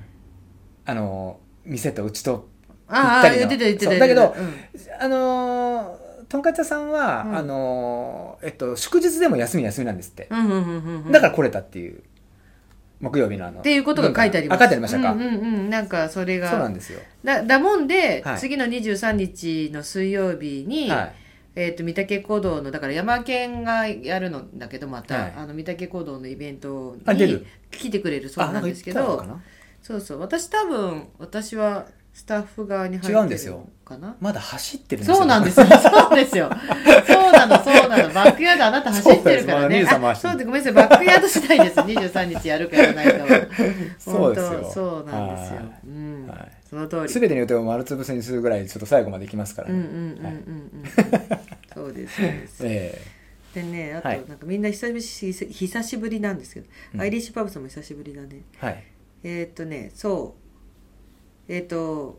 Speaker 2: あの、店とうちと。
Speaker 1: あ
Speaker 2: ぴった
Speaker 1: あ
Speaker 2: り
Speaker 1: 言
Speaker 2: の
Speaker 1: ってた言って
Speaker 2: そ
Speaker 1: た
Speaker 2: うだけど
Speaker 1: 言って
Speaker 2: あのー、とんかつ屋さんは、
Speaker 1: うん
Speaker 2: あのー、えっと、祝日でも休み休みなんですって。
Speaker 1: たうんうんうんうんうん
Speaker 2: だから来れたっていう。木曜日のあの。
Speaker 1: っていうことが書いてあります
Speaker 2: 書いてありましたか。
Speaker 1: うんうんうんなんかそれが
Speaker 2: そうなんですよ。
Speaker 1: だだもんで、
Speaker 2: はい
Speaker 1: 次の23日の水曜日に、
Speaker 2: はい。
Speaker 1: えー、と御嶽講堂のだから山県がやるのだけどまた、
Speaker 2: はい
Speaker 1: あの御嶽講堂のイベント
Speaker 2: あ出
Speaker 1: に
Speaker 2: る
Speaker 1: 来てくれるそうなんですけ
Speaker 2: あか
Speaker 1: ど
Speaker 2: 言ったのか
Speaker 1: そうそう私多分私はスタッフ側に入って
Speaker 2: 違うんです
Speaker 1: る
Speaker 2: よ
Speaker 1: かな
Speaker 2: なまだ走ってる
Speaker 1: そうなんですす よ。そうですよ。そうなの、そうなの。バックヤードあなた走ってるからね。
Speaker 2: そうですまあ
Speaker 1: あ
Speaker 2: 23
Speaker 1: そうでごめんなさい。バックヤード次第です。23日やるかやらないかは。
Speaker 2: そうですよ
Speaker 1: 本当そうなんですよ
Speaker 2: は。
Speaker 1: うん
Speaker 2: はい。
Speaker 1: その通り。
Speaker 2: すべての予定を丸つぶせにするぐらい、ちょっと最後まで行きますから
Speaker 1: うん
Speaker 2: ね。
Speaker 1: うんうんうん
Speaker 2: はい
Speaker 1: うん。そうですそうです。
Speaker 2: ええ
Speaker 1: でね、あと
Speaker 2: は
Speaker 1: ないんかみんな久しぶり久しぶりなんですけど、
Speaker 2: うん
Speaker 1: アイリッシュパブさんも久しぶりだね。
Speaker 2: はい。
Speaker 1: えーっとね、そう。えーっと、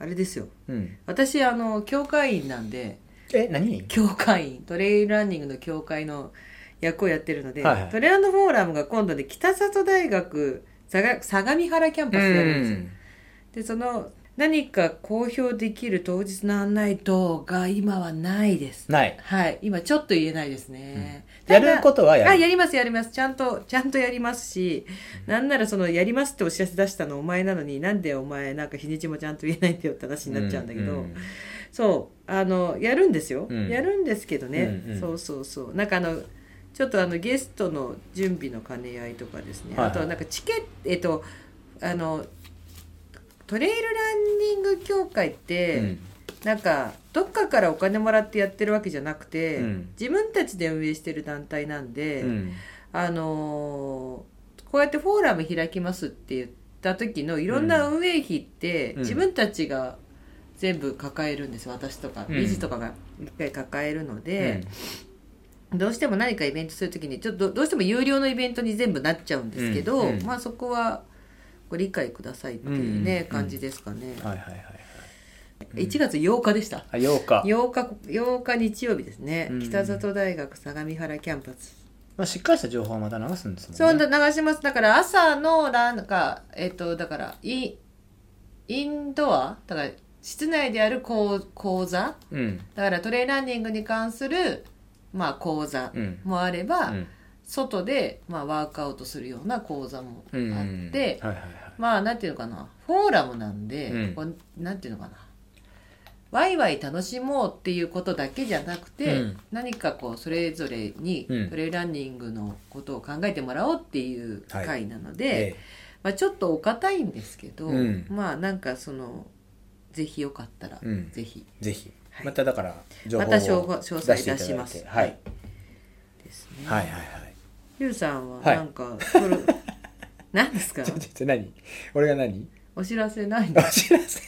Speaker 1: あれですよ。
Speaker 2: うん。
Speaker 1: 私、あの、教会員なんで、
Speaker 2: え、何
Speaker 1: 教会員トレイルランニングの教会の役をやってるので、
Speaker 2: はいはい
Speaker 1: トレランドフォーラムが今度で北里大学相模相模原キャンパスでやるんですよ、でその何か公表できる当日の案内動画今はないです
Speaker 2: ない。
Speaker 1: はい今ちょっと言えないですね、
Speaker 2: やることはや
Speaker 1: あ
Speaker 2: る。
Speaker 1: やりますやりますちゃんとちゃんとやりますし、なんならそのやりますってお知らせ出したのお前なのになんでお前なんか日にちもちゃんと言えないんだよって話になっちゃうんだけど、
Speaker 2: うん
Speaker 1: そうあのやるんですよ、
Speaker 2: うん
Speaker 1: やるんですけどね、
Speaker 2: うんうん
Speaker 1: そうそうそうなんかあのちょっとあのゲストの準備の兼ね合いとかですね、
Speaker 2: はいはい
Speaker 1: あとはなんかチケットえっとあのトレイルランニング協会って、
Speaker 2: うん
Speaker 1: なんかどっかからお金もらってやってるわけじゃなくて、
Speaker 2: うん
Speaker 1: 自分たちで運営してる団体なんで、
Speaker 2: うん
Speaker 1: あのーこうやってフォーラム開きますって言った時のいろんな運営費って
Speaker 2: うん
Speaker 1: 自分たちが全部抱えるんですよ私とか
Speaker 2: うん
Speaker 1: 理事とかが一回抱えるので、どうしても何かイベントする時にちょっとどどうしても有料のイベントに全部なっちゃうんですけど、
Speaker 2: うんうん
Speaker 1: まあそこはご理解くださいっていうね、
Speaker 2: うんうんうん
Speaker 1: 感じですかね、
Speaker 2: はいはいはいはい。うん
Speaker 1: 1月8日でした
Speaker 2: あ、8日。
Speaker 1: 8日8日日曜日ですね、
Speaker 2: うん
Speaker 1: 北里大学相模原キャンパス
Speaker 2: まあ、しっかりした情報はまた流すんですもんね。
Speaker 1: そうだ流しますだから朝のなんかえっ、とだからインインドアだから室内でやる講講座
Speaker 2: うん。
Speaker 1: だからトレイランニングに関するまあ講座
Speaker 2: うん。
Speaker 1: もあれば、
Speaker 2: うん
Speaker 1: 外でまあワークアウトするような講座もあって、
Speaker 2: うんはいはいはい。
Speaker 1: まあなんていうのかなフォーラムなんで、
Speaker 2: うん
Speaker 1: こうなんていうのかなワイワイ楽しもうっていうことだけじゃなくて、
Speaker 2: うん
Speaker 1: 何かこうそれぞれに
Speaker 2: うん
Speaker 1: トレイルランニングのことを考えてもらおうっていう
Speaker 2: はい
Speaker 1: 会なので、
Speaker 2: え
Speaker 1: まあ、ちょっとお堅いんですけど、
Speaker 2: うん
Speaker 1: まあなんかそのぜひよかったら、
Speaker 2: うん
Speaker 1: ぜひ
Speaker 2: えぜひ
Speaker 1: は。い
Speaker 2: まただから、情
Speaker 1: ま
Speaker 2: 報を
Speaker 1: た詳細詳細
Speaker 2: 出してい
Speaker 1: 出
Speaker 2: ただいて
Speaker 1: します
Speaker 2: はい。
Speaker 1: ですね、
Speaker 2: はいはいはい。
Speaker 1: ゆうさんは
Speaker 2: はい
Speaker 1: なんか、そ れ何ですか
Speaker 2: ちょちょちょ、何俺が何
Speaker 1: お知らせない
Speaker 2: お
Speaker 1: の
Speaker 2: 知らせ。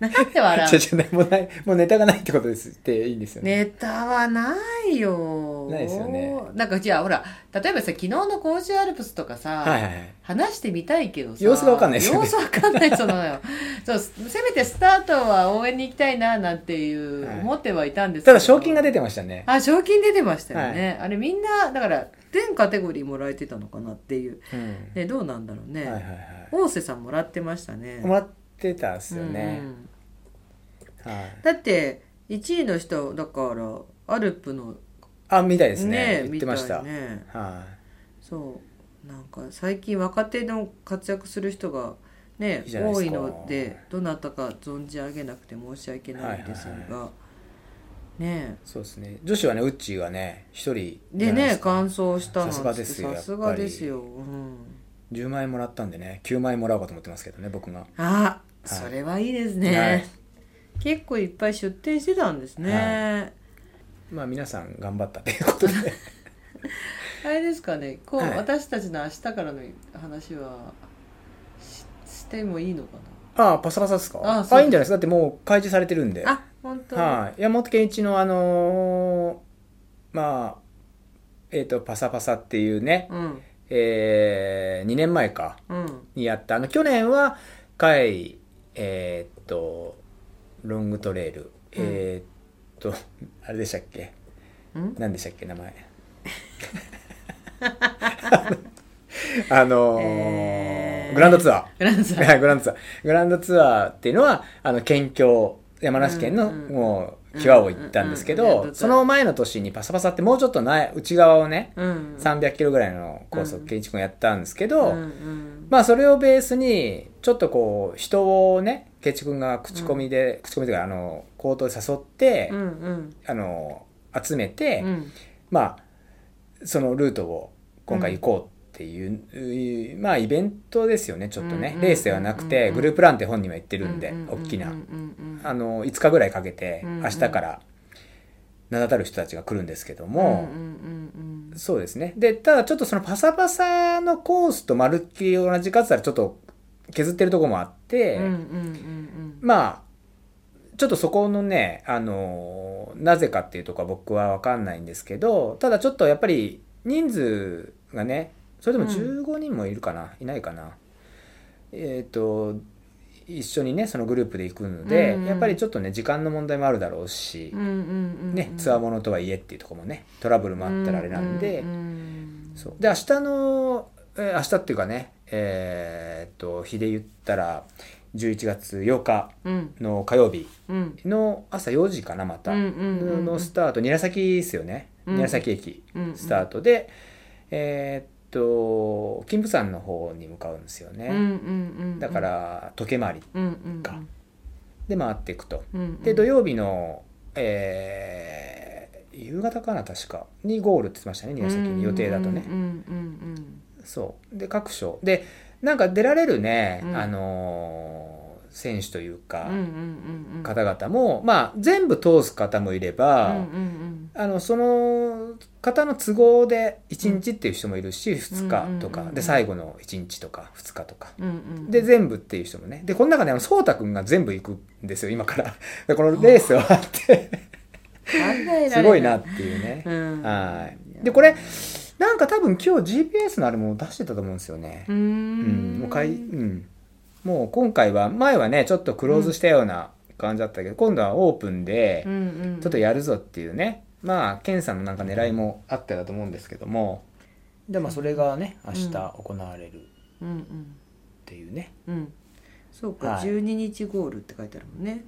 Speaker 1: なんで笑
Speaker 2: ち
Speaker 1: う
Speaker 2: ょちょ、もうない、もうネタがないってことですっていいんですよね。
Speaker 1: ネタはないよ
Speaker 2: ないですよね
Speaker 1: なんかじゃあほら例えばさ昨日の甲州アルプスとかさ、
Speaker 2: はいはいはい。
Speaker 1: 話してみたいけどさ
Speaker 2: 様子がわかんないですよね
Speaker 1: 様子わかんないそのよそうせめてスタートは応援に行きたいななんていう
Speaker 2: はい
Speaker 1: 思ってはいたんですけ
Speaker 2: た
Speaker 1: ど
Speaker 2: だ、賞金が出てましたね。
Speaker 1: あ賞金出てましたよね、あれみんなだから全カテゴリーもらえてたのかなっていう、
Speaker 2: うん。
Speaker 1: ね、どうなんだろうね、
Speaker 2: はいはいは
Speaker 1: 大瀬さんもらってましたね
Speaker 2: い。もらってたんですよ
Speaker 1: うんう
Speaker 2: ね。
Speaker 1: ん
Speaker 2: はい。
Speaker 1: だって1位の人だからアルプの
Speaker 2: あ、みたいです
Speaker 1: ね
Speaker 2: ね。言ってました。
Speaker 1: み
Speaker 2: はい
Speaker 1: いねそうなんか最近若手の活躍する人がね
Speaker 2: いいじゃないで
Speaker 1: 多
Speaker 2: す
Speaker 1: い
Speaker 2: か
Speaker 1: のでどなたか存じ上げなくて申し訳ないですが、
Speaker 2: はいはい
Speaker 1: ね
Speaker 2: そうですね。女子はね、ウッチーがね、一人
Speaker 1: えでね
Speaker 2: か
Speaker 1: 完走したなんて
Speaker 2: さすがですよ
Speaker 1: さすがです
Speaker 2: や
Speaker 1: よ、うん、
Speaker 2: 10万円もらったんでね、9万円もらおうかと思ってますけどね、僕が。
Speaker 1: あそれはいいですね、
Speaker 2: はい
Speaker 1: 結構いっぱい出店してたんですね、
Speaker 2: まあ皆さん頑張ったということで。
Speaker 1: あれですかねこう、
Speaker 2: はい
Speaker 1: 私たちの明日からの話はししてもいいのか
Speaker 2: ああパサパサですか
Speaker 1: あ
Speaker 2: あ
Speaker 1: あそう
Speaker 2: いいんじゃないですかだってもう開示されてるんで
Speaker 1: なあ本当
Speaker 2: はい、山本健一のあのーまあえっ、と「パサパサ」っていうね、
Speaker 1: うん
Speaker 2: え2年前か
Speaker 1: うん
Speaker 2: にやったあの去年は回えっ、とロングトレイル、えっ、と あれでしたっけ
Speaker 1: うん
Speaker 2: 何でしたっけ名前 あのー
Speaker 1: えー
Speaker 2: グランドツア
Speaker 1: グランさん
Speaker 2: ー グランドツアーグランドツアーっていうのはあの県境山梨県の
Speaker 1: うんうん
Speaker 2: もう際を行ったんですけ
Speaker 1: うんうんうんグランド
Speaker 2: ど
Speaker 1: ツアー
Speaker 2: その前の年にパサパサってもうちょっとない内側をね
Speaker 1: うん
Speaker 2: 300キロぐらいのコースを
Speaker 1: うん
Speaker 2: 健一君やったんですけ
Speaker 1: うん
Speaker 2: ど、
Speaker 1: うん
Speaker 2: まあそれをベースにちょっとこう人をね健一君が口コミで、口コミというかあの口頭で誘って、
Speaker 1: うんうん
Speaker 2: あの集めて、
Speaker 1: うん
Speaker 2: まあそのルートを今回行こうっていう、まあイベントですよねちょっと
Speaker 1: うんうん
Speaker 2: ね、
Speaker 1: うん
Speaker 2: レースではなくて、
Speaker 1: うん
Speaker 2: グループランって本人は言ってるんで、
Speaker 1: ううう
Speaker 2: 大きな、
Speaker 1: うんうんうん
Speaker 2: あの5日ぐらいかけて、
Speaker 1: うんうん
Speaker 2: 明日から名だたる人たちが来るんですけど
Speaker 1: う
Speaker 2: も
Speaker 1: ん、うんうん
Speaker 2: そうですねでただちょっとそのパサパサのコースとまるっきり同じ数だらちょっと削ってるとこもあって、
Speaker 1: うんうんうん
Speaker 2: まあちょっとそこのね、あのーなぜかっていうとこは僕は分かんないんですけどただちょっとやっぱり人数がねそれでも
Speaker 1: うん
Speaker 2: 15人もいるかな、いないかなえっ、と一緒にねそのグループで行くので、
Speaker 1: うんうん
Speaker 2: やっぱりちょっとね時間の問題もあるだろうし
Speaker 1: うんう、んうんうん
Speaker 2: ねツアーものとはいえっていうところもねトラブルもあったらあれなんで、
Speaker 1: うんうんうん
Speaker 2: そうで明日の、えー明日っていうかねえーっと日で言ったら11月8日
Speaker 1: うん
Speaker 2: の火曜日
Speaker 1: うん
Speaker 2: の朝4時かなまた、
Speaker 1: うんうんうんうん
Speaker 2: のスタート韮崎ですよね
Speaker 1: うん
Speaker 2: 韮崎駅
Speaker 1: うんうん
Speaker 2: スタートで、えーっと金峰山の方に向かうんですよね、
Speaker 1: うんうんうんうん
Speaker 2: だから時計回り
Speaker 1: うんうん
Speaker 2: かで回っていくと
Speaker 1: うんうん
Speaker 2: で土曜日の、えー夕方かな確かにゴールって言ってましたね韮崎に予定だとね、
Speaker 1: うんうん
Speaker 2: そうで各所でなんか出られるね、
Speaker 1: うん
Speaker 2: あのー選手というか
Speaker 1: うんうんうんうんうん
Speaker 2: 方々も、まあ、全部通す方もいれば、
Speaker 1: うんうん
Speaker 2: あのその方の都合で1日っていう人もいるし、2日とか、
Speaker 1: うんうんうん
Speaker 2: で最後の1日とか2日とか。
Speaker 1: うんうんうん
Speaker 2: で全部っていう人もねでこの中であの颯太君が全部行くんですよ今から でこのレース終わってすごいなっ、ていうね
Speaker 1: 考えられうん、
Speaker 2: はいでこれなんか多分今日 GPS のあれも出してたと思うんですよね
Speaker 1: うー
Speaker 2: うんんもうかい、うん、もう今回は前はねちょっとクローズしたような感じだったけど、今度はオープンで
Speaker 1: うんうん
Speaker 2: ちょっとやるぞっていうねまあ健さんのなんか狙いもあっただと思うんですけどもでまあそれがね明日行われるっ
Speaker 1: うんうん
Speaker 2: ていうね、
Speaker 1: うんそうか、
Speaker 2: はい
Speaker 1: 12日ゴールって書いてあるもんね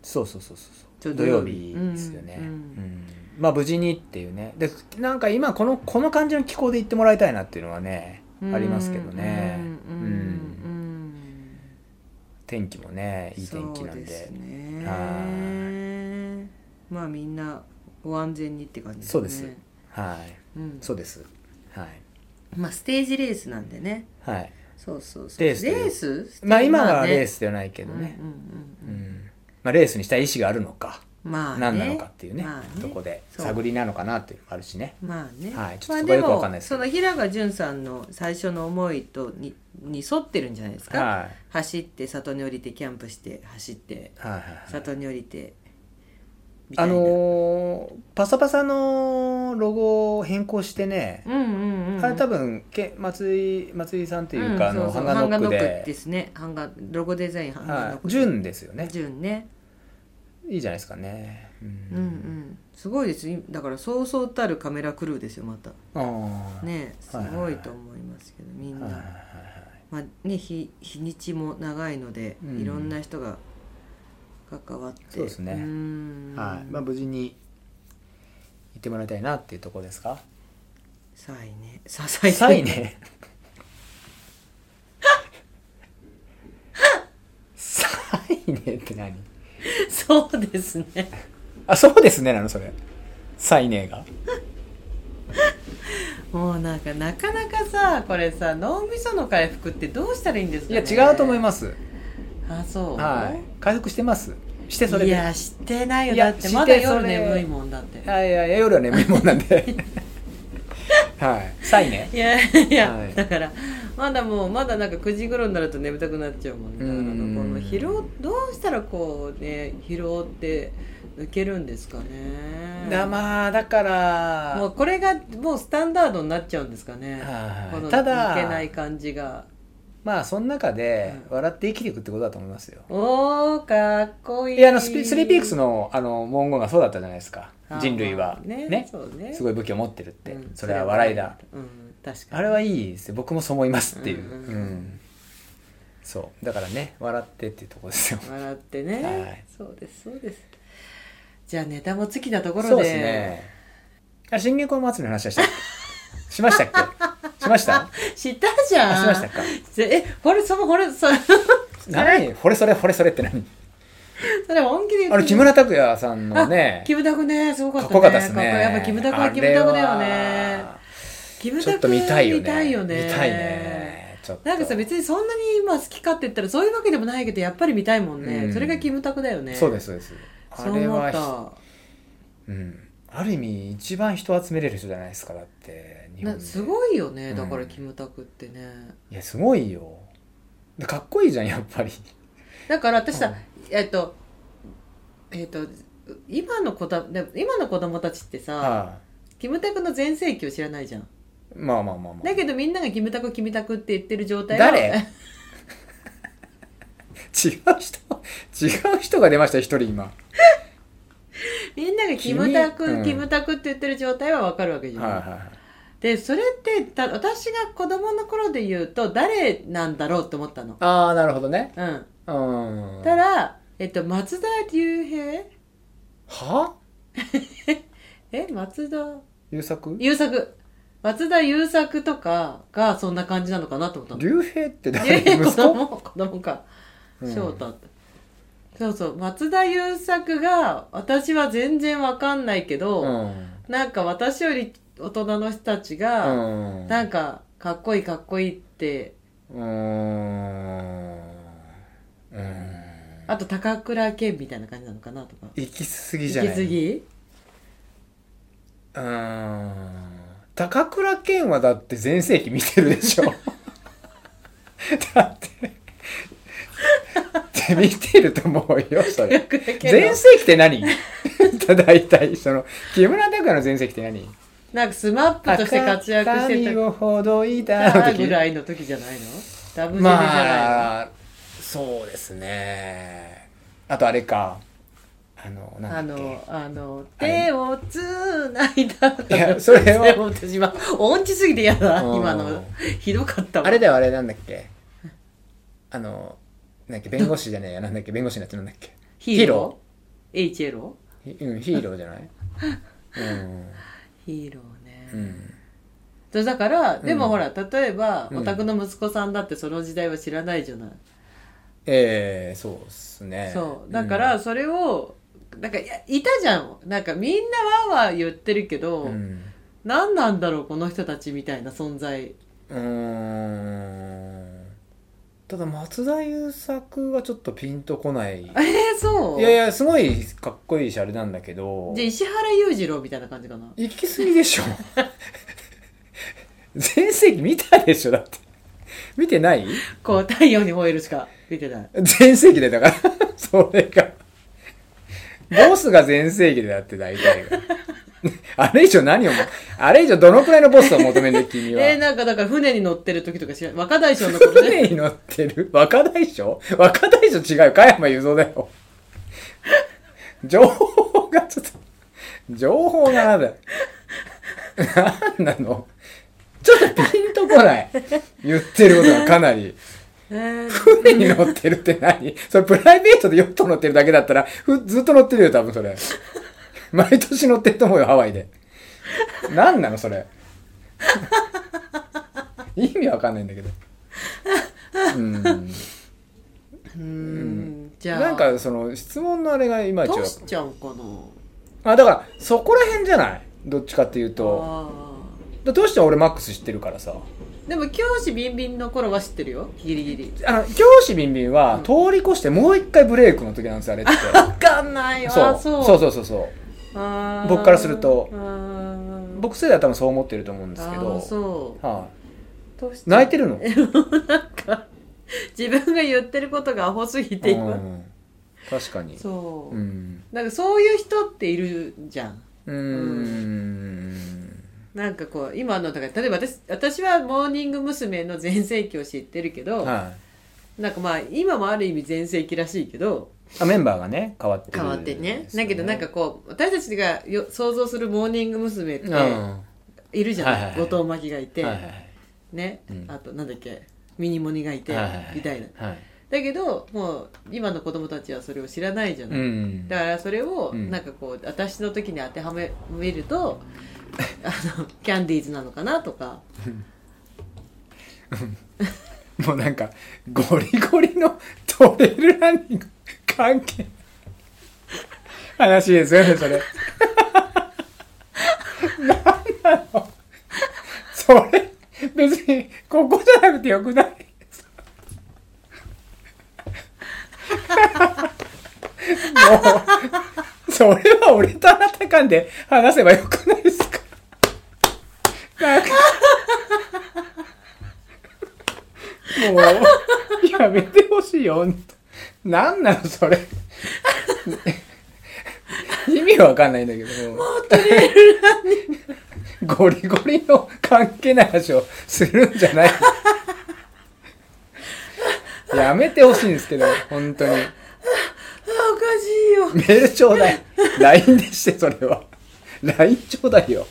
Speaker 2: そうそうそうそう
Speaker 1: ちょうど
Speaker 2: 土
Speaker 1: 土曜
Speaker 2: 曜
Speaker 1: 日
Speaker 2: 日ですよね、
Speaker 1: うんうん
Speaker 2: うんまあ無事にっていうねでなんか今このこの感じの気候で行ってもらいたいなっていうのはねありますけどね
Speaker 1: うんうんうん
Speaker 2: 天気もねいい天気な
Speaker 1: そ
Speaker 2: ん
Speaker 1: うです
Speaker 2: で
Speaker 1: ね
Speaker 2: は
Speaker 1: まあみんなご安全にって感じですね
Speaker 2: そうですはい
Speaker 1: うん、
Speaker 2: そうですはい
Speaker 1: まあステージレースなんでね
Speaker 2: はい
Speaker 1: そうそうそう
Speaker 2: レースという
Speaker 1: レース
Speaker 2: まあ今はレー
Speaker 1: ス
Speaker 2: スではないけどね、
Speaker 1: うんう
Speaker 2: う
Speaker 1: んんうん
Speaker 2: まあ、レースにしたい意思があるのか、
Speaker 1: うん、まあ、ね、
Speaker 2: 何なのかっていうね,、
Speaker 1: まあね
Speaker 2: どこで
Speaker 1: そう
Speaker 2: 探りなのかなっていうのもあるしね
Speaker 1: まあね、
Speaker 2: はいちょ
Speaker 1: まあ
Speaker 2: っとそこ
Speaker 1: で
Speaker 2: はよくわかんな
Speaker 1: も
Speaker 2: いですけ
Speaker 1: そ
Speaker 2: ど
Speaker 1: の平賀淳さんの最初の思いとにに沿ってるんじゃないですか、
Speaker 2: はい
Speaker 1: 走って里に降りてキャンプして走って
Speaker 2: はいはいはい
Speaker 1: 里に降りてみた
Speaker 2: あ
Speaker 1: いな、
Speaker 2: のーパサパサのロゴを変更してね、
Speaker 1: うんうんうん
Speaker 2: あれ多分け松井松井さんっていうか、
Speaker 1: ん
Speaker 2: あの
Speaker 1: そ
Speaker 2: ハ
Speaker 1: うそう
Speaker 2: ンガーノック
Speaker 1: ハンガ
Speaker 2: で
Speaker 1: ですねハンガロゴデザインハンガーノッ
Speaker 2: はい
Speaker 1: ク
Speaker 2: 純ですよね
Speaker 1: 純ね
Speaker 2: いいじゃないですかねう
Speaker 1: うんうんすごいですよだからそうそうたるカメラクルーですよまた
Speaker 2: ああ
Speaker 1: ねすごいと思いますけどみんな、
Speaker 2: はいはいはい
Speaker 1: まあね、日日にちも長いので、
Speaker 2: うん
Speaker 1: いろんな人が関わって
Speaker 2: そうですね
Speaker 1: ん
Speaker 2: はい、はいまあ、無事に行ってもらいたいなっていうところですか
Speaker 1: さいねささい
Speaker 2: サイね。サイねって何
Speaker 1: そうですね
Speaker 2: あ、そうですねなのそれ。サイねが。
Speaker 1: もうなんかなかなかさこれさ脳みその回復ってどうしたらいいんです
Speaker 2: い
Speaker 1: か
Speaker 2: や、
Speaker 1: ね
Speaker 2: 違うと思います。
Speaker 1: すあそう
Speaker 2: はい。回復してます。してそれ
Speaker 1: い
Speaker 2: で。いや、
Speaker 1: やしてないよ
Speaker 2: い
Speaker 1: だ
Speaker 2: や
Speaker 1: ってまだ
Speaker 2: してそ
Speaker 1: 夜
Speaker 2: れ
Speaker 1: 眠いもんだって
Speaker 2: いや、夜は眠いもんなんで。はいサイね
Speaker 1: いやいや、
Speaker 2: はい
Speaker 1: だからまだもうまだなんか9時頃になると眠たくなっちゃうもんねだから
Speaker 2: うん
Speaker 1: この疲労どうしたらこうね疲労って抜けるんですかね
Speaker 2: だまあだから
Speaker 1: もうこれがもうスタンダードになっちゃうんですかね
Speaker 2: はい
Speaker 1: この
Speaker 2: ただ
Speaker 1: 抜けない感じが
Speaker 2: まあその中で
Speaker 1: うん
Speaker 2: 笑って生きていくってことだと思いますよ、
Speaker 1: おーかっこいい
Speaker 2: いやあのスピスリーピークスのあの文言がそうだったじゃないですか
Speaker 1: あー
Speaker 2: 人類は
Speaker 1: まあ
Speaker 2: ね
Speaker 1: ねそうね
Speaker 2: すごい武器を持ってるって、
Speaker 1: うん
Speaker 2: それは笑いだ
Speaker 1: うん確かに
Speaker 2: あれはいいですよ僕もそう思いますっていう、う
Speaker 1: うんんうんうん
Speaker 2: そうだからね笑ってっていうところですよ
Speaker 1: 笑ってね、
Speaker 2: はい
Speaker 1: そうですそうですじゃあネタも尽きたところで
Speaker 2: そうですねあれ新元の祭りの話はしたっ けしましたっけしました
Speaker 1: 知ったじゃ
Speaker 2: あ
Speaker 1: ん
Speaker 2: しましたか
Speaker 1: えこれそのこれ そ
Speaker 2: 何惚れそれ惚れそれって何
Speaker 1: それ本気で言ってる
Speaker 2: あれ木村拓哉さんのね
Speaker 1: キムタクねすごかったね
Speaker 2: かっこよかったですね
Speaker 1: かっこいいやっぱキムタクはキムタクだよね
Speaker 2: あ
Speaker 1: キ
Speaker 2: れ
Speaker 1: ム
Speaker 2: は
Speaker 1: タク
Speaker 2: ちょっと見たいよね
Speaker 1: 見たいよね
Speaker 2: 見たいねちょっと
Speaker 1: なんかさ別にそんなに今好きかって言ったらそういうわけでもないけどやっぱり見たいもんね、
Speaker 2: うん
Speaker 1: それがキムタクだよね
Speaker 2: そうですそうですあ
Speaker 1: そう
Speaker 2: れ
Speaker 1: 思
Speaker 2: は
Speaker 1: った
Speaker 2: うん、ある意味一番人を集めれる人じゃないですかだって日本
Speaker 1: な
Speaker 2: ですい
Speaker 1: ごいよね
Speaker 2: うん
Speaker 1: だからキムタクってね、
Speaker 2: いやすごいよでかっこいいじゃんやっぱり
Speaker 1: だから私さ、
Speaker 2: うん
Speaker 1: えっとえっと今の子だでも今の子供たちってさ、
Speaker 2: は
Speaker 1: キムタクの全盛期を知らないじゃん
Speaker 2: いまあまあまあまあ
Speaker 1: だけどみんながキムタクキムタクって言ってる状態は
Speaker 2: 誰違う人違う人が出ました一人今
Speaker 1: みんながキムタク、
Speaker 2: 君うん
Speaker 1: キムタクって言ってる状態はわかるわけじゃん、
Speaker 2: はいはいはい
Speaker 1: でそれってた私が子供の頃で言うと誰なんだろうって思ったの
Speaker 2: ああなるほどね
Speaker 1: うん
Speaker 2: うん
Speaker 1: たら、えっと、松田龍平
Speaker 2: は
Speaker 1: え松田
Speaker 2: 優作
Speaker 1: 優作松田優作とかがそんな感じなのかなと思ったの
Speaker 2: 竜兵っ て誰
Speaker 1: え子
Speaker 2: 息子
Speaker 1: 供子供か
Speaker 2: うん
Speaker 1: 翔太って、そうそう松田優作が私は全然わかんないけど、
Speaker 2: うん
Speaker 1: なんか私より大人の人たちが、
Speaker 2: うん
Speaker 1: なんかかっこいいかっこいいって
Speaker 2: うーんうん
Speaker 1: あと高倉健みたいな感じなのかなとか
Speaker 2: 行き過ぎ
Speaker 1: 行
Speaker 2: じゃな
Speaker 1: き
Speaker 2: い
Speaker 1: 過ぎ
Speaker 2: うーん高倉健はだって全盛期見てるでしょだってって見てると思うよそ
Speaker 1: 高
Speaker 2: れ
Speaker 1: 倉健
Speaker 2: 全
Speaker 1: の
Speaker 2: 盛期って何大体その木村拓哉の全盛期って何
Speaker 1: なんかスマップとして活躍して
Speaker 2: 赤髪をほどいた
Speaker 1: た
Speaker 2: の
Speaker 1: ぐ
Speaker 2: 時
Speaker 1: らいの時じゃないのダブルじゃないの、
Speaker 2: まあそうですねあとあれかあのな
Speaker 1: あ
Speaker 2: んだっけ
Speaker 1: の、あの、
Speaker 2: あれ
Speaker 1: 手をつないだ。
Speaker 2: いやそれは
Speaker 1: でも私今、音痴すぎて嫌だ、
Speaker 2: うん
Speaker 1: 今の。ひどかったわ。
Speaker 2: あれだよ、あれなんだっけあの、なんだっけ、弁護士じゃねえや、なんだっけ、弁護士のやつなんだっけ。
Speaker 1: ヒーロー ?HL?
Speaker 2: ヒーローひうん、ヒーローじゃないうん。
Speaker 1: ヒーロー
Speaker 2: う
Speaker 1: ね。
Speaker 2: ん。
Speaker 1: そうだから、で
Speaker 2: う
Speaker 1: も
Speaker 2: ん
Speaker 1: ほら、例えば、
Speaker 2: うん
Speaker 1: お宅の息子さんだってその時代は知らないじゃない。
Speaker 2: ええそうっすね。
Speaker 1: そう。だから、それを、なんか、いやいたじゃん。なんか、みんなわーわー言ってるけど、
Speaker 2: うん、
Speaker 1: 何なんだろう、この人たちみたいな存在。
Speaker 2: うん。うーん。ただ、松田優作はちょっとピンとこない。
Speaker 1: えー、そう
Speaker 2: いやいや、すごいかっこいいし、あれなんだけど。
Speaker 1: じゃあ、石原裕次郎みたいな感じかな。
Speaker 2: 行き過ぎでしょ。 全盛期見たでしょ、だって。見てない
Speaker 1: こう、太陽に吠えるしか見てない。
Speaker 2: 全盛期でだから それがボスが全盛期でだって大体が あれ以上何をもあれ以上どのくらいのボスを求めるの君は、
Speaker 1: えー、なんかだから船に乗ってる時とか知らない若大将のことね
Speaker 2: 船に乗ってる若大将若大将違うよ加山雄三だよ情報がちょっと情報がなんだよ何なのちょっとピンとこない言ってることがかなり
Speaker 1: えー
Speaker 2: 船に乗ってるって何それプライベートでヨット乗ってるだけだったら、ふずっと乗ってるよ、多分それ。 毎年乗ってると思うよ、ハワイで。何なの、それ。 意味わかんないんだけど。うん。
Speaker 1: うーんじゃあ
Speaker 2: なんか、その、質問のあれがいまいち
Speaker 1: ど
Speaker 2: わ
Speaker 1: うしちゃうかな
Speaker 2: あ、だから、そこら辺じゃないどっちかっていうと。
Speaker 1: あ
Speaker 2: だどうして俺マックス知ってるからさ。
Speaker 1: ーでも教師ビンビンの頃は知ってるよギリギリ
Speaker 2: あの、教師ビンビンは、通り越してもう一回ブレイクの時なんですよ、あれって。
Speaker 1: 分かんないわ
Speaker 2: そう
Speaker 1: そう
Speaker 2: そうそうそうそう。
Speaker 1: あー
Speaker 2: 僕からすると
Speaker 1: あー
Speaker 2: 僕世代は多分そう思ってると思うんですけ
Speaker 1: あー
Speaker 2: ど、
Speaker 1: そ
Speaker 2: は
Speaker 1: うどうし
Speaker 2: い、泣い てるの
Speaker 1: なんか自分が言ってることがアホすぎて今、
Speaker 2: うん確かに
Speaker 1: そうう、
Speaker 2: ん
Speaker 1: なんかそういう人っているじゃん
Speaker 2: うーん
Speaker 1: なんかこう今のだから例えば私私はモーニング娘。の全盛期を知ってるけど、
Speaker 2: は
Speaker 1: なんかまあ今もある意味全盛期らしいけど
Speaker 2: いあメンバーがね変わってる
Speaker 1: 変わってね
Speaker 2: ですよ
Speaker 1: だけどなんかこう私たちがよ想像するモーニング娘。っ
Speaker 2: うん
Speaker 1: ているじゃない、
Speaker 2: はいはいはい
Speaker 1: 後藤真希がいて、
Speaker 2: はいはい
Speaker 1: ね、
Speaker 2: うん
Speaker 1: あとなんだっけミニモニがいて、
Speaker 2: はいはいはい
Speaker 1: みたいな
Speaker 2: はい
Speaker 1: だけどもう今の子供たちはそれを知らないじゃない、
Speaker 2: うん
Speaker 1: だからそれを
Speaker 2: うん
Speaker 1: なんかこう、私の時に当てはめ見るとあのキャンディーズなのかなとか
Speaker 2: もうなんかゴリゴリのトレイルランニング関係ない話ですよねそれ 何なのそれ別にここじゃなくてよくない もうそれは俺とあなた間で話せばよくないですか なんかもう、やめてほしいよ、ほんと。なんなの、それ。意味わかんないんだけど。もうゴリゴリの関係ない話をするんじゃない。やめてほしいんですけど、本当に。
Speaker 1: あおかしいよ
Speaker 2: メールちょうだい。LINE でして、それは。LINE ちょうだいよ。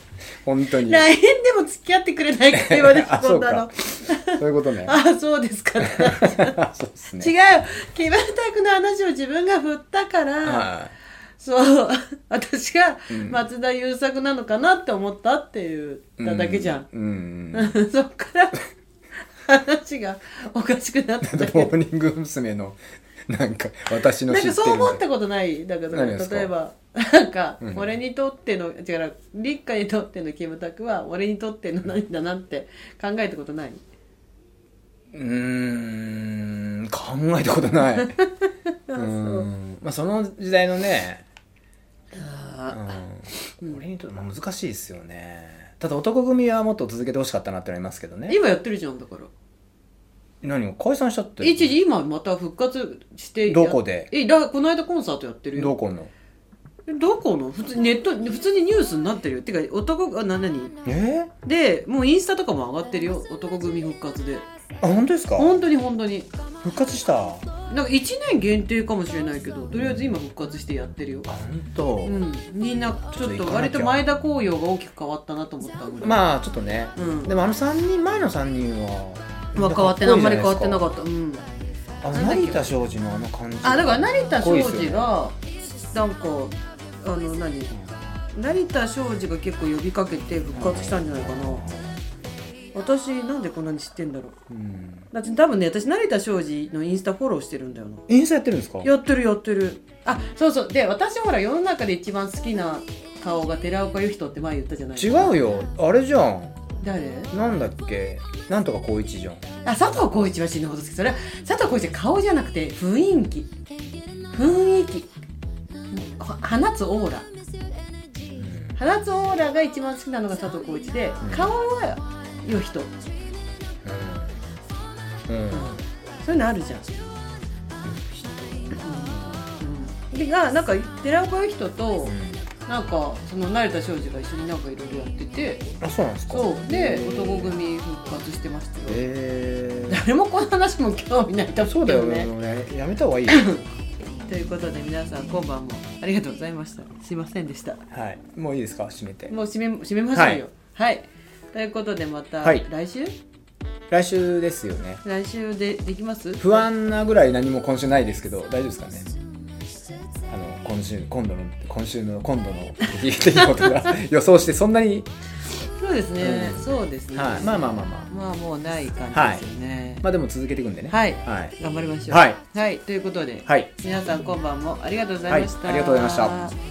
Speaker 2: 本当に。
Speaker 1: LINE でも付き合ってくれないか電話で
Speaker 2: あ
Speaker 1: 聞
Speaker 2: そ
Speaker 1: こ
Speaker 2: うん
Speaker 1: だ
Speaker 2: か
Speaker 1: の。
Speaker 2: そういう ことね。
Speaker 1: あそうですか、
Speaker 2: そうですね。
Speaker 1: 違うよ木村拓の話を自分が振ったから、
Speaker 2: は
Speaker 1: そう私が
Speaker 2: うん
Speaker 1: 松田優作なのかなって思ったって
Speaker 2: い
Speaker 1: 言っただけじゃん、
Speaker 2: うん うんうん
Speaker 1: そっから話がおかしくなった
Speaker 2: だ
Speaker 1: だ
Speaker 2: ってモ
Speaker 1: け
Speaker 2: ーニング娘。の なんか私の
Speaker 1: な
Speaker 2: 知
Speaker 1: ん
Speaker 2: って
Speaker 1: か
Speaker 2: る
Speaker 1: そう思ったことないだから
Speaker 2: 何ですか
Speaker 1: 例えばなんか、
Speaker 2: うん
Speaker 1: 俺にとっての違う立花にとってのキムタクは俺にとっての何だなって考えたことないう
Speaker 2: ーん考えたことな いうーんまあその時代のね、
Speaker 1: あ
Speaker 2: うん、俺にとってまあ難しいですよねただ男組はもっと続けてほしかったなってのありますけどね
Speaker 1: 今やってるじゃんだから
Speaker 2: 何を解散しちゃって
Speaker 1: 一時今また復活してや
Speaker 2: どこで
Speaker 1: えだこの間コンサートやってる
Speaker 2: ど
Speaker 1: よ
Speaker 2: この
Speaker 1: どこの普通ネット普通にニュースになってるよてか男がな何
Speaker 2: え
Speaker 1: でもうインスタとかも上がってるよ男組復活で
Speaker 2: あ本当ですか
Speaker 1: 本当に本当に
Speaker 2: 復活したあ
Speaker 1: なんか1年限定かもしれないけどとりあえず今復活してやってるよ
Speaker 2: 本当、
Speaker 1: うんみんなちょっと割と前田紅葉が大きく変わったなと思ったぐらい
Speaker 2: まあちょっとね、
Speaker 1: うん
Speaker 2: でもあの3人前の3人は
Speaker 1: まあ変わってないあんまり変わってな
Speaker 2: っ
Speaker 1: かったうん
Speaker 2: たあの成田庄司のあの感じ
Speaker 1: あだから成田
Speaker 2: かっこい
Speaker 1: 庄
Speaker 2: いです
Speaker 1: 司
Speaker 2: よね
Speaker 1: がなんかあの何成田庄司が結構呼びかけて復活したんじゃないかな私なんでこんなに知ってんだろう
Speaker 2: うん
Speaker 1: だって多分ね私成田庄司のインスタフォローしてるんだよな
Speaker 2: インスタやってるんですか
Speaker 1: やってるやってるあそうそうで私ほら世の中で一番好きな顔が寺岡由人って前言ったじゃない
Speaker 2: 違うよあれじゃん
Speaker 1: 誰
Speaker 2: なんだっけなんとか光一じゃん
Speaker 1: あ佐藤浩市は死ぬほど好きそれは佐藤浩市は顔じゃなくて雰囲気雰囲気ほ放つオーラ放つオーラが一番好きなのが佐藤浩市で
Speaker 2: ん
Speaker 1: 顔はよ人そ
Speaker 2: うん、うん
Speaker 1: ういうのあるじゃん、うん、でがなんか寺岡由人となんかその成田庄司が一緒になんかいろいろやってて
Speaker 2: あそうなんですか
Speaker 1: そうで男組復活してましたよ、
Speaker 2: え
Speaker 1: 誰もこの話も興味ないと
Speaker 2: ー、
Speaker 1: 思
Speaker 2: そうう
Speaker 1: け
Speaker 2: だ
Speaker 1: ど
Speaker 2: よ、
Speaker 1: ね
Speaker 2: ね、やめた方 がいいよ
Speaker 1: ということで皆さん今晩もありがとうございましたすいませんでした
Speaker 2: はいもういいですか閉めて
Speaker 1: もう締め締めましょうよはい、ということでまた
Speaker 2: はい
Speaker 1: 来週、
Speaker 2: 来週ですよね
Speaker 1: 来週でできます
Speaker 2: 不安なぐらい何も今週ないですけど大丈夫ですかねあの今週今度の今週の今度の出来事が予想してそんなに、
Speaker 1: そうですね、
Speaker 2: うん
Speaker 1: そうですね、
Speaker 2: はい、まあまあまあまあ
Speaker 1: まあもうない感じですよね
Speaker 2: まあでも続けていくんでね
Speaker 1: はい、
Speaker 2: はい
Speaker 1: 頑張りましょう
Speaker 2: はい、
Speaker 1: はい、ということで、
Speaker 2: はい
Speaker 1: 皆さん今晩もありがとうございました、
Speaker 2: はいありがとうございました